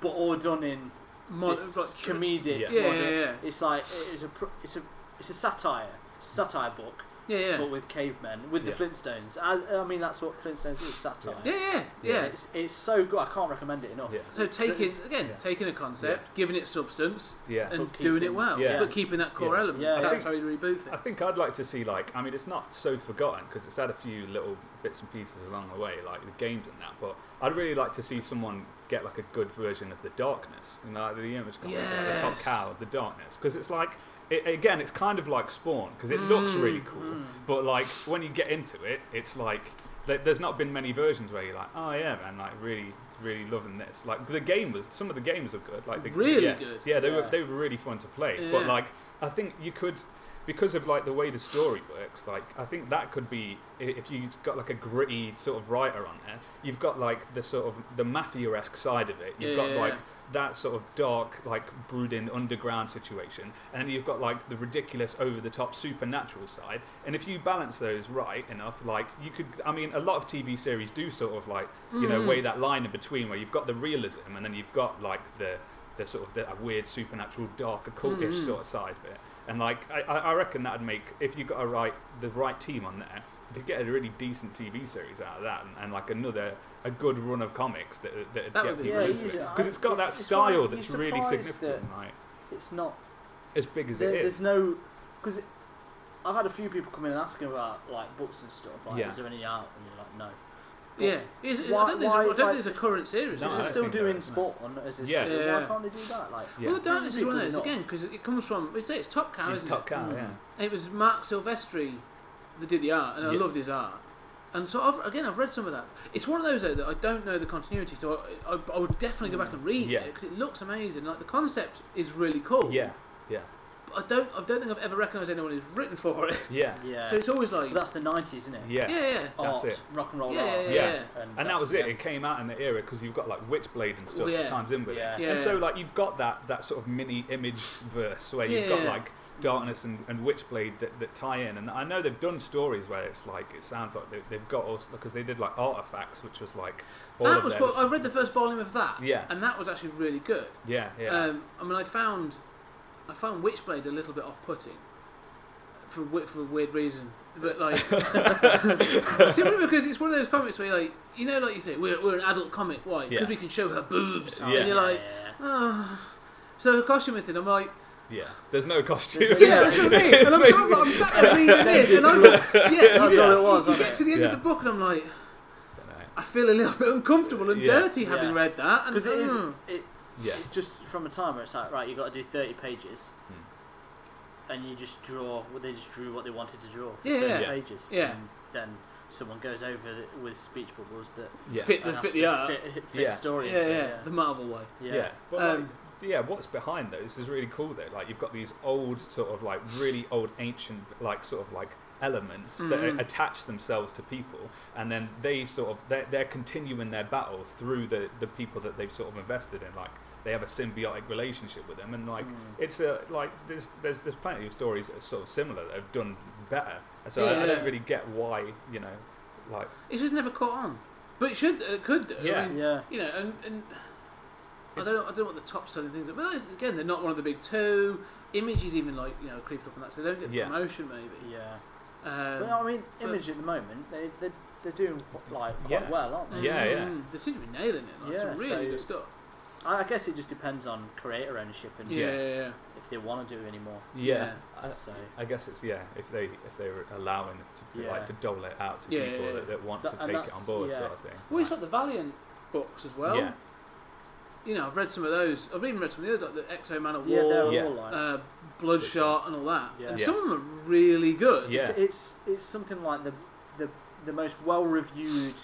Speaker 2: but all done in
Speaker 1: mon-
Speaker 2: this
Speaker 1: like, tr-
Speaker 2: comedic.
Speaker 3: Yeah.
Speaker 1: Yeah,
Speaker 2: modern-
Speaker 1: yeah, yeah.
Speaker 2: It's like it's a pr- it's a it's a satire it's a satire book,
Speaker 1: yeah, yeah,
Speaker 2: but with cavemen, with
Speaker 3: Yeah.
Speaker 2: the Flintstones. As, I mean, that's what Flintstones is satire.
Speaker 1: yeah, yeah, yeah.
Speaker 2: It's, it's so good. I can't recommend it enough.
Speaker 3: Yeah.
Speaker 1: So taking
Speaker 2: it's-
Speaker 1: again,
Speaker 3: yeah.
Speaker 1: taking a concept, giving it substance,
Speaker 3: Yeah.
Speaker 1: and
Speaker 2: But
Speaker 1: doing it
Speaker 2: keeping-
Speaker 1: well,
Speaker 3: yeah.
Speaker 1: but keeping that core
Speaker 3: Yeah.
Speaker 1: element.
Speaker 2: Yeah,
Speaker 1: that's
Speaker 3: yeah.
Speaker 1: how you reboot things.
Speaker 3: I think I'd like to see like I mean it's not so forgotten because it's had a few little bits and pieces along the way like the games and that but I'd really like to see someone get like a good version of the darkness you know like the image comic like, the top
Speaker 1: Yes.
Speaker 3: cow the darkness because it's like it, again it's kind of like Spawn because it looks
Speaker 1: Mm,
Speaker 3: really cool but like when you get into it it's like there- there's not been many versions where you're like oh yeah man like really really loving this like the game was some of the games are good like the,
Speaker 1: Really
Speaker 3: yeah,
Speaker 1: good.
Speaker 3: yeah they were
Speaker 2: Yeah.
Speaker 3: they were really fun to play but
Speaker 1: Yeah.
Speaker 3: like I think you could because of like the way the story works like i think that could be i- if you've got like a gritty sort of writer on there you've got like the sort of the mafia-esque side of it you've got
Speaker 1: Yeah.
Speaker 3: like that sort of dark like brooding underground situation and then you've got like the ridiculous over-the-top supernatural side and if you balance those right enough like you could i mean a lot of tv series do sort of like you
Speaker 1: Mm.
Speaker 3: know weigh that line in between where you've got the realism and then you've got like the the sort of the weird supernatural dark occultish sort of side of it and like I, I I reckon that'd make if you got a right the right team on there you could get a really decent tv series out of that and, and like another a good run of comics that that
Speaker 1: That would
Speaker 3: get
Speaker 1: be
Speaker 3: people
Speaker 1: great.
Speaker 3: into
Speaker 2: Yeah,
Speaker 3: because it's got
Speaker 2: it's-
Speaker 3: that
Speaker 2: it's why
Speaker 3: style
Speaker 2: you're
Speaker 3: that's really
Speaker 2: surprised
Speaker 3: significant like
Speaker 2: It's not
Speaker 3: as big as
Speaker 2: There,
Speaker 3: it is
Speaker 2: there's no because I've had a few people come in and asking about like books and stuff. Like,
Speaker 3: Yeah.
Speaker 2: is there any out? And you're like, no.
Speaker 1: yeah, Is- is- I
Speaker 2: Why-
Speaker 1: don't think there's a-
Speaker 2: why-
Speaker 1: I don't think
Speaker 2: why-
Speaker 1: there's a current series. is
Speaker 3: No,
Speaker 2: If
Speaker 1: there?
Speaker 2: they're
Speaker 3: I
Speaker 2: still
Speaker 3: think there
Speaker 2: doing
Speaker 3: is, no.
Speaker 2: sport on as this,
Speaker 3: Yeah.
Speaker 1: Yeah.
Speaker 2: why can't they do that? Like,
Speaker 3: Yeah.
Speaker 1: Well, Darkness is
Speaker 2: People
Speaker 1: one of those
Speaker 2: not-
Speaker 1: again because it comes from. It's, it's Top Cow,
Speaker 3: it's
Speaker 1: isn't
Speaker 3: top
Speaker 1: it?
Speaker 3: cow yeah
Speaker 2: Hmm.
Speaker 1: It was Mark Silvestri that did the art, and I
Speaker 3: Yeah.
Speaker 1: loved his art. And so I've, again, I've read some of that. It's one of those though that I don't know the continuity, so I, I, I would definitely go back and read
Speaker 3: Yeah.
Speaker 1: it because it looks amazing. Like the concept is really cool.
Speaker 3: yeah yeah
Speaker 1: But I don't, I don't think I've ever recognised anyone who's written for it.
Speaker 3: yeah
Speaker 2: Yeah.
Speaker 1: So it's always like,
Speaker 2: But that's the '90s, isn't it?
Speaker 3: yeah,
Speaker 1: yeah, yeah,
Speaker 2: Art,
Speaker 3: that's it.
Speaker 2: rock and roll
Speaker 1: Yeah,
Speaker 2: art.
Speaker 1: yeah,
Speaker 3: yeah.
Speaker 2: that's
Speaker 3: and that was it.
Speaker 2: the-
Speaker 3: It came out in the era because you've got like Witchblade and stuff
Speaker 1: Well, yeah.
Speaker 3: that times in with
Speaker 2: Yeah.
Speaker 3: it,
Speaker 1: Yeah.
Speaker 3: and so like you've got that that sort of mini image verse where you've got
Speaker 1: Yeah.
Speaker 3: like Darkness and, and Witchblade that, that tie in. And I know they've done stories where it's like it sounds like they, they've got us because they did like artifacts, which was like all
Speaker 1: that
Speaker 3: of
Speaker 1: was
Speaker 3: their-
Speaker 1: what I read the first volume of that.
Speaker 3: Yeah.
Speaker 1: And that was actually really good.
Speaker 3: yeah yeah
Speaker 1: Um, I mean, I found I found Witchblade a little bit off-putting for wi- for a weird reason, but like simply because it's one of those comics where you're like you know, like you say, we're, we're an adult comic, why? Because
Speaker 3: Yeah.
Speaker 1: we can show her boobs,
Speaker 3: Yeah.
Speaker 1: and you're like, oh. so her costume thing. I'm like,
Speaker 3: yeah. There's no costume.
Speaker 1: yeah, that's what I mean. And I'm, sat- I'm sat there reading this, and I'm like, yeah,
Speaker 2: That's
Speaker 1: you,
Speaker 2: all
Speaker 1: get-
Speaker 2: it was,
Speaker 1: you
Speaker 2: wasn't
Speaker 1: get
Speaker 2: it?
Speaker 1: to the end
Speaker 3: Yeah.
Speaker 1: of the book, and I'm like, I feel a little bit uncomfortable and
Speaker 3: Yeah.
Speaker 1: dirty having
Speaker 2: Yeah.
Speaker 1: read that, and
Speaker 2: Because it is.
Speaker 1: mm.
Speaker 2: It,
Speaker 3: yeah
Speaker 2: It's just from a time where it's like, right, you've got to do 30 pages. and you just draw. Well, they just drew what they wanted to draw. For
Speaker 1: Yeah,
Speaker 2: 30
Speaker 3: Hmm. yeah.
Speaker 2: pages.
Speaker 1: Yeah.
Speaker 2: And then someone goes over it with speech bubbles that
Speaker 3: Yeah.
Speaker 1: fit the
Speaker 2: and has
Speaker 1: fit
Speaker 2: to
Speaker 1: the art.
Speaker 2: fit, fit
Speaker 3: Yeah.
Speaker 2: the story
Speaker 1: yeah,
Speaker 2: into
Speaker 1: yeah,
Speaker 2: it.
Speaker 1: the Marvel way.
Speaker 2: Yeah.
Speaker 3: Yeah.
Speaker 2: yeah.
Speaker 3: But
Speaker 1: Um,
Speaker 3: like, yeah, what's behind those is really cool though. Like you've got these old sort of like really old ancient like sort of like elements that
Speaker 1: Mhm.
Speaker 3: attach themselves to people and then they sort of they're, they're continuing their battle through the the people that they've sort of invested in like they have a symbiotic relationship with them and like
Speaker 2: Mm.
Speaker 3: it's a like there's there's there's plenty of stories that are sort of similar that have done better And so I, I
Speaker 1: Yeah.
Speaker 3: don't really get why you know like
Speaker 1: It's just never caught on, but it should, it could do. I
Speaker 3: Yeah.
Speaker 1: mean,
Speaker 2: Yeah.
Speaker 1: you know, and, and I
Speaker 3: It's-
Speaker 1: don't know, I don't know what the top selling things are. But that's- again, they're not one of the big two. Image is even like you know creeped up on that, so they don't get the
Speaker 3: Yeah.
Speaker 1: promotion maybe.
Speaker 2: Yeah.
Speaker 1: Um,
Speaker 2: Well, I mean,
Speaker 1: but-
Speaker 2: Image at the moment, they they they're doing qu- like quite
Speaker 3: Yeah.
Speaker 2: well, aren't they?
Speaker 3: Yeah, yeah.
Speaker 1: mm, They seem to be nailing it. Like,
Speaker 2: Yeah,
Speaker 1: some really
Speaker 2: so-
Speaker 1: good stuff.
Speaker 2: I I guess it just depends on creator ownership and
Speaker 1: Yeah, yeah, yeah.
Speaker 2: if they want to do it anymore.
Speaker 3: yeah, I-
Speaker 2: So
Speaker 3: I guess it's yeah. If they if they're allowing to be,
Speaker 2: Yeah.
Speaker 3: like to dole it out to
Speaker 1: Yeah,
Speaker 3: people
Speaker 1: yeah, yeah.
Speaker 3: That, that want
Speaker 2: That-
Speaker 3: to
Speaker 2: and
Speaker 3: take it
Speaker 2: that's-
Speaker 3: on board,
Speaker 2: yeah.
Speaker 3: sort of thing.
Speaker 1: Well, it's like the Valiant books as well.
Speaker 3: Yeah.
Speaker 1: You know, I've read some of those. I've even read some of the other, like the Exo Man of
Speaker 2: yeah,
Speaker 1: War,
Speaker 2: they're
Speaker 3: Yeah.
Speaker 2: all like
Speaker 1: uh, Bloodshot, and all that.
Speaker 2: Yeah.
Speaker 1: And
Speaker 3: Yeah.
Speaker 1: some of them are really good.
Speaker 3: Yeah.
Speaker 2: It's, it's it's something like the the the most well reviewed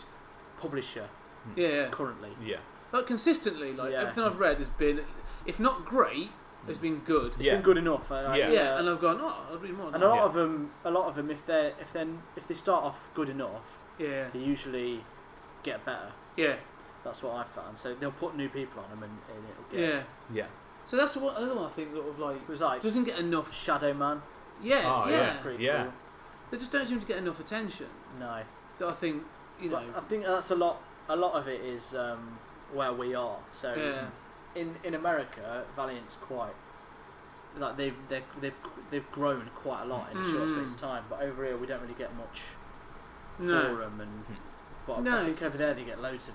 Speaker 2: publisher
Speaker 1: yeah, yeah.
Speaker 2: currently.
Speaker 3: yeah,
Speaker 1: Like consistently, like
Speaker 2: Yeah.
Speaker 1: everything I've read has been, if not great, has been good.
Speaker 2: It's
Speaker 3: Yeah.
Speaker 2: been good enough. and I-
Speaker 3: Yeah.
Speaker 1: Yeah, and I've gone, oh, I'll read more. Of
Speaker 2: and a
Speaker 1: that.
Speaker 2: lot
Speaker 3: Yeah.
Speaker 2: of them, a lot of them, if they if then if they start off good enough,
Speaker 1: Yeah,
Speaker 2: they usually get better.
Speaker 1: yeah,
Speaker 2: That's what I've found. So they'll put new people on them, and, and it'll
Speaker 1: yeah.
Speaker 2: get.
Speaker 3: yeah,
Speaker 1: So that's one, another one I think sort of like
Speaker 2: It was like
Speaker 1: doesn't get enough.
Speaker 2: Shadow Man.
Speaker 1: Yeah,
Speaker 3: Oh,
Speaker 1: yeah.
Speaker 2: That's pretty
Speaker 3: yeah.
Speaker 1: They just don't seem to get enough attention.
Speaker 2: cool. No,
Speaker 1: That I think you know.
Speaker 2: But I think that's a lot. A lot of it is um, where we are. So
Speaker 1: yeah,
Speaker 2: in in America, Valiant's quite like they've they've they've they've grown quite a lot in a short
Speaker 1: Mm.
Speaker 2: space of time. But over here, we don't really get much for
Speaker 1: No.
Speaker 2: them, and
Speaker 3: Hmm.
Speaker 2: but
Speaker 1: No.
Speaker 2: I think over there they get loads of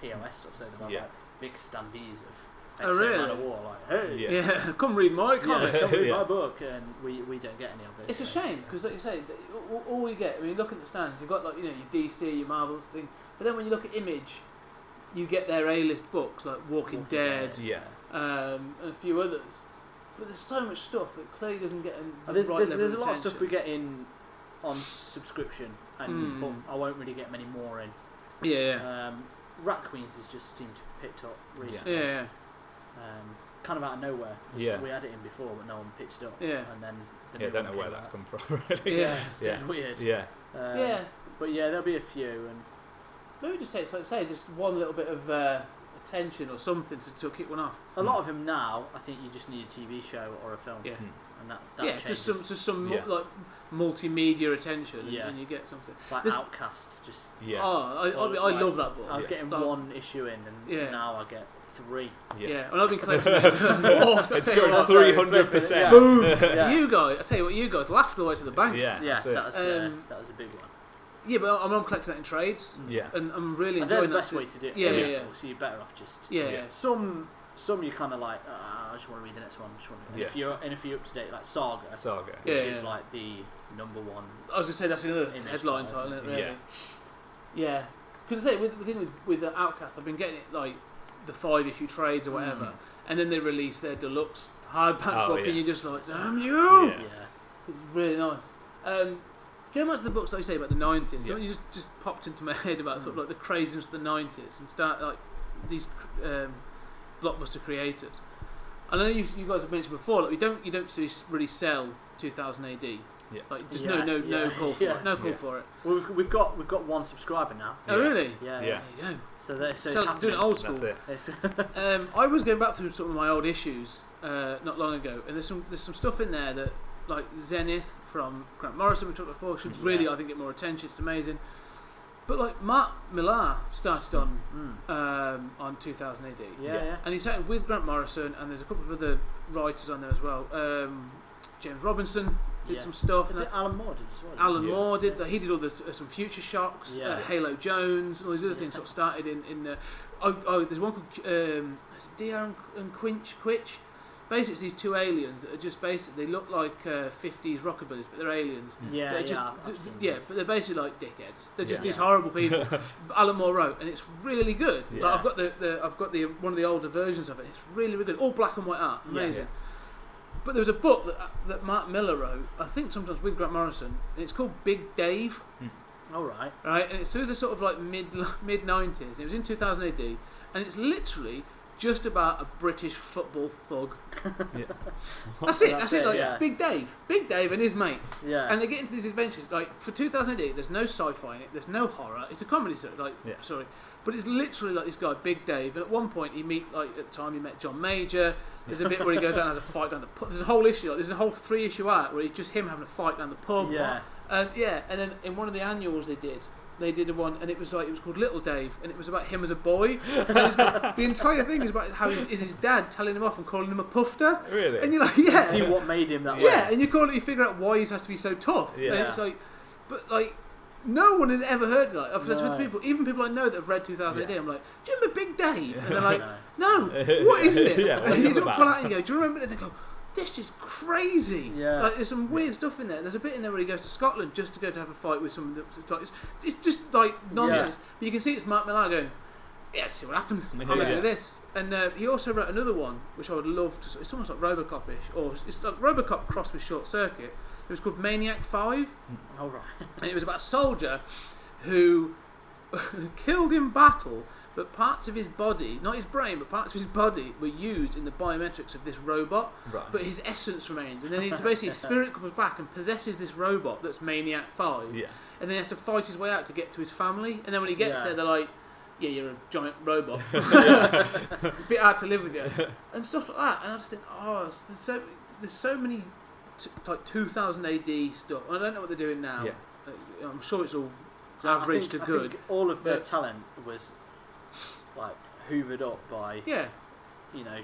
Speaker 2: POS stuff. So they're not
Speaker 3: Yeah.
Speaker 2: like big standees of
Speaker 1: Oh,
Speaker 2: Exo Man
Speaker 1: really?
Speaker 2: of War, like hey,
Speaker 3: Yeah.
Speaker 1: yeah. Come read my
Speaker 2: yeah,
Speaker 1: comic.
Speaker 2: come read
Speaker 3: Yeah.
Speaker 2: my book, and we we don't get any of it.
Speaker 1: It's a
Speaker 2: so-
Speaker 1: shame because, like you say, th- all- all we get. I mean, look at the stands. You've got like you know your DC, your Marvels thing, but then when you look at Image, you get their A-list books like Walking,
Speaker 2: Walking
Speaker 1: Dead,
Speaker 2: Dead.
Speaker 3: yeah,
Speaker 1: Um, and a few others. But there's so much stuff that clearly doesn't get. in the
Speaker 2: Uh, There's,
Speaker 1: right
Speaker 2: there's,
Speaker 1: level
Speaker 2: there's a lot of stuff we
Speaker 1: attention.
Speaker 2: get in on subscription, and
Speaker 1: Mm.
Speaker 2: but I won't really get many more in.
Speaker 1: Yeah, yeah.
Speaker 2: Um, Rat Queens has just seemed to have picked up recently,
Speaker 1: Yeah,
Speaker 2: um, kind of out of nowhere. 'cause
Speaker 3: Yeah.
Speaker 2: we had it in before, but no one picked it up.
Speaker 1: Yeah.
Speaker 2: and then the new
Speaker 3: yeah. I don't
Speaker 2: one
Speaker 3: know where
Speaker 2: came
Speaker 3: that's
Speaker 2: out.
Speaker 3: come from. Really.
Speaker 1: Yeah.
Speaker 2: Yeah, it's
Speaker 3: Yeah.
Speaker 2: dead weird.
Speaker 3: yeah,
Speaker 2: Um,
Speaker 1: yeah.
Speaker 2: but yeah, there'll be a few, and
Speaker 1: Maybe it just takes, like I say, just one little bit of uh, attention or something to, to kick one off.
Speaker 2: a lot of them now. I think you just need a TV show or a film,
Speaker 1: Hmm. Yeah,
Speaker 3: Mm.
Speaker 2: and that, that
Speaker 1: yeah.
Speaker 2: changes.
Speaker 1: Just some, just some mul-
Speaker 3: Yeah.
Speaker 1: like multimedia attention, and,
Speaker 2: Yeah.
Speaker 1: and you get something.
Speaker 2: like
Speaker 1: this-
Speaker 2: Outcasts, just
Speaker 3: yeah,
Speaker 1: Oh, I,
Speaker 2: Or
Speaker 1: I, I
Speaker 2: like-
Speaker 1: love that book.
Speaker 2: I was
Speaker 3: Yeah.
Speaker 2: getting
Speaker 1: Oh.
Speaker 2: one issue in, and
Speaker 1: Yeah.
Speaker 2: now I get three.
Speaker 1: Yeah,
Speaker 3: yeah.
Speaker 1: and I've been collecting. oh, I
Speaker 3: It's
Speaker 1: tell you
Speaker 3: going
Speaker 1: what,
Speaker 2: that's how you
Speaker 3: three
Speaker 2: flip it,
Speaker 3: hundred percent.
Speaker 2: yeah.
Speaker 1: boom.
Speaker 2: Yeah.
Speaker 1: You guys, I tell you what, you guys laughed all the way to the bank.
Speaker 3: Yeah,
Speaker 2: Yeah,
Speaker 3: that's it.
Speaker 2: that was, uh,
Speaker 1: Um,
Speaker 2: that was a big one.
Speaker 1: Yeah, but I'm, I'm collecting that in trades,
Speaker 2: Mm.
Speaker 3: yeah,
Speaker 1: and I'm really
Speaker 2: And they're the
Speaker 1: enjoying that.
Speaker 2: best way to do it.
Speaker 1: Yeah, yeah,
Speaker 2: original,
Speaker 1: yeah.
Speaker 2: So you're better off just
Speaker 1: yeah,
Speaker 3: Yeah.
Speaker 1: yeah.
Speaker 2: some some you kind of like ah, I just want to read the next one. Just want to. And if
Speaker 3: Yeah.
Speaker 2: you're and if you're up to date like Saga,
Speaker 3: saga.
Speaker 1: Yeah.
Speaker 2: which is like the number one.
Speaker 1: I was gonna say that's another
Speaker 2: Image
Speaker 1: headline
Speaker 2: title,
Speaker 1: title,
Speaker 2: isn't
Speaker 1: isn't it,
Speaker 3: it?
Speaker 1: really. Yeah, because I say with the thing with with the Outcast, I've been getting it like the five issue trades or whatever,
Speaker 2: Mm.
Speaker 1: and then they release their deluxe hardback
Speaker 3: Oh,
Speaker 1: book,
Speaker 3: yeah.
Speaker 1: and you're just like, damn you!
Speaker 3: Yeah.
Speaker 2: Yeah.
Speaker 1: It's really nice. Um, do you know much of the books that I say about the nineties?
Speaker 3: Yeah. Hmm.
Speaker 1: Something you just, just popped into my head about sort of like the craziness of the nineties and start like these um, blockbuster creators. And I know you, you guys have mentioned before, like you don't you don't really s- really sell 2000 AD.
Speaker 3: Yeah.
Speaker 1: Like just
Speaker 2: Yeah,
Speaker 1: no no no
Speaker 2: yeah,
Speaker 1: call for
Speaker 2: yeah.
Speaker 1: it. No call
Speaker 3: Yeah.
Speaker 1: for it.
Speaker 2: Well, we've- we've got we've got one subscriber now.
Speaker 1: Oh
Speaker 3: Yeah.
Speaker 1: really?
Speaker 2: Yeah.
Speaker 3: Yeah.
Speaker 1: There you go.
Speaker 2: So that so,
Speaker 1: So,
Speaker 2: it's happening.
Speaker 1: doing it old
Speaker 3: That's
Speaker 1: school.
Speaker 3: it.
Speaker 2: It's,
Speaker 1: Um, I was going back through some of my old issues uh, not long ago, and there's some there's some stuff in there that like Zenith from Grant Morrison we talked about before should
Speaker 2: Yeah.
Speaker 1: really I think get more attention. It's amazing. But like Mark Millar started on
Speaker 2: mm,
Speaker 1: um, on 2000 AD,
Speaker 2: yeah,
Speaker 3: Yeah.
Speaker 2: yeah.
Speaker 1: and he started with Grant Morrison, and there's a couple of other writers on there as well. Um, James Robinson did
Speaker 2: Yeah.
Speaker 1: some stuff.
Speaker 2: Is
Speaker 1: and
Speaker 2: it Alan Moore did as well?
Speaker 1: Alan
Speaker 3: Yeah.
Speaker 1: Moore did. that He did all the uh, some Future Shocks,
Speaker 2: Yeah.
Speaker 1: uh, Halo Jones, and all these other
Speaker 2: Yeah.
Speaker 1: things. Sort of started in in. Uh, oh, oh, there's one called um, is it Dr. and, and Quinch Quitch. Basically, it's these two aliens that are just basically they look like uh, 50s rockabillys, but they're aliens.
Speaker 2: Yeah,
Speaker 1: they're
Speaker 2: yeah.
Speaker 1: just,
Speaker 2: I've- I've
Speaker 1: th-
Speaker 2: seen
Speaker 1: yeah,
Speaker 2: these.
Speaker 1: but they're basically like dickheads. They're just
Speaker 3: Yeah.
Speaker 1: these horrible people. Alan Moore wrote, and it's really good.
Speaker 2: Yeah.
Speaker 1: Like, I've got the, the I've got the one of the older versions of it. It's really, really good. All black and white art,
Speaker 2: Yeah.
Speaker 1: amazing. But there was a book that, that Mark Miller wrote, I think sometimes with Grant Morrison, and it's called Big Dave,
Speaker 2: All right.
Speaker 1: right? And it's through the sort of like mid mid 90s. It was in 2000 AD, and it's literally just about a British football thug.
Speaker 3: Yeah.
Speaker 1: That's it.
Speaker 2: That's
Speaker 1: That's, it.
Speaker 2: it,
Speaker 1: Like
Speaker 2: yeah.
Speaker 1: Big Dave, Big Dave and his mates.
Speaker 2: Yeah.
Speaker 1: And they get into these adventures. Like for 2008, there's no sci-fi in it. There's no horror. It's a comedy sort of like
Speaker 3: Yeah.
Speaker 1: sorry, but it's literally like this guy Big Dave. And at one point, he meet like at the time he met John Major. There's a bit where he goes out and has a fight down the pub. There's a whole issue. Like, there's a whole three-issue arc where it's just him having a fight down the pub.
Speaker 2: Yeah.
Speaker 1: And yeah, and then in one of the annuals they did, they did one, and it was like it was called Little Dave, and it was about him as a boy. And it's like, the entire thing is about how is, is his dad telling him off and calling him a pufter,
Speaker 3: Really?
Speaker 1: and you're like, yeah,
Speaker 2: See what made him that
Speaker 1: yeah,
Speaker 2: way.
Speaker 1: and you call it, you figure out why he has to be so tough. And
Speaker 3: Yeah.
Speaker 1: it's like, but like, no one has ever heard like I've said
Speaker 2: No.
Speaker 1: to people, even people I know that have read 2008. I'm like, do you remember Big Dave? And they're like,
Speaker 2: No.
Speaker 1: no, what is it?
Speaker 3: Yeah, what
Speaker 1: and you
Speaker 3: is it
Speaker 1: sort of pull
Speaker 3: about?
Speaker 1: out and you go, do you remember that? They go, this is crazy.
Speaker 2: Yeah.
Speaker 1: Like, there's some weird stuff in there. There's a bit in there where he goes to Scotland just to go to have a fight with someone. That's, like, it's, it's just like nonsense. But you can see it's Mark Millar going, yeah, let's see what happens. I'm going to
Speaker 3: Yeah.
Speaker 1: do this. And uh, he also wrote another one, which I would love to. It's almost like Robocop ish, or it's like Robocop crossed with Short Circuit. It was called Maniac 5,
Speaker 2: All right.
Speaker 1: and it was about a soldier who killed in battle, but parts of his body, not his brain, but parts of his body, were used in the biometrics of this robot.
Speaker 3: Right.
Speaker 1: But his essence remains, and then he's basically his spirit comes back and possesses this robot that's Maniac Five
Speaker 3: Yeah.
Speaker 1: and then he has to fight his way out to get to his family. And then when he gets
Speaker 2: Yeah.
Speaker 1: there, they're like, "Yeah, you're a giant robot. Bit hard to live with you," and stuff like that. And I just think, oh, it's- there's so there's so many t- like 2000 AD stuff. I don't know what they're doing now.
Speaker 3: Yeah.
Speaker 1: Uh, I'm sure it's all
Speaker 2: I
Speaker 1: average
Speaker 2: think-
Speaker 1: to
Speaker 2: I
Speaker 1: good.
Speaker 2: think all of their
Speaker 1: But-
Speaker 2: talent was like hoovered up by
Speaker 1: yeah.
Speaker 2: you know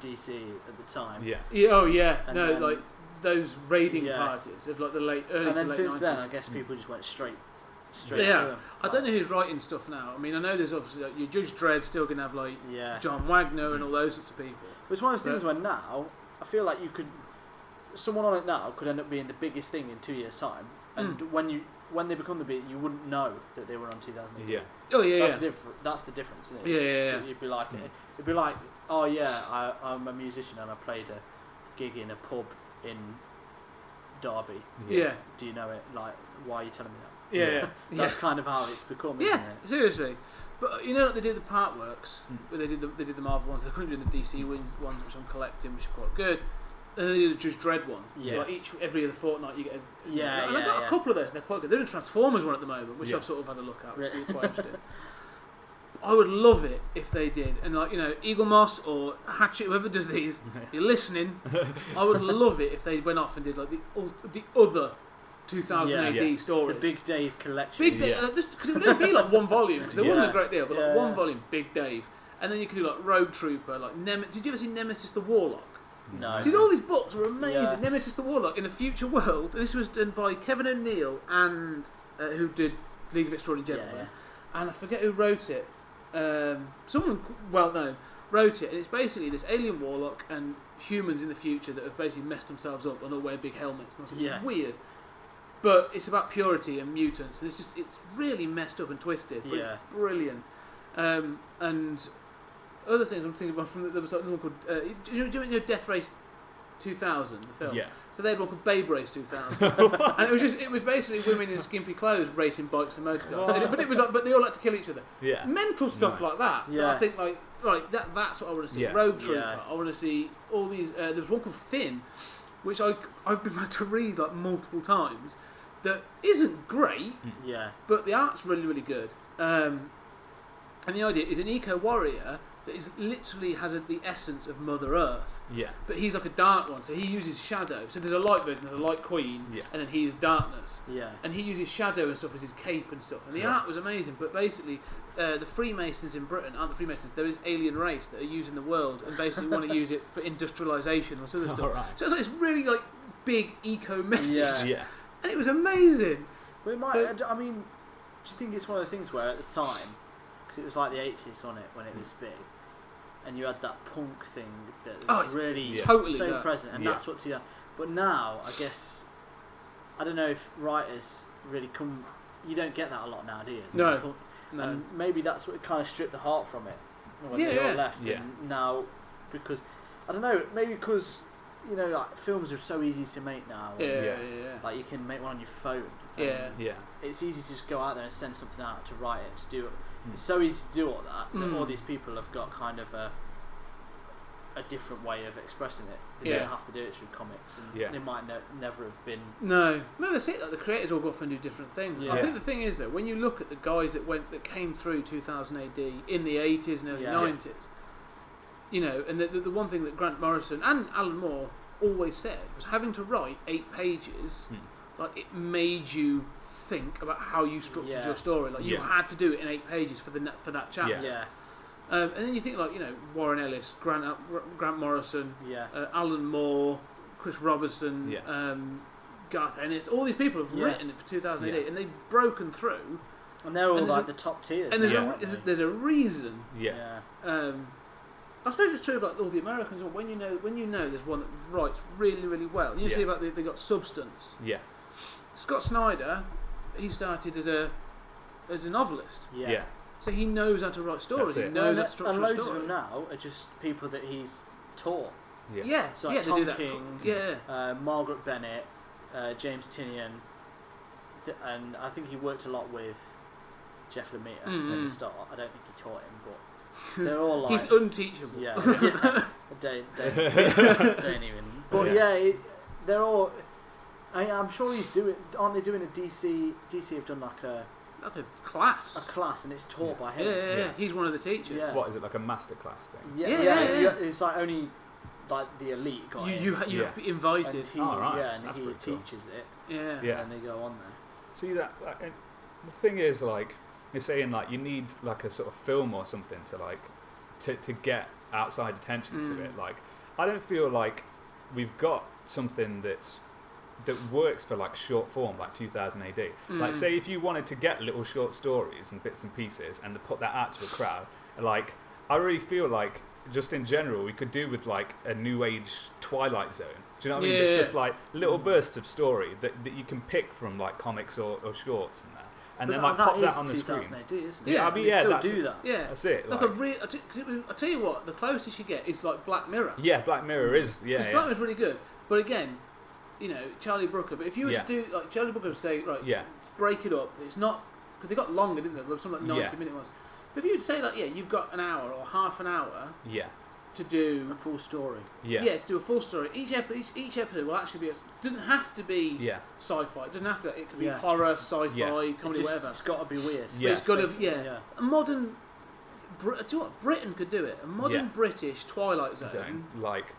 Speaker 2: DC at the time.
Speaker 3: Yeah.
Speaker 1: yeah. Oh yeah.
Speaker 2: And
Speaker 1: no,
Speaker 2: then-
Speaker 1: like those raiding
Speaker 2: Yeah.
Speaker 1: parties of like the late early
Speaker 2: And
Speaker 1: to
Speaker 2: then
Speaker 1: late
Speaker 2: since
Speaker 1: 90s.
Speaker 2: then, I guess
Speaker 3: Mm.
Speaker 2: people just went straight, straight
Speaker 1: Yeah.
Speaker 2: to him.
Speaker 1: I don't know who's writing stuff now. I mean, I know there's obviously like, your Judge Dredd's still gonna have like
Speaker 2: Yeah.
Speaker 1: John Wagner and all those sorts of people.
Speaker 2: It's one of those things
Speaker 1: But-
Speaker 2: where now I feel like you could, someone on it now could end up being the biggest thing in two years' time, and
Speaker 1: Hmm.
Speaker 2: when you when they become the big, you wouldn't know that they were on 2008.
Speaker 3: Yeah.
Speaker 1: Oh yeah.
Speaker 2: That's
Speaker 1: yeah.
Speaker 2: the diff- That's the difference. Isn't it?
Speaker 1: Yeah,
Speaker 2: It's
Speaker 1: yeah,
Speaker 2: just
Speaker 1: yeah.
Speaker 2: that You'd be like, it'd be like, oh yeah, I, I'm a musician and I played a gig in a pub in Derby.
Speaker 1: Yeah.
Speaker 2: Do you know it? Like, why are you telling me that?
Speaker 1: Yeah.
Speaker 3: Yeah.
Speaker 2: That's kind of how it's become. Isn't
Speaker 1: Yeah,
Speaker 2: It?
Speaker 1: seriously. But you know what they do the part works,
Speaker 2: Hmm.
Speaker 1: where they did the they did the Marvel ones. They couldn't do the DC win- ones, which I'm collecting, which are quite good. And then they did the Judge Dredd one.
Speaker 2: Yeah.
Speaker 1: Like each every other fortnight you get. A,
Speaker 2: Yeah,
Speaker 1: And I
Speaker 2: yeah,
Speaker 1: got
Speaker 2: yeah.
Speaker 1: a couple of those. and They're quite good. They're in Transformers one at the moment, which
Speaker 3: Yeah.
Speaker 1: I've sort of had a look at, which
Speaker 2: Right.
Speaker 1: is quite interesting. I would love it if they did, and like you know, Eagle Moss or Hatchet, whoever does these, you're listening. I would love it if they went off and did like the ul- the other 2000
Speaker 2: Yeah.
Speaker 1: AD
Speaker 3: Yeah.
Speaker 1: stories.
Speaker 2: The Big Dave collection.
Speaker 1: Big Dave,
Speaker 3: Yeah.
Speaker 1: uh, just because it would only be like one volume, because there wasn't
Speaker 2: Yeah.
Speaker 1: a great deal, but
Speaker 2: Yeah,
Speaker 1: like one
Speaker 2: yeah.
Speaker 1: volume, Big Dave, and then you could do like Road Trooper, like Nem- Did you ever see Nemesis the Warlock?
Speaker 2: no.
Speaker 1: See, all these books were amazing.
Speaker 2: Yeah.
Speaker 1: Nemesis the Warlock in the future world. This was done by Kevin O'Neill and uh, who did League of Extraordinary
Speaker 2: Yeah,
Speaker 1: Gentlemen, and I forget who wrote it. Um, someone qu- well known wrote it, and it's basically this alien warlock and humans in the future that have basically messed themselves up and all wear big helmets. And all sorts.
Speaker 2: Yeah.
Speaker 1: It's weird. But it's about purity and mutants, and it's just it's really messed up and twisted. But
Speaker 2: Yeah.
Speaker 1: it's brilliant. Um, and other things I'm thinking about from there was like another one called uh, do you, do you know Death Race 2000, the film.
Speaker 3: Yeah.
Speaker 1: So they had one called Babe Race 2000, and it was just it was basically women in skimpy clothes racing bikes and motorcars. And it- but it was like, but they all like to kill each other.
Speaker 3: Yeah.
Speaker 1: Mental stuff
Speaker 3: Nice.
Speaker 1: like that. that
Speaker 2: Yeah.
Speaker 1: I think like right that that's what I want to see.
Speaker 3: Yeah.
Speaker 1: Road Trooper.
Speaker 2: Yeah.
Speaker 1: I want to see all these. Uh, there was one called Finn, which I I've been had to read like multiple times. That isn't great
Speaker 2: Yeah.
Speaker 1: but the art's really really good um, and the idea is an eco warrior that is literally has a, the essence of mother earth
Speaker 3: Yeah.
Speaker 1: but he's like a dark one so he uses shadow so there's a light version there's a light queen
Speaker 3: Yeah.
Speaker 1: and then he is darkness
Speaker 2: Yeah.
Speaker 1: and he uses shadow and stuff as his cape and stuff. And the art was amazing. But basically, uh, the Freemasons in Britain aren't the Freemasons. There is alien race that are using the world and basically want to use it for industrialization and sort of stuff.
Speaker 3: Alright.
Speaker 1: So it's like this really like big eco message,
Speaker 2: Yeah.
Speaker 3: Yeah.
Speaker 1: and it was amazing.
Speaker 2: But it might.
Speaker 1: But-
Speaker 2: I mean, do you think it's one of those things where at the time, because it was like the eighties on it when it was big, and you had that punk thing that was
Speaker 1: Oh, it's-
Speaker 2: really
Speaker 3: Yeah.
Speaker 1: totally
Speaker 2: so
Speaker 1: that.
Speaker 2: present, and
Speaker 3: Yeah.
Speaker 2: that's what to But now, I guess, I don't know if writers really come. You don't get that a lot now, do you?
Speaker 1: No.
Speaker 2: The punk-
Speaker 1: No.
Speaker 2: And maybe that's what kind of stripped the heart from it when
Speaker 1: Yeah,
Speaker 2: they all
Speaker 1: yeah.
Speaker 2: left.
Speaker 3: Yeah.
Speaker 2: And now, because I don't know, maybe because you know, like films are so easy to make now.
Speaker 1: Yeah, yeah,
Speaker 3: Yeah.
Speaker 1: yeah.
Speaker 2: Like you can make one on your phone.
Speaker 1: Yeah.
Speaker 2: and
Speaker 3: Yeah.
Speaker 2: It's easy to just go out there and send something out to write it to do it.
Speaker 3: Mm.
Speaker 2: It's so easy to do all that. that
Speaker 1: Mm.
Speaker 2: All these people have got kind of a a different way of expressing it. They
Speaker 1: Yeah.
Speaker 2: don't have to do it through comics, and
Speaker 3: Yeah.
Speaker 2: they might ne- never have been.
Speaker 1: No, no, that's it. Like the creators all go off and do different things. I
Speaker 2: Yeah.
Speaker 1: think the thing is though, when you look at the guys that went that came through 2000 AD in the 80s and early
Speaker 2: Yeah.
Speaker 1: 90s, you know, and the, the, the one thing that Grant Morrison and Alan Moore always said was having to write eight pages,
Speaker 3: Hmm.
Speaker 1: like it made you think about how you structured
Speaker 2: Yeah.
Speaker 1: your story. Like you
Speaker 3: Yeah.
Speaker 1: had to do it in eight pages for the ne- for that chapter.
Speaker 2: Yeah,
Speaker 3: Yeah.
Speaker 1: Um, and then you think like you know Warren Ellis, Grant uh, Grant Morrison,
Speaker 2: yeah,
Speaker 1: uh, Alan Moore, Chris Robertson,
Speaker 3: Yeah.
Speaker 1: um, Garth Ennis, all these people have
Speaker 2: Yeah.
Speaker 1: written it for 2008 and they've broken through.
Speaker 2: and they're all
Speaker 1: And there's
Speaker 2: like
Speaker 1: a-
Speaker 2: the top tiers.
Speaker 1: And there's,
Speaker 2: now,
Speaker 1: a,
Speaker 2: aren't
Speaker 1: re-
Speaker 2: they?
Speaker 1: there's a reason.
Speaker 3: Yeah.
Speaker 1: Um, I suppose it's true about all the Americans. When you know, when you know, there's one that writes really, really well. You
Speaker 3: Yeah.
Speaker 1: see about the, they got substance.
Speaker 3: Yeah.
Speaker 1: Scott Snyder, he started as a as a novelist,
Speaker 3: Yeah.
Speaker 2: yeah.
Speaker 1: so he knows how to write stories.
Speaker 3: That's
Speaker 1: He
Speaker 3: it.
Speaker 1: knows how
Speaker 2: Well,
Speaker 1: to
Speaker 2: and
Speaker 1: structure a
Speaker 2: loads
Speaker 1: story.
Speaker 2: of them now are just people that he's taught.
Speaker 1: Yeah,
Speaker 3: Yeah.
Speaker 1: yeah,
Speaker 2: So, like,
Speaker 1: they do
Speaker 2: Tom
Speaker 1: that.
Speaker 2: King.
Speaker 1: Yeah,
Speaker 2: Uh, Margaret Bennett, uh, James Tinian, th- and I think he worked a lot with Jeff Lemire at
Speaker 1: Mm.
Speaker 2: the start. I don't think he taught him, but they're all like,
Speaker 1: he's unteachable.
Speaker 2: yeah, yeah. Don't, don't, don't even. But
Speaker 3: Yeah.
Speaker 2: yeah, it, they're all. I, I'm sure he's doing. Aren't they doing a DC? DC have done like a,
Speaker 1: like a
Speaker 2: a
Speaker 1: class.
Speaker 2: class, and it's taught by
Speaker 1: Yeah, yeah,
Speaker 2: him.
Speaker 1: yeah,
Speaker 3: Yeah.
Speaker 1: He's one of the teachers.
Speaker 2: Yeah.
Speaker 3: What is it like a masterclass thing?
Speaker 2: Yeah,
Speaker 1: Yeah,
Speaker 2: yeah,
Speaker 1: yeah, yeah.
Speaker 2: It's like only like the elite got
Speaker 1: You
Speaker 2: in,
Speaker 1: you, ha- you
Speaker 3: Yeah.
Speaker 1: have to be
Speaker 2: and
Speaker 1: invited.
Speaker 2: he,
Speaker 3: Oh, right.
Speaker 2: yeah, and
Speaker 3: That's
Speaker 2: he
Speaker 3: pretty cool.
Speaker 2: teaches it,
Speaker 1: Yeah.
Speaker 3: Yeah.
Speaker 2: and they go on there.
Speaker 3: See that? that- and the thing is, like you're saying, like you need like a sort of film or something to like to to get outside attention to
Speaker 1: Mm.
Speaker 3: it. Like I don't feel like we've got something that's that works for like short form, like 2000 AD. Like
Speaker 1: Mm.
Speaker 3: say if you wanted to get little short stories and bits and pieces and to put that out to a crowd, like I really feel like just in general we could do with like a new age Twilight Zone. Do you know what I mean? It's
Speaker 1: Yeah.
Speaker 3: just like little bursts of story that, that you can pick from like comics or, or shorts and that, and
Speaker 2: But
Speaker 3: then like
Speaker 2: that
Speaker 3: pop that
Speaker 2: is
Speaker 3: on the screen.
Speaker 2: 2008, isn't it?
Speaker 1: Yeah, I
Speaker 3: mean,
Speaker 2: They
Speaker 3: yeah,
Speaker 2: still
Speaker 3: that's-
Speaker 2: do that.
Speaker 1: Yeah.
Speaker 3: That's it.
Speaker 1: Like,
Speaker 3: Like,
Speaker 1: a real. I t- I tell you what, the closest you get is like Black Mirror.
Speaker 3: yeah, Black Mirror is yeah,
Speaker 1: Because
Speaker 3: yeah,
Speaker 1: Black Mirror's really good, but again, you know Charlie Brooker. But if you were
Speaker 3: Yeah.
Speaker 1: to do like Charlie Brooker would say right,
Speaker 3: yeah,
Speaker 1: break it up. It's not because they got longer, didn't they? There was some like
Speaker 3: Yeah.
Speaker 1: ninety minute ones. But if you would say like yeah, you've got an hour or half an hour
Speaker 3: yeah,
Speaker 1: to
Speaker 2: A
Speaker 1: do.
Speaker 2: full story.
Speaker 3: yeah,
Speaker 1: to do a full story. Each, ep- each, each episode will actually be. A, doesn't have to be
Speaker 3: yeah,
Speaker 1: sci-fi. It doesn't have to. It could be
Speaker 2: Yeah.
Speaker 1: horror, sci-fi,
Speaker 3: Yeah.
Speaker 1: comedy,
Speaker 2: It just-
Speaker 1: whatever.
Speaker 2: It's got to be weird.
Speaker 3: Yeah.
Speaker 1: It's got to,
Speaker 2: Basically,
Speaker 1: yeah.
Speaker 2: yeah.
Speaker 1: A modern, Br- do you know what? Britain could do it. A modern
Speaker 3: Yeah.
Speaker 1: British Twilight Zone.
Speaker 3: Zone. Like,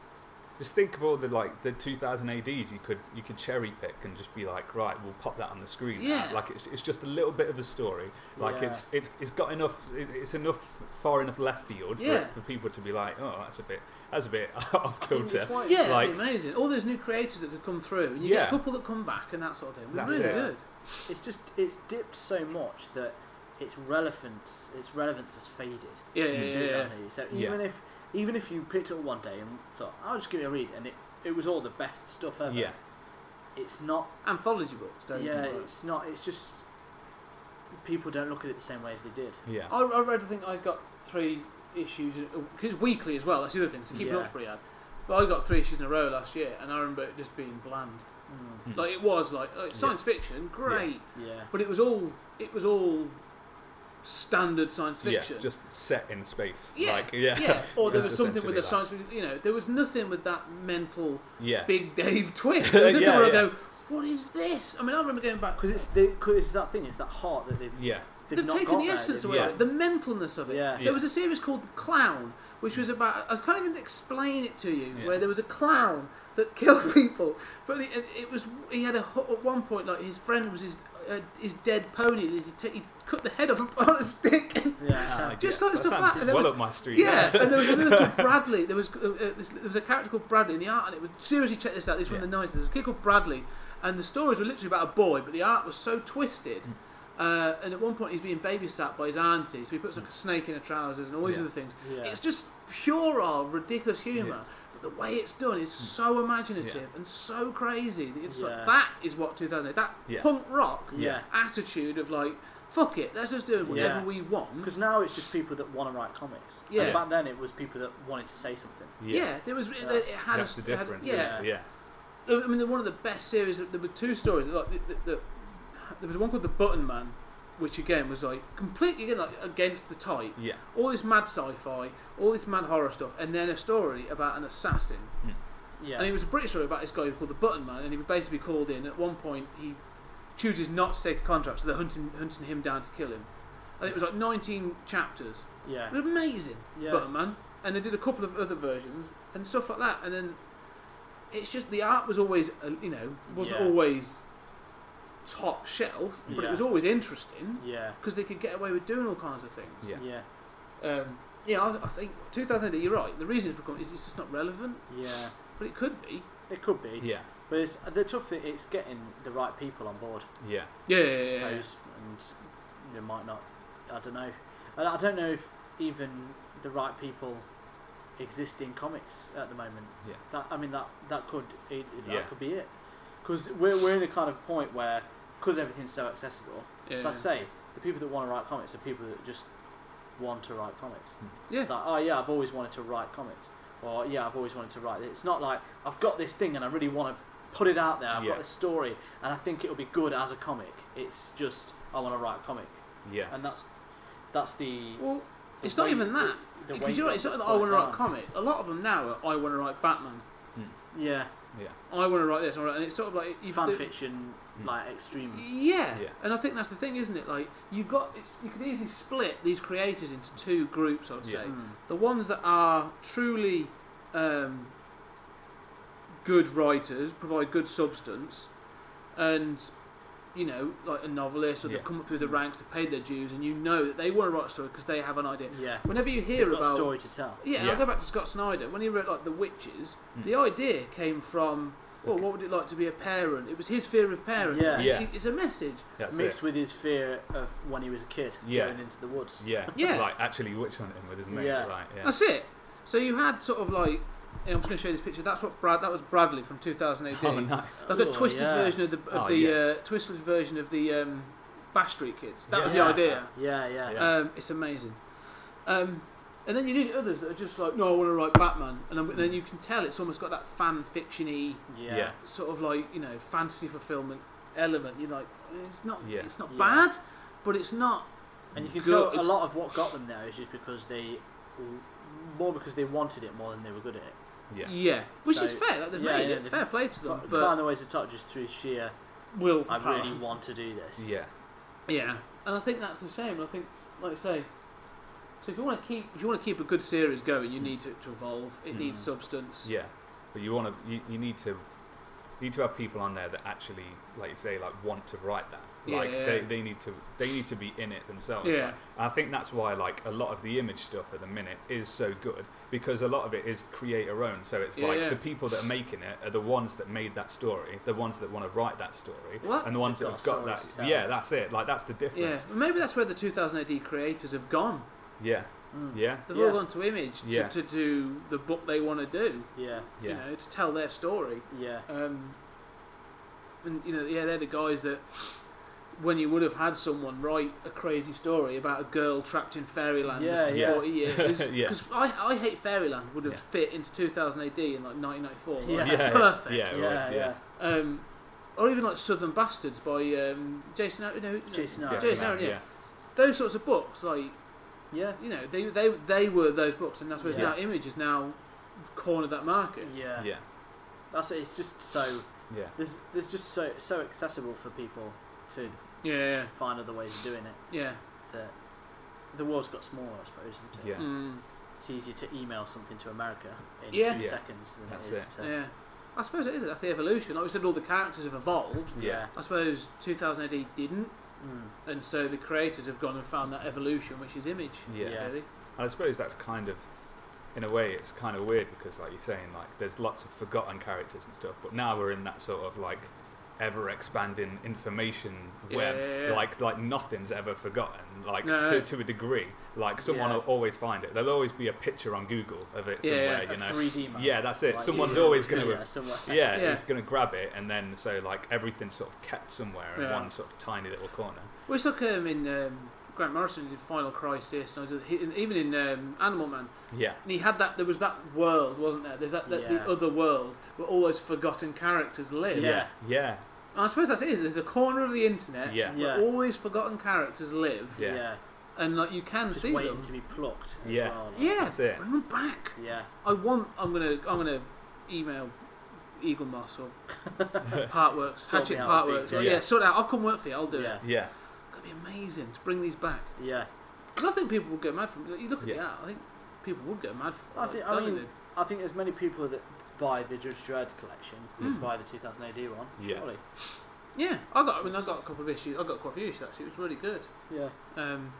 Speaker 3: just think of all the like the 2000 ads you could you could cherry pick and just be like, right, we'll pop that on the screen. now.
Speaker 1: Yeah.
Speaker 3: Like it's, it's just a little bit of a story. Like
Speaker 2: Yeah.
Speaker 3: it's it's it's got enough. It, it's enough far enough left field for,
Speaker 1: Yeah.
Speaker 3: for people to be like, oh, that's a bit that's a bit off
Speaker 2: I mean,
Speaker 3: kilter.
Speaker 2: it's like-
Speaker 1: Yeah, it'd
Speaker 3: Like-
Speaker 1: be amazing. All those new creators that could come through, and you get
Speaker 3: Yeah.
Speaker 1: a couple that come back and that sort of thing. We're
Speaker 3: That's
Speaker 1: really
Speaker 3: it.
Speaker 1: good.
Speaker 2: It's just it's dipped so much that its relevance its relevance has faded.
Speaker 1: Yeah, yeah,
Speaker 2: Do
Speaker 1: yeah.
Speaker 2: you know
Speaker 1: yeah.
Speaker 2: what I mean? So
Speaker 3: Yeah.
Speaker 2: even if even if you picked it up one day and thought, I'll just give it a read, and it, it was all the best stuff ever.
Speaker 3: Yeah,
Speaker 2: It's not.
Speaker 1: Anthology books, don't
Speaker 2: yeah,
Speaker 1: you?
Speaker 2: it's not. It's just people don't look at it the same way as they did.
Speaker 3: yeah,
Speaker 1: I, I read, I think I got three issues, because weekly as well, that's the other thing, so keep it
Speaker 2: Yeah.
Speaker 1: up pretty hard. But I got three issues in a row last year, and I remember it just being bland.
Speaker 2: Mm.
Speaker 3: Mm.
Speaker 1: Like, it was like, oh, it's science fiction, great.
Speaker 2: Yeah.
Speaker 1: But it was all, it was all standard science
Speaker 3: yeah.
Speaker 1: fiction.
Speaker 3: Just set in space.
Speaker 1: Yeah,
Speaker 3: Like yeah,
Speaker 1: Or there
Speaker 3: That's
Speaker 1: was something with the
Speaker 3: essentially
Speaker 1: science fiction. You know, there was nothing with that mental
Speaker 3: yeah.
Speaker 1: Big Dave twist. There was nothing
Speaker 3: Yeah,
Speaker 1: where I
Speaker 3: yeah.
Speaker 1: go, what is this? I mean, I remember going back
Speaker 2: Because it's the, cause it's that thing. It's that heart that they've
Speaker 3: yeah,
Speaker 2: they've,
Speaker 1: they've
Speaker 2: not
Speaker 1: taken
Speaker 2: got
Speaker 1: the
Speaker 2: there,
Speaker 1: essence
Speaker 2: they've
Speaker 1: away,
Speaker 3: yeah.
Speaker 1: of it, the mentalness of it.
Speaker 2: Yeah.
Speaker 1: There was a series called The Clown, which was about. I can't even explain it to you.
Speaker 3: Yeah.
Speaker 1: Where there was a clown that killed people, but it, it- it was he had a ho- at one point like his friend was his uh, his dead pony that he ta- he cut the head off a- on a stick. And,
Speaker 2: Yeah.
Speaker 3: Ah,
Speaker 1: Just
Speaker 3: yeah.
Speaker 1: those
Speaker 3: that
Speaker 1: stuff
Speaker 3: sounds
Speaker 1: like- there
Speaker 3: well
Speaker 1: was-
Speaker 3: up my street.
Speaker 1: yeah, and there was another called Bradley. There was uh, uh, this, there was a character called Bradley in the art, and it was seriously check this out. This was from the nineties. There was a kid called Bradley, and the stories were literally about a boy, but the art was so twisted.
Speaker 3: Mm.
Speaker 1: Uh, and at one point, he's being babysat by his auntie, so he puts like a snake in her trousers and all these
Speaker 3: Mm. Yeah.
Speaker 1: other things.
Speaker 2: Yeah.
Speaker 1: It's just pure, old, ridiculous humour. But the way it's done is
Speaker 3: Mm.
Speaker 1: so imaginative and so crazy. That it's like
Speaker 2: Yeah.
Speaker 1: that is what 2008. That
Speaker 3: Yeah.
Speaker 1: punk rock
Speaker 2: Yeah.
Speaker 1: attitude of like fuck it, let's just do whatever
Speaker 2: Yeah.
Speaker 1: we want.
Speaker 2: Because now it's just people that want to write comics.
Speaker 1: Yeah.
Speaker 2: Yeah. back then it was people that wanted to say something.
Speaker 1: Yeah. there was it- it
Speaker 2: That's-
Speaker 1: had
Speaker 3: That's
Speaker 1: a,
Speaker 3: the
Speaker 1: it had-
Speaker 3: difference.
Speaker 1: yeah,
Speaker 3: isn't it? yeah.
Speaker 1: I mean, they're one of the best series. There were two stories. Like, the, the, the, there was one called The Button Man, which again was like completely again, like, against the type.
Speaker 3: Yeah.
Speaker 1: All this mad sci-fi, all this mad horror stuff, and then a story about an assassin.
Speaker 2: Yeah.
Speaker 1: And it was a British story about this guy called the Button Man, and he was basically called in. At one point, he chooses not to take a contract, so they're hunting, hunting him down to kill him. And it was like 19 chapters.
Speaker 2: yeah.
Speaker 1: It was amazing,
Speaker 2: Yeah.
Speaker 1: Button Man. And they did a couple of other versions and stuff like that. And then it's just the art was always, uh, you know, wasn't
Speaker 2: Yeah.
Speaker 1: always top shelf, but it
Speaker 2: Yeah.
Speaker 1: was always interesting
Speaker 2: Yeah.
Speaker 1: because they could get away with doing all kinds of things.
Speaker 3: Yeah.
Speaker 2: Yeah.
Speaker 1: Um, yeah, I, I think 2008. You're right. The reason it's become is it's just not relevant,
Speaker 2: Yeah.
Speaker 1: but it could be.
Speaker 2: It could be.
Speaker 3: Yeah.
Speaker 2: But it's, the tough thing it's getting the right people on board,
Speaker 3: Yeah.
Speaker 1: Yeah,
Speaker 2: I suppose, and they might not. I don't know. And I don't know if even the right people exist in comics at the moment.
Speaker 3: Yeah.
Speaker 2: That I mean that that could it, it-
Speaker 3: Yeah.
Speaker 2: that could be it. Because we're we're in a kind of point where because everything's so accessible.
Speaker 1: yeah.
Speaker 2: So like I say, the people that want to write comics are people that just want to write comics.
Speaker 1: yeah.
Speaker 2: It's like, oh yeah, I've always wanted to write comics, or yeah, I've always wanted to write. It's not like I've got this thing and I really want to put it out there. I've
Speaker 3: Yeah.
Speaker 2: got this story and I think it'll be good as a comic. It's just I want to write a comic,
Speaker 3: Yeah.
Speaker 2: and that's that's the.
Speaker 1: well,
Speaker 2: the
Speaker 1: it's not
Speaker 2: way-
Speaker 1: even that.
Speaker 2: the- the
Speaker 1: Because you're
Speaker 2: way
Speaker 1: right, it's not
Speaker 2: that
Speaker 1: that I want to write a
Speaker 2: it's
Speaker 1: comic. A lot of them now are I want to write Batman.
Speaker 2: Yeah,
Speaker 3: Yeah.
Speaker 1: I want to write this. I wanna write- And it's sort of like
Speaker 2: fan
Speaker 1: the-
Speaker 2: fiction, like extreme.
Speaker 1: Hmm. Yeah.
Speaker 3: Yeah.
Speaker 1: and I think that's the thing, isn't it? Like you've got, it's, you could easily split these creators into two groups. I'd
Speaker 3: Yeah.
Speaker 1: say
Speaker 2: Hmm,
Speaker 1: the ones that are truly um, good writers provide good substance, and you know, like a novelist, or
Speaker 3: Yeah.
Speaker 1: they've come up through the ranks, they've paid their dues, and you know that they want to write a story because they have an idea.
Speaker 2: Yeah,
Speaker 1: Whenever you
Speaker 2: They've
Speaker 1: hear
Speaker 2: got a
Speaker 1: about
Speaker 2: story to tell.
Speaker 1: yeah, and
Speaker 3: Yeah. Mm.
Speaker 1: I'll go back to Scott Snyder. When he wrote like The Witches, the idea came from well, what would it like to be a parent? It was his fear of parenting.
Speaker 2: Yeah.
Speaker 3: Yeah.
Speaker 1: It- It's a message.
Speaker 3: That's
Speaker 2: Mixed
Speaker 3: it.
Speaker 2: with his fear of when he was a kid
Speaker 3: Yeah.
Speaker 2: going into the woods.
Speaker 3: yeah.
Speaker 1: Yeah.
Speaker 3: Like actually witch hunting with his mate.
Speaker 2: Yeah.
Speaker 3: Right. Yeah.
Speaker 1: That's it. So you had sort of like I'm just going to show you this picture. That's what Brad. That was Bradley from 2018.
Speaker 3: oh, nice.
Speaker 1: Like a
Speaker 2: Oh,
Speaker 1: twisted
Speaker 2: yeah.
Speaker 1: version of the of
Speaker 3: Oh,
Speaker 1: the
Speaker 3: yes.
Speaker 1: uh, twisted version of the um, Bash Street Kids. That was the
Speaker 2: Yeah.
Speaker 1: idea.
Speaker 2: Yeah, yeah,
Speaker 3: Yeah.
Speaker 1: Um, it's amazing. Um, and then you need others that are just like, no, I want to write Batman, and then-
Speaker 3: Mm.
Speaker 1: then you can tell it's almost got that fan fictiony
Speaker 2: yeah.
Speaker 3: Yeah.
Speaker 1: sort of like you know fantasy fulfillment element. You're like, it's not
Speaker 3: Yeah.
Speaker 1: it's not
Speaker 2: Yeah.
Speaker 1: bad, but it's not.
Speaker 2: And you can
Speaker 1: Good.
Speaker 2: tell a lot of what got them there is just because they, more because they wanted it more than they were good at it.
Speaker 3: Yeah.
Speaker 1: Yeah, which is
Speaker 2: So-
Speaker 1: fair. Like they've
Speaker 2: yeah,
Speaker 1: made
Speaker 2: yeah,
Speaker 1: it.
Speaker 2: they've
Speaker 1: Fair play to them,
Speaker 2: Fi-
Speaker 1: but
Speaker 2: Find a way to touch just through sheer.
Speaker 1: will
Speaker 2: I
Speaker 1: power.
Speaker 2: really want to do this.
Speaker 3: Yeah.
Speaker 1: yeah. And I think that's a shame. I think, like I say, so if you want to keep if you want to keep a good series going, you need to, to evolve. It needs substance.
Speaker 3: Hmm. Yeah, but you want to you, you need to you need to have people on there that actually, like you say, like want to write that. Like
Speaker 1: Yeah.
Speaker 3: they, they need to they need to be in it themselves.
Speaker 1: Yeah.
Speaker 3: Like, and I think that's why like a lot of the image stuff at the minute is so good because a lot of it is creator owned. So it's
Speaker 1: Yeah,
Speaker 3: like
Speaker 1: yeah.
Speaker 3: the people that are making it are the ones that made that story, the ones that want to write that story,
Speaker 1: Well,
Speaker 3: and the ones
Speaker 2: They've
Speaker 3: that
Speaker 2: got
Speaker 3: have
Speaker 2: a
Speaker 3: got
Speaker 2: story to
Speaker 3: that.
Speaker 2: tell.
Speaker 3: Yeah, that's it. Like that's the
Speaker 1: Yeah,
Speaker 3: difference.
Speaker 1: But maybe that's where the 2000 AD creators have gone.
Speaker 3: Yeah. Yeah.
Speaker 1: They've
Speaker 2: Yeah.
Speaker 1: all gone to Image to,
Speaker 3: Yeah.
Speaker 1: to do the book they want to do,
Speaker 2: Yeah.
Speaker 3: Yeah.
Speaker 1: you know, to tell their story.
Speaker 2: Yeah.
Speaker 1: Um, and you know, yeah, they're the guys that when you would have had someone write a crazy story about a girl trapped in fairyland
Speaker 2: Yeah,
Speaker 1: after
Speaker 3: yeah.
Speaker 1: 40 years.
Speaker 3: Yeah.
Speaker 1: Because I, I Hate Fairyland would have
Speaker 3: Yeah.
Speaker 1: fit into 2000 AD in like 1994. right?
Speaker 2: Yeah.
Speaker 3: Yeah.
Speaker 1: Perfect.
Speaker 3: Yeah. it
Speaker 2: Yeah,
Speaker 3: would,
Speaker 2: yeah.
Speaker 1: Um, or even like Southern Bastards by um, Jason Aaron. No,
Speaker 2: Jason
Speaker 3: Yeah,
Speaker 2: Aaron.
Speaker 1: Jason
Speaker 3: man,
Speaker 1: Aaron, yeah.
Speaker 3: yeah.
Speaker 1: Those sorts of books, like,
Speaker 2: Yeah.
Speaker 1: you know, they, they, they were those books, and that's where
Speaker 3: Yeah.
Speaker 1: now Image is now cornered that market.
Speaker 2: Yeah.
Speaker 3: Yeah.
Speaker 2: That's it. It's just so
Speaker 3: Yeah.
Speaker 2: there's there's just so so accessible for people to
Speaker 1: Yeah, yeah,
Speaker 2: find other ways of doing it.
Speaker 1: yeah.
Speaker 2: That the world's got smaller, I suppose. Hasn't it?
Speaker 3: Yeah.
Speaker 1: Mm.
Speaker 2: It's easier to email something to America in
Speaker 1: Yeah.
Speaker 2: two
Speaker 3: Yeah.
Speaker 2: seconds than
Speaker 3: That's
Speaker 2: it is
Speaker 3: it.
Speaker 2: to.
Speaker 1: Yeah, I suppose it is. That's the evolution. Like we said, all the characters have evolved.
Speaker 3: Yeah.
Speaker 1: I suppose 2008 didn't,
Speaker 2: Mm.
Speaker 1: and so the creators have gone and found that evolution, which is image.
Speaker 3: Yeah.
Speaker 2: Yeah.
Speaker 1: Really.
Speaker 3: And I suppose that's kind of, in a way, it's kind of weird because, like you're saying, like there's lots of forgotten characters and stuff, but now we're in that sort of like ever expanding information
Speaker 1: Yeah,
Speaker 3: web.
Speaker 1: yeah, yeah.
Speaker 3: Like like nothing's ever forgotten. Like
Speaker 1: No, no.
Speaker 3: to, to a degree. Like someone
Speaker 2: Yeah.
Speaker 3: will always find it. There'll always be a picture on Google of it
Speaker 1: Yeah,
Speaker 3: somewhere.
Speaker 1: yeah.
Speaker 3: You know.
Speaker 2: A 3D map.
Speaker 3: Yeah, that's it.
Speaker 2: Like,
Speaker 3: Someone's
Speaker 2: yeah,
Speaker 3: always going to
Speaker 2: yeah, somewhere.
Speaker 3: yeah,
Speaker 1: Yeah.
Speaker 3: he's going to grab it, and then so like everything's sort of kept somewhere in
Speaker 1: Yeah.
Speaker 3: one sort of tiny little corner.
Speaker 1: Well, it's like um, in um, Grant Morrison did Final Crisis, and, I was- he- and even in um, Animal Man,
Speaker 3: Yeah,
Speaker 1: and he had that. There was that world, wasn't there? There's that, that
Speaker 2: Yeah.
Speaker 1: the other world where all those forgotten characters live.
Speaker 2: Yeah.
Speaker 3: yeah,
Speaker 1: And I suppose that's it. Isn't it? There's a corner of the internet
Speaker 3: yeah, yeah,
Speaker 2: Yeah.
Speaker 1: where all these forgotten characters live,
Speaker 3: yeah.
Speaker 1: and like you can
Speaker 2: Just
Speaker 1: see
Speaker 2: waiting
Speaker 1: them.
Speaker 2: to be plucked. As
Speaker 3: Yeah.
Speaker 2: Well, like.
Speaker 1: yeah,
Speaker 3: That's it.
Speaker 1: bring them back.
Speaker 2: Yeah.
Speaker 1: I want. I'm gonna. I'm gonna email Eagle Moss or Partworks,
Speaker 2: Sort
Speaker 1: Hatchet
Speaker 2: me out a big
Speaker 1: Partworks. Or,
Speaker 2: deal.
Speaker 1: yeah. sort it out. I'll come work for you. I'll do
Speaker 2: Yeah.
Speaker 1: it.
Speaker 3: yeah.
Speaker 1: It'd be amazing to bring these back.
Speaker 2: Yeah.
Speaker 1: Because I think people would go mad from. You look at
Speaker 3: Yeah.
Speaker 1: the art. I think people would go mad. For,
Speaker 2: I think. I mean, I think there's many people that buy the Judge Dredd collection would buy the 2000 AD one.
Speaker 3: Hmm. Yeah.
Speaker 2: Surely.
Speaker 1: yeah. I got. I mean, I got a couple of issues. I got quite a few issues actually. It was really good.
Speaker 2: Yeah.
Speaker 1: Um,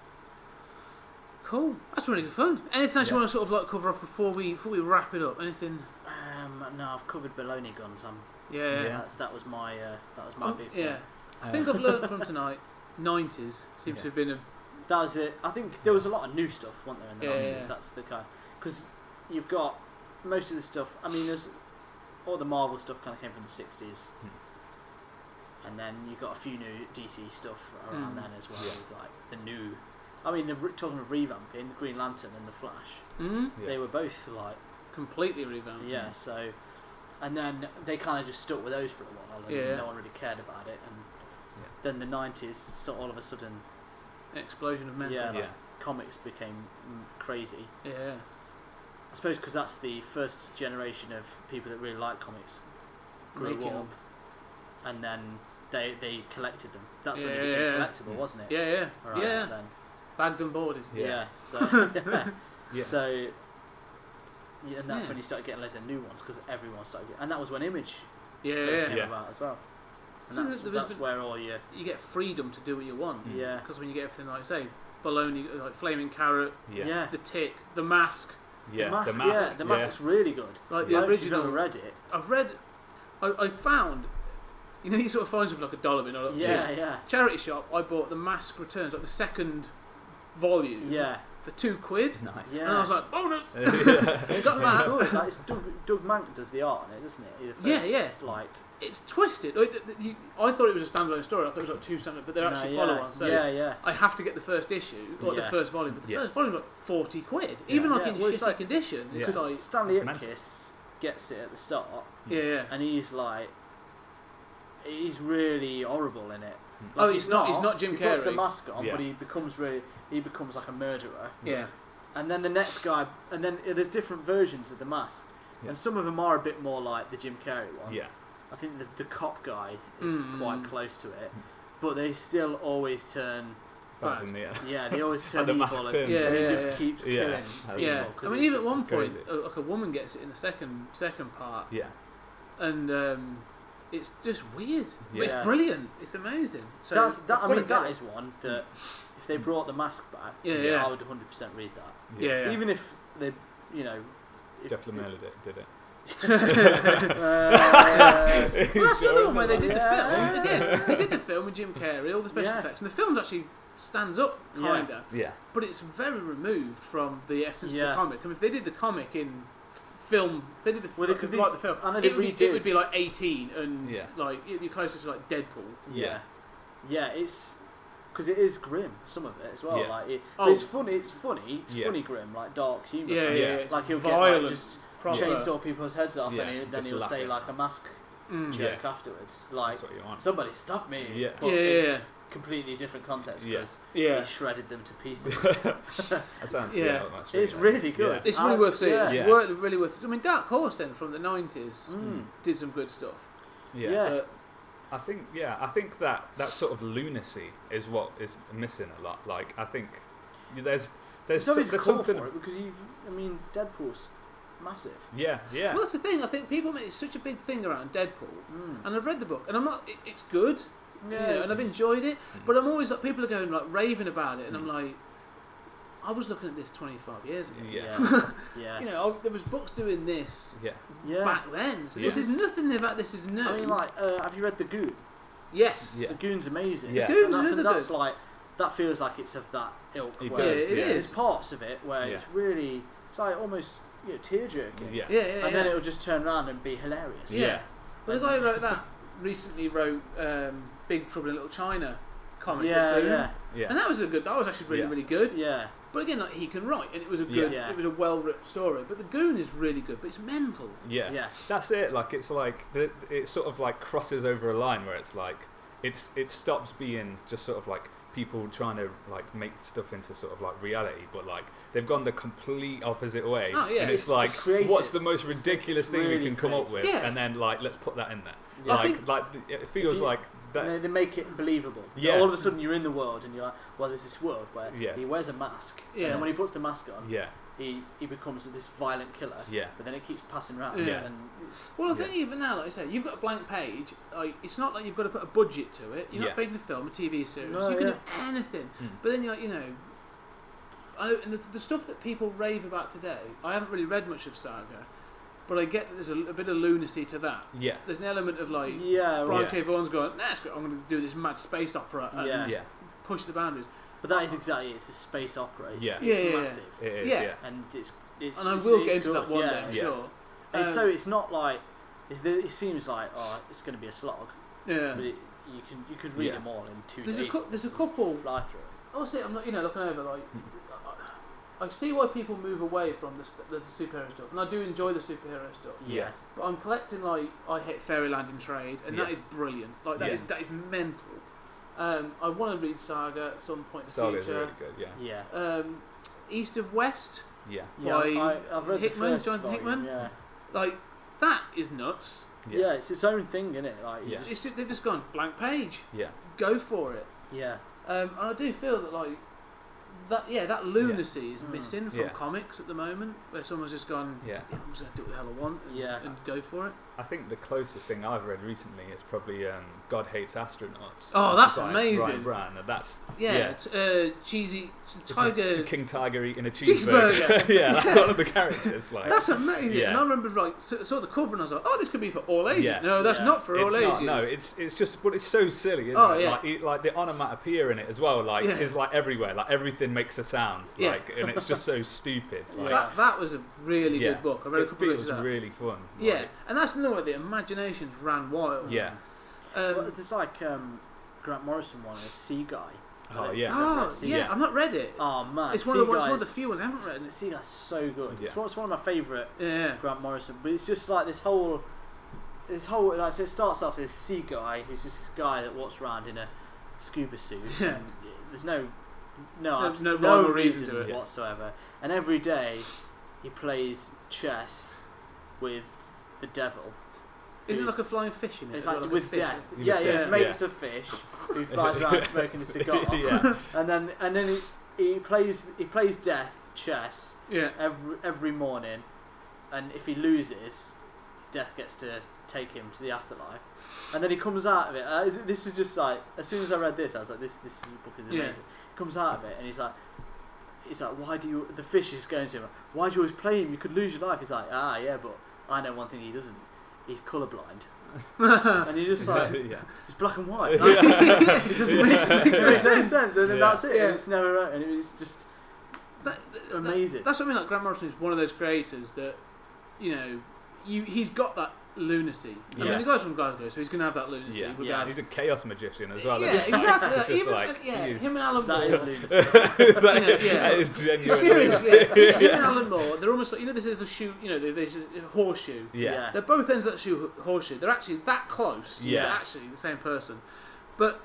Speaker 1: cool. That's really good fun. Anything else you
Speaker 3: Yeah.
Speaker 1: want to sort of like cover off before we before we wrap it up? Anything?
Speaker 2: Um, no, I've covered baloney guns. I'm,
Speaker 1: Yeah.
Speaker 3: Yeah.
Speaker 2: That's that was my uh, that was my
Speaker 1: Um,
Speaker 2: big thing.
Speaker 1: yeah. I think I've learned from tonight. 90s seems
Speaker 3: Yeah.
Speaker 1: to have been a
Speaker 2: That was it. I think there was a lot of new stuff, wasn't there, in the
Speaker 1: Yeah, yeah,
Speaker 2: 90s?
Speaker 1: yeah.
Speaker 2: That's the kind. Because you've got most of the stuff. I mean, there's all the Marvel stuff kind of came from the 60s, and then you got a few new DC stuff around
Speaker 1: Mm.
Speaker 2: then as well.
Speaker 3: Yeah.
Speaker 2: With, like the new. I mean, the, talking of revamping, Green Lantern and the Flash,
Speaker 1: mm,
Speaker 3: Yeah.
Speaker 2: they were both like
Speaker 1: completely revamped.
Speaker 2: yeah. So, and then they kind of just stuck with those for a while, and
Speaker 1: Yeah.
Speaker 2: no one really cared about it. And
Speaker 3: Yeah.
Speaker 2: then the 90s, so all of a sudden,
Speaker 1: An explosion of metal.
Speaker 2: Yeah.
Speaker 3: yeah.
Speaker 2: comics became mm, crazy.
Speaker 1: Yeah.
Speaker 2: I suppose because that's the first generation of people that really like comics grew
Speaker 1: Making
Speaker 2: up,
Speaker 1: them.
Speaker 2: and then they they collected them. That's when
Speaker 1: Yeah,
Speaker 2: they became
Speaker 1: yeah, yeah.
Speaker 2: collectible, wasn't it?
Speaker 1: Yeah, yeah.
Speaker 2: Around
Speaker 1: yeah.
Speaker 2: Then.
Speaker 1: Bagged and boarded.
Speaker 2: Yeah.
Speaker 3: Yeah.
Speaker 2: So.
Speaker 3: Yeah.
Speaker 2: So. Yeah, and that's
Speaker 1: Yeah.
Speaker 2: when you started getting loads of new ones because everyone started, getting, and that was when Image
Speaker 1: Yeah,
Speaker 2: first
Speaker 1: yeah.
Speaker 2: came
Speaker 3: Yeah.
Speaker 2: about as well. And
Speaker 1: There
Speaker 2: that's
Speaker 1: was- there was
Speaker 2: that's
Speaker 1: the-
Speaker 2: where all your
Speaker 1: You get freedom to do what you want.
Speaker 3: Mm.
Speaker 2: yeah
Speaker 1: Because when you get everything like, say, bologna, like flaming carrot,
Speaker 3: yeah, yeah,
Speaker 2: yeah.
Speaker 1: the tick, the mask.
Speaker 3: yeah.
Speaker 2: mask,
Speaker 3: The mask,
Speaker 2: yeah, the mask's really good.
Speaker 1: Like
Speaker 2: I
Speaker 1: the
Speaker 2: don't know if you've
Speaker 1: original.
Speaker 2: ever read it.
Speaker 1: I've read. I, I found. You know, you sort of find something like a dollar bin or like
Speaker 2: Yeah, yeah,
Speaker 1: charity shop. I bought the mask returns, like the second volume,
Speaker 2: yeah,
Speaker 1: for two quid,
Speaker 3: Nice.
Speaker 2: yeah.
Speaker 1: and I was like, bonus.
Speaker 2: It's
Speaker 1: Got that.
Speaker 2: really good. Like, it's Doug, Doug Mank does the art on it, doesn't it? He the
Speaker 1: Yeah,
Speaker 2: first,
Speaker 1: yeah.
Speaker 2: Like,
Speaker 1: It's twisted. Like, th- th- you, I thought it was a standalone story. I thought it was like two standalone, but they're actually
Speaker 2: no, yeah,
Speaker 1: follow-ons. So
Speaker 2: yeah, yeah.
Speaker 1: I have to get the first issue, or the
Speaker 2: Yeah.
Speaker 1: first volume. But the
Speaker 3: Yeah.
Speaker 1: first volume's like forty quid, even like
Speaker 2: Yeah,
Speaker 1: in
Speaker 2: well,
Speaker 1: shitty
Speaker 2: it's like-
Speaker 1: condition. It's
Speaker 3: Yeah.
Speaker 1: like
Speaker 2: Stanley
Speaker 3: Mental.
Speaker 2: Ipkiss gets it at the start,
Speaker 1: yeah, yeah.
Speaker 2: and he's like, he's really horrible in it.
Speaker 3: Mm.
Speaker 1: Oh, he's not- he's not Jim
Speaker 2: he puts the
Speaker 1: Carrey.
Speaker 2: mask on,
Speaker 3: Yeah.
Speaker 2: but he becomes really, he becomes like a murderer.
Speaker 1: yeah.
Speaker 2: And then the next guy, and then there's different versions of the mask,
Speaker 3: Yeah.
Speaker 2: and some of them are a bit more like the Jim Carrey one.
Speaker 3: yeah,
Speaker 2: I think the, the cop guy is
Speaker 1: Mm.
Speaker 2: quite close to
Speaker 3: Hmm.
Speaker 2: it, but they still always turn.
Speaker 3: Bad
Speaker 1: Right.
Speaker 3: in the end.
Speaker 2: Yeah, they always turn
Speaker 3: the mask
Speaker 2: evil.
Speaker 3: turns.
Speaker 2: And,
Speaker 1: Yeah,
Speaker 2: and he
Speaker 1: yeah,
Speaker 2: just
Speaker 1: yeah.
Speaker 2: keeps
Speaker 3: Yeah.
Speaker 2: killing.
Speaker 3: Yeah.
Speaker 2: people
Speaker 1: Yeah,
Speaker 2: 'cause
Speaker 1: I mean, even
Speaker 2: it's
Speaker 1: at
Speaker 2: just-
Speaker 1: one point,
Speaker 3: crazy.
Speaker 1: a, like a woman gets it in the second second part,
Speaker 3: yeah,
Speaker 1: and um, it's just weird. But
Speaker 2: Yeah.
Speaker 1: it's brilliant. It's amazing. So
Speaker 2: That's, that,
Speaker 1: I've
Speaker 2: I
Speaker 1: gotta
Speaker 2: mean, that
Speaker 1: get
Speaker 2: is one that if they brought the mask back,
Speaker 1: Yeah, yeah.
Speaker 2: I would 100 percent read that.
Speaker 1: it. yeah, yeah.
Speaker 2: Even if they, you know, if,
Speaker 3: Jeff Lemire did it. Did it.
Speaker 2: Uh,
Speaker 1: Well, that's another one where they did
Speaker 2: Yeah.
Speaker 1: the film again. They did the film with Jim Carrey, all the special
Speaker 2: Yeah.
Speaker 1: effects, and the film actually stands up
Speaker 2: Yeah.
Speaker 1: kinda,
Speaker 3: Yeah,
Speaker 1: but it's very removed from the essence of
Speaker 2: Yeah.
Speaker 1: the comic. I mean, if they did the comic in f- film, if they did the
Speaker 2: Well, they- 'cause
Speaker 1: film,
Speaker 2: they-
Speaker 1: like the film,
Speaker 2: I know they
Speaker 1: it would, be, it
Speaker 2: redid.
Speaker 1: would be like eighteen and
Speaker 3: Yeah.
Speaker 1: like it'd be closer to like Deadpool.
Speaker 2: yeah, yeah, it's because it is grim. Some of it as well.
Speaker 3: Yeah.
Speaker 2: Like it,
Speaker 1: Oh.
Speaker 2: but it's funny. It's funny. It's
Speaker 3: Yeah.
Speaker 2: funny grim, like dark humor.
Speaker 1: Yeah, yeah,
Speaker 3: Yeah.
Speaker 1: yeah. It's
Speaker 2: Like he'll get
Speaker 1: violent,
Speaker 2: like, just
Speaker 1: proper.
Speaker 2: chainsaw people's heads off,
Speaker 3: Yeah,
Speaker 2: and he, then
Speaker 3: just
Speaker 2: he'll
Speaker 3: laugh
Speaker 2: say
Speaker 3: at
Speaker 2: like a mask
Speaker 1: Mm.
Speaker 2: joke afterwards, like
Speaker 3: that's what you want.
Speaker 2: somebody stop me.
Speaker 3: Yeah.
Speaker 2: but
Speaker 1: Yeah, yeah,
Speaker 2: it's
Speaker 1: yeah.
Speaker 2: completely different context
Speaker 3: Yeah.
Speaker 2: because
Speaker 1: Yeah,
Speaker 2: he shredded them to pieces. Mm.
Speaker 3: that sounds
Speaker 1: Yeah.
Speaker 3: yeah. that's
Speaker 2: It's
Speaker 3: nice.
Speaker 2: really good.
Speaker 1: it's really
Speaker 2: I-
Speaker 1: worth seeing.
Speaker 2: yeah.
Speaker 1: It's
Speaker 3: Yeah.
Speaker 1: wor- really worth. I mean, Dark Horse then from the nineties
Speaker 2: Mm.
Speaker 1: did some good stuff. Uh,
Speaker 3: Yeah.
Speaker 2: Yeah.
Speaker 1: But
Speaker 3: I think yeah, I think that that sort of lunacy is what is missing a lot. Like I think there's there's,
Speaker 2: There's always
Speaker 3: there's
Speaker 2: call
Speaker 3: something
Speaker 2: for it because you've. I mean, Deadpool's massive.
Speaker 3: yeah yeah
Speaker 1: Well, that's the thing. I think people make it's such a big thing around Deadpool,
Speaker 2: Mm.
Speaker 1: and I've read the book, and I'm not. It, it's good,
Speaker 3: Mm.
Speaker 1: uh, you know, and I've enjoyed it. But I'm always like, people are going like raving about it, and I'm like, I was looking at this 25 years ago.
Speaker 3: Yeah.
Speaker 2: yeah.
Speaker 1: You know, I, there was books doing this
Speaker 3: Yeah.
Speaker 2: yeah.
Speaker 1: back then. So This is
Speaker 3: Yes.
Speaker 1: nothing about this is new.
Speaker 2: I mean, like, uh, have you read The Goon?
Speaker 1: yes.
Speaker 3: Yeah.
Speaker 2: The Goon's amazing.
Speaker 3: Yeah. The
Speaker 1: Goon's
Speaker 2: and that's,
Speaker 1: another
Speaker 2: and that's
Speaker 1: good-
Speaker 2: like that feels like it's of that ilk.
Speaker 3: It
Speaker 2: where
Speaker 3: does, Yeah, it yeah.
Speaker 2: There's
Speaker 1: is.
Speaker 2: parts of it where
Speaker 3: Yeah.
Speaker 2: it's really it's like almost you know, tear jerking.
Speaker 3: Yeah.
Speaker 1: Yeah, yeah,
Speaker 2: And
Speaker 1: yeah.
Speaker 2: then it'll just turn around and be hilarious.
Speaker 1: Yeah. well, the guy who wrote that recently wrote um, Big Trouble in Little China comic.
Speaker 2: Yeah,
Speaker 1: The Boom.
Speaker 2: yeah,
Speaker 1: And
Speaker 3: Yeah.
Speaker 1: that was a good. That was actually really,
Speaker 3: Yeah.
Speaker 1: really good.
Speaker 2: yeah,
Speaker 1: But again, like he can write, and it was a
Speaker 3: Yeah.
Speaker 1: good.
Speaker 2: Yeah.
Speaker 1: It was a well-written story. But the Goon is really good, but it's mental.
Speaker 3: Yeah.
Speaker 2: yeah.
Speaker 3: That's it. Like it's like the, it sort of like crosses over a line where it's like it's it stops being just sort of like people trying to like make stuff into sort of like reality, but like they've gone the complete opposite way.
Speaker 1: Oh, yeah.
Speaker 3: And it's,
Speaker 1: It's-
Speaker 3: like
Speaker 2: it's creative.
Speaker 3: what's the most ridiculous
Speaker 2: it's
Speaker 3: thing we
Speaker 2: really
Speaker 3: can come up with,
Speaker 1: creative. Yeah.
Speaker 3: and then like let's put that in there.
Speaker 2: Yeah. I
Speaker 3: Like
Speaker 1: think-
Speaker 3: like it feels
Speaker 2: you-
Speaker 3: like that.
Speaker 2: And they, they make it believable.
Speaker 3: Yeah.
Speaker 2: All of a sudden you're in the world and you're like, well, there's this world where
Speaker 3: Yeah.
Speaker 2: he wears a mask.
Speaker 1: Yeah.
Speaker 2: And then when he puts the mask on,
Speaker 3: yeah.
Speaker 2: he, he becomes this violent killer.
Speaker 3: Yeah.
Speaker 2: But then it keeps passing around.
Speaker 1: Yeah.
Speaker 2: And it's,
Speaker 1: Well, I
Speaker 3: Yeah.
Speaker 1: think even now, like I say, you've got a blank page. Like, it's not like you've got to put a budget to it. You're
Speaker 3: Yeah.
Speaker 1: not making a film, a TV series.
Speaker 2: No,
Speaker 1: you can
Speaker 2: yeah. Hmm.
Speaker 1: do anything.
Speaker 3: Mm.
Speaker 1: But then you're, like, you know, I know, and the, the stuff that people rave about today. I haven't really read much of Saga, but I get that there's a, a bit of lunacy to that.
Speaker 3: Yeah.
Speaker 1: There's an element of like
Speaker 2: yeah.
Speaker 1: Brian
Speaker 2: Right.
Speaker 3: Yeah.
Speaker 1: K. Vaughan's going, nah, it's great. I'm going to do this mad space opera and
Speaker 2: Yeah.
Speaker 3: Yeah.
Speaker 1: push the boundaries.
Speaker 2: But that is exactly it. It's a space opera. It's,
Speaker 3: Yeah.
Speaker 2: it's
Speaker 1: Yeah, yeah, yeah.
Speaker 2: massive.
Speaker 3: It is.
Speaker 1: Yeah.
Speaker 3: Yeah.
Speaker 2: And it's, it's
Speaker 1: And I
Speaker 2: it's-
Speaker 1: will
Speaker 2: it's
Speaker 1: get into
Speaker 2: good,
Speaker 1: that one
Speaker 2: yeah.
Speaker 1: day, I'm
Speaker 3: Yes.
Speaker 1: sure.
Speaker 2: And it's- so
Speaker 1: Um,
Speaker 2: it's not like it's, the- it seems like oh it's going to be a slog,
Speaker 1: Yeah.
Speaker 2: but it, you can you could read
Speaker 3: Yeah.
Speaker 2: them all in two
Speaker 1: There's a
Speaker 2: days.
Speaker 1: cou- there's a couple
Speaker 2: fly through. it.
Speaker 1: Honestly, I'm not. You know, looking over, like, I, I see why people move away from the, st- the superhero stuff, and I do enjoy the superhero stuff.
Speaker 3: Yeah.
Speaker 1: But I'm collecting like I hate Fairyland in Trade, and that
Speaker 3: Yeah.
Speaker 1: is brilliant. Like that
Speaker 3: Yeah.
Speaker 1: is that is mental. Um, I want to read Saga at some point in the
Speaker 3: Saga's
Speaker 1: future.
Speaker 3: really good. Yeah.
Speaker 2: Yeah.
Speaker 1: Um, East of West,
Speaker 3: Yeah.
Speaker 2: Yeah,
Speaker 1: By
Speaker 2: I, I've read
Speaker 1: Hickman,
Speaker 2: the first
Speaker 1: Jonathan
Speaker 2: volume,
Speaker 1: Hickman?
Speaker 2: Yeah.
Speaker 1: like that is nuts.
Speaker 2: yeah, it's its own thing, isn't it? Like, you
Speaker 3: Yeah.
Speaker 1: It's
Speaker 2: just,
Speaker 1: just, they've just gone blank page.
Speaker 3: Yeah.
Speaker 1: Go for it.
Speaker 2: yeah,
Speaker 1: Um, and I do feel that like that yeah that lunacy is
Speaker 2: Mm.
Speaker 1: missing from
Speaker 3: Yeah.
Speaker 1: comics at the moment where someone's just gone
Speaker 3: Yeah.
Speaker 1: I'm just gonna do what the hell I want and,
Speaker 2: Yeah.
Speaker 1: and go for it.
Speaker 3: I think the closest thing I've read recently is probably um, God Hates Astronauts.
Speaker 1: Oh, that's
Speaker 3: by
Speaker 1: amazing.
Speaker 3: Brian Brown. and that's
Speaker 1: Yeah,
Speaker 3: Yeah.
Speaker 1: T- uh, cheesy t-
Speaker 3: it's like
Speaker 1: tiger.
Speaker 3: the King Tiger eating a
Speaker 1: Cheeseburger.
Speaker 3: cheeseburger. yeah, that's one of the characters. Like,
Speaker 1: that's amazing.
Speaker 3: Yeah.
Speaker 1: And I remember like s- saw the cover and I was like, oh, this could be for all ages.
Speaker 3: Yeah.
Speaker 1: No, that's
Speaker 2: Yeah.
Speaker 1: not for
Speaker 3: it's
Speaker 1: all
Speaker 3: not,
Speaker 1: ages.
Speaker 3: no, it's it's just, but it's so silly, isn't
Speaker 1: Oh,
Speaker 3: it?
Speaker 1: yeah.
Speaker 3: Like, it- like the onomatopoeia in it as well, like
Speaker 1: Yeah.
Speaker 3: is like everywhere, like everything makes a sound,
Speaker 1: Yeah.
Speaker 3: like, and it's just so stupid. Like,
Speaker 2: Yeah.
Speaker 1: that, that was a really
Speaker 3: yeah.
Speaker 1: good book. I read a
Speaker 3: it
Speaker 1: couple of
Speaker 3: feels
Speaker 1: issues. of that.
Speaker 3: really fun.
Speaker 1: yeah,
Speaker 3: like,
Speaker 1: and that's another way the imaginations ran wild.
Speaker 3: yeah,
Speaker 1: Um,
Speaker 2: well, there's like um, Grant Morrison one, a sea guy. I
Speaker 3: oh
Speaker 2: don't
Speaker 3: yeah,
Speaker 2: know.
Speaker 1: oh
Speaker 2: Sea
Speaker 1: yeah,
Speaker 3: Guy.
Speaker 1: I've not read it.
Speaker 2: Oh man,
Speaker 1: it's one of
Speaker 2: Sea
Speaker 1: the it's one of the
Speaker 2: Guy's-
Speaker 1: few ones I haven't read.
Speaker 2: Sea Guy's so good. It's,
Speaker 3: Yeah.
Speaker 2: one, it's one of my favourite
Speaker 1: Yeah,
Speaker 2: Grant Morrison, but it's just like this whole, this whole like so it starts off with this sea guy who's just this guy that walks around in a scuba suit.
Speaker 1: Yeah.
Speaker 2: And there's no, no,
Speaker 1: No-
Speaker 2: abs-
Speaker 1: no
Speaker 2: no,
Speaker 1: rhyme or reason
Speaker 2: reason
Speaker 1: to it.
Speaker 3: Yeah.
Speaker 2: whatsoever. And every day, he plays chess with the devil.
Speaker 1: isn't it
Speaker 2: It's-
Speaker 1: like a flying fish in it? as
Speaker 2: It's like
Speaker 1: well, a
Speaker 2: with
Speaker 1: fish?
Speaker 2: death.
Speaker 3: With
Speaker 2: Yeah, yeah,
Speaker 1: death.
Speaker 2: his mate's a fish who flies around smoking a cigar,
Speaker 3: yeah,
Speaker 2: and then and then he, he plays he plays death chess
Speaker 1: Yeah.
Speaker 2: every every morning, and if he loses, death gets to take him to the afterlife, and then he comes out of it. Uh, this is just like as soon as I read this, I was like, this this book is
Speaker 1: Yeah.
Speaker 2: amazing. Comes out of it, and he's like. He's like, why do you? The fish is going to him. Why do you always play him? You could lose your life. He's like, ah, yeah, but I know one thing he doesn't. He's colourblind, and he just like
Speaker 3: yeah.
Speaker 2: it's black and white.
Speaker 3: Yeah.
Speaker 2: it doesn't make,
Speaker 3: Yeah.
Speaker 2: make no sense. And then
Speaker 3: Yeah.
Speaker 2: that's it.
Speaker 1: Yeah.
Speaker 2: And it's never right. And it's just
Speaker 1: That-
Speaker 2: amazing.
Speaker 1: That's what I mean. Like Grant Morrison is one of those creators that, you know, you he's got that lunacy. I
Speaker 3: Yeah.
Speaker 1: mean, the guy's from Glasgow, so he's gonna have that lunacy.
Speaker 3: Yeah.
Speaker 1: without-
Speaker 3: He's a chaos magician as well.
Speaker 1: yeah,
Speaker 3: isn't he?
Speaker 1: exactly.
Speaker 3: It's
Speaker 1: Like,
Speaker 3: just
Speaker 1: even,
Speaker 3: like,
Speaker 1: yeah,
Speaker 3: he is-
Speaker 1: him and Alan
Speaker 2: that
Speaker 1: Moore.
Speaker 2: is lunacy.
Speaker 3: that,
Speaker 1: Yeah.
Speaker 3: that is genuine.
Speaker 1: Seriously, yeah, him and Alan Moore. They're almost like you know. This is a shoe. You know, there's a horseshoe.
Speaker 3: Yeah.
Speaker 1: They're both ends of that shoe horseshoe. They're actually that close.
Speaker 3: Yeah.
Speaker 1: They're actually the same person, but.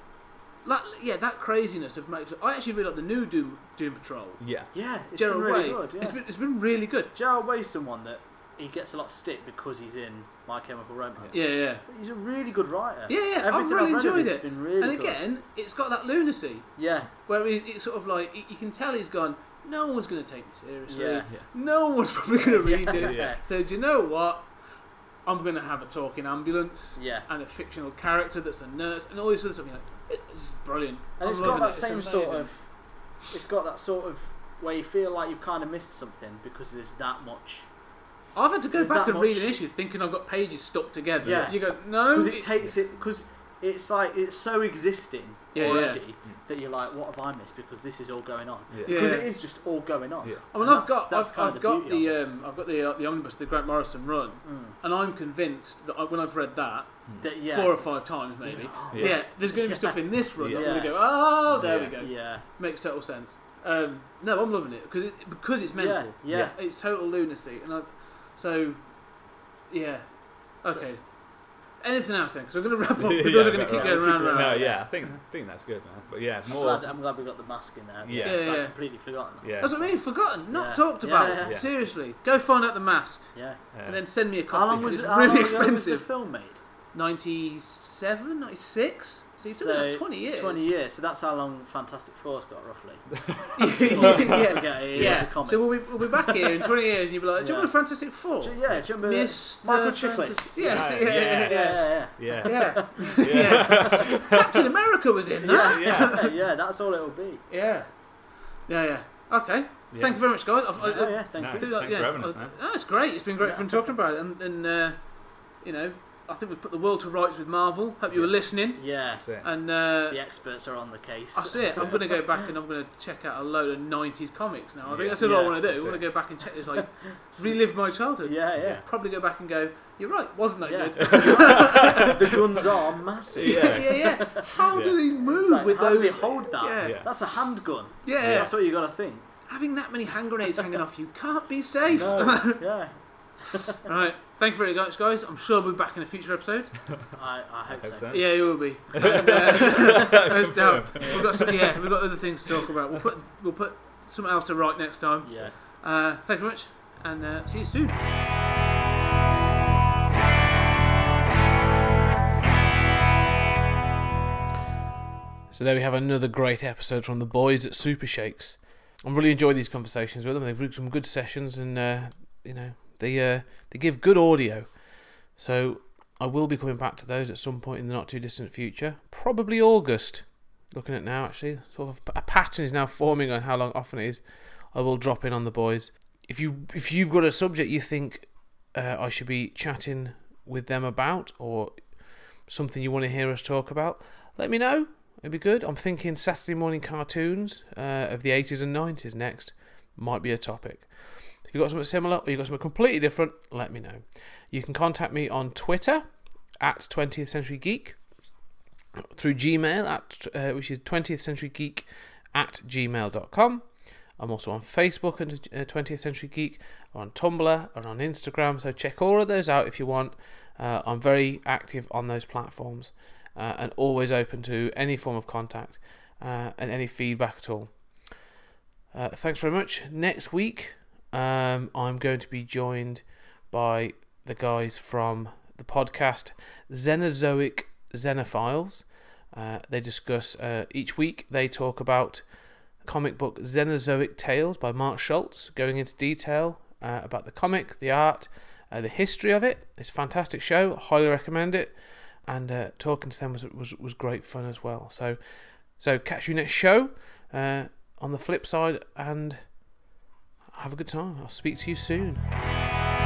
Speaker 1: That, yeah, that craziness of Max. I actually really like the new Doom Doom Patrol.
Speaker 3: Yeah.
Speaker 2: Yeah, it's
Speaker 1: Gerald
Speaker 2: been really
Speaker 1: Way.
Speaker 2: good. Yeah.
Speaker 1: It's been it's been really good.
Speaker 2: Gerald Way's someone that he gets a lot of stick because he's in My Chemical Romance.
Speaker 1: Yeah, yeah.
Speaker 2: But he's a really good writer.
Speaker 1: Yeah, yeah, I've
Speaker 2: Everything
Speaker 1: really
Speaker 2: read of
Speaker 1: enjoyed
Speaker 2: his
Speaker 1: it.
Speaker 2: Has been really
Speaker 1: and
Speaker 2: good.
Speaker 1: again, it's got that lunacy
Speaker 2: yeah,
Speaker 1: where he, it's sort of like y- you can tell he's gone. No one's going to take me seriously.
Speaker 2: Yeah.
Speaker 3: Yeah.
Speaker 1: No one's probably going to read this.
Speaker 2: Yeah.
Speaker 1: So do you know what? I'm going to have a talking ambulance
Speaker 2: yeah.
Speaker 1: and a fictional character that's a nurse and all this other stuff. You're like, it's brilliant.
Speaker 2: And
Speaker 1: I'm
Speaker 2: it's got
Speaker 1: loving it.
Speaker 2: that same
Speaker 1: It's
Speaker 2: sort
Speaker 1: amazing.
Speaker 2: of, it's got that sort of where you feel like you've kind of missed something because there's that much.
Speaker 3: I've had to go
Speaker 2: There's
Speaker 3: back
Speaker 2: that
Speaker 3: and read
Speaker 2: much-
Speaker 3: an issue thinking I've got pages stuck together.
Speaker 2: Yeah.
Speaker 3: You go, no.
Speaker 2: Because it takes it because it's like it's so existing
Speaker 3: Yeah, yeah.
Speaker 2: already that you're like, what have I missed? Because this is all going on.
Speaker 4: Yeah.
Speaker 3: Yeah.
Speaker 2: Because it is just all going on.
Speaker 4: Yeah.
Speaker 3: I mean,
Speaker 2: And
Speaker 3: I've got,
Speaker 2: that's- that's
Speaker 3: I've,
Speaker 2: kind of
Speaker 3: I've got
Speaker 2: beauty of
Speaker 3: the, um, I've got the, uh, the omnibus, the Grant Morrison run, and I'm convinced that I, when I've read that
Speaker 2: it. That- yeah.
Speaker 3: four or five times, maybe, yeah,
Speaker 4: Yeah.
Speaker 3: there's going to be
Speaker 2: Yeah.
Speaker 3: stuff in this run. that I'm going
Speaker 2: Yeah.
Speaker 3: to go, oh, there we
Speaker 4: Yeah.
Speaker 3: go.
Speaker 2: yeah.
Speaker 3: Makes total sense. Um, no, I'm loving it because it, because it's mental.
Speaker 2: Yeah, yeah.
Speaker 3: It's total lunacy, and I, so, yeah, okay. Anything else then? Because I'm going to wrap up. Because
Speaker 4: Yeah,
Speaker 3: are going to
Speaker 4: but-
Speaker 3: keep going
Speaker 2: right.
Speaker 3: round and round.
Speaker 4: No, yeah, I think think that's good, man. But yeah,
Speaker 2: I'm glad,
Speaker 4: more.
Speaker 2: I'm glad we got the mask in there.
Speaker 4: Yeah.
Speaker 2: It's like
Speaker 3: Yeah.
Speaker 2: completely forgotten.
Speaker 4: Yeah,
Speaker 3: That's what I mean. Forgotten, not
Speaker 2: Yeah.
Speaker 3: talked
Speaker 2: Yeah,
Speaker 3: about.
Speaker 2: yeah,
Speaker 4: yeah.
Speaker 3: Seriously, go find out the mask
Speaker 2: Yeah.
Speaker 3: and then send me a copy.
Speaker 2: How long was
Speaker 3: it's
Speaker 2: how long
Speaker 3: really
Speaker 2: ago was the
Speaker 3: expensive.
Speaker 2: film made?
Speaker 3: 97, 96? So you're talking about 20 years.
Speaker 2: 20 years. So that's how long Fantastic Four's got, roughly.
Speaker 3: yeah.
Speaker 2: Okay, it was a
Speaker 3: yeah.
Speaker 2: comic.
Speaker 3: So we'll be, we'll be back here in 20 years and you'll be like, do you
Speaker 2: Yeah.
Speaker 3: remember Fantastic Four?
Speaker 2: Do you- yeah, do you remember
Speaker 3: Mr.
Speaker 2: Michael
Speaker 3: Fantas-
Speaker 2: Chiklis?
Speaker 3: Yes,
Speaker 4: Yeah,
Speaker 3: yeah,
Speaker 4: yeah.
Speaker 2: yeah,
Speaker 3: yeah, yeah.
Speaker 4: yeah, yeah,
Speaker 3: Yeah. Yeah. Captain America was in that.
Speaker 4: yeah.
Speaker 2: yeah, yeah, yeah, That's all it'll be.
Speaker 3: Yeah. Yeah, yeah. Okay.
Speaker 4: Yeah.
Speaker 3: Thank you very much, guys. I've,
Speaker 1: Oh,
Speaker 3: I,
Speaker 2: Oh, Yeah, yeah. Thank
Speaker 4: No.
Speaker 2: you.
Speaker 3: do that,
Speaker 4: Thanks
Speaker 3: yeah.
Speaker 4: for having us,
Speaker 3: I-
Speaker 4: man.
Speaker 3: No, it's great. It's been great
Speaker 2: Yeah.
Speaker 3: fun talking about it. And, and uh, you know, I think we've put the world to rights with Marvel. Hope you were listening.
Speaker 2: Yeah.
Speaker 4: That's it.
Speaker 3: And uh,
Speaker 2: The experts are on the case.
Speaker 3: That's it. I'm
Speaker 4: it.
Speaker 3: going to go back and I'm going to check out a load of 90s comics now. I think
Speaker 4: Yeah.
Speaker 3: that's what I
Speaker 2: Yeah.
Speaker 3: want to do.
Speaker 4: That's
Speaker 3: I want
Speaker 4: it.
Speaker 3: to go back and check this, like, relive my childhood.
Speaker 2: Yeah, yeah.
Speaker 3: Probably go back and go, you're right, wasn't that
Speaker 2: Yeah.
Speaker 3: good?
Speaker 2: the guns are massive.
Speaker 4: Yeah.
Speaker 3: yeah, yeah. How
Speaker 4: Yeah.
Speaker 3: did he
Speaker 2: It's
Speaker 3: move
Speaker 2: like,
Speaker 3: with
Speaker 2: how do
Speaker 3: those?
Speaker 2: they hold that?
Speaker 3: Yeah.
Speaker 4: Yeah.
Speaker 2: That's a handgun.
Speaker 3: Yeah.
Speaker 2: That's what you got to think.
Speaker 3: Having that many hand grenades hanging off you can't be safe.
Speaker 2: No. yeah.
Speaker 3: right. Thank you very much, guys. I'm sure we'll be back in a future episode.
Speaker 2: I, I hope
Speaker 4: Hope
Speaker 2: so.
Speaker 4: so.
Speaker 3: Yeah, you will be. And, uh, no doubt. We've got some, yeah, we've got other things to talk about. We'll put we'll put something else to write next time.
Speaker 2: Yeah.
Speaker 3: Uh, thank you very much, and uh, see you soon.
Speaker 1: So there we have another great episode from the boys at Super Shakes. I really enjoy these conversations with them. They've had some good sessions, and uh, you know they uh, they give good audio. So I will be coming back to those at some point in the not too distant future, probably August. Looking at now, actually, sort of a pattern is now forming on how long often it is. I will drop in on the boys. If you if you've got a subject you think uh, I should be chatting with them about, or something you want to hear us talk about, let me know. It'd be good. I'm thinking Saturday morning cartoons uh, of the 80s and 90s next might be a topic. If you've got something similar or you've got something completely different, let me know. You can contact me on Twitter at 20th Century Geek, through Gmail, at, uh, which is 20th Century Geek at gmail.com. I'm also on Facebook under uh, 20th Century Geek, or on Tumblr, and on Instagram. So check all of those out if you want. Uh, I'm very active on those platforms uh, and always open to any form of contact uh, and any feedback at all. Uh, thanks very much. Next week, um, I'm going to be joined by the guys from the podcast Xenozoic Xenophiles. Uh, they discuss uh, each week. They talk about comic book Xenozoic Tales by Mark Schultz, going into detail uh, about the comic, the art, uh, the history of it. It's a fantastic show. Highly recommend it. And uh, talking to them was, was was great fun as well. So, so catch you next show. Uh, on the flip side, and have a good time. I'll speak to you soon.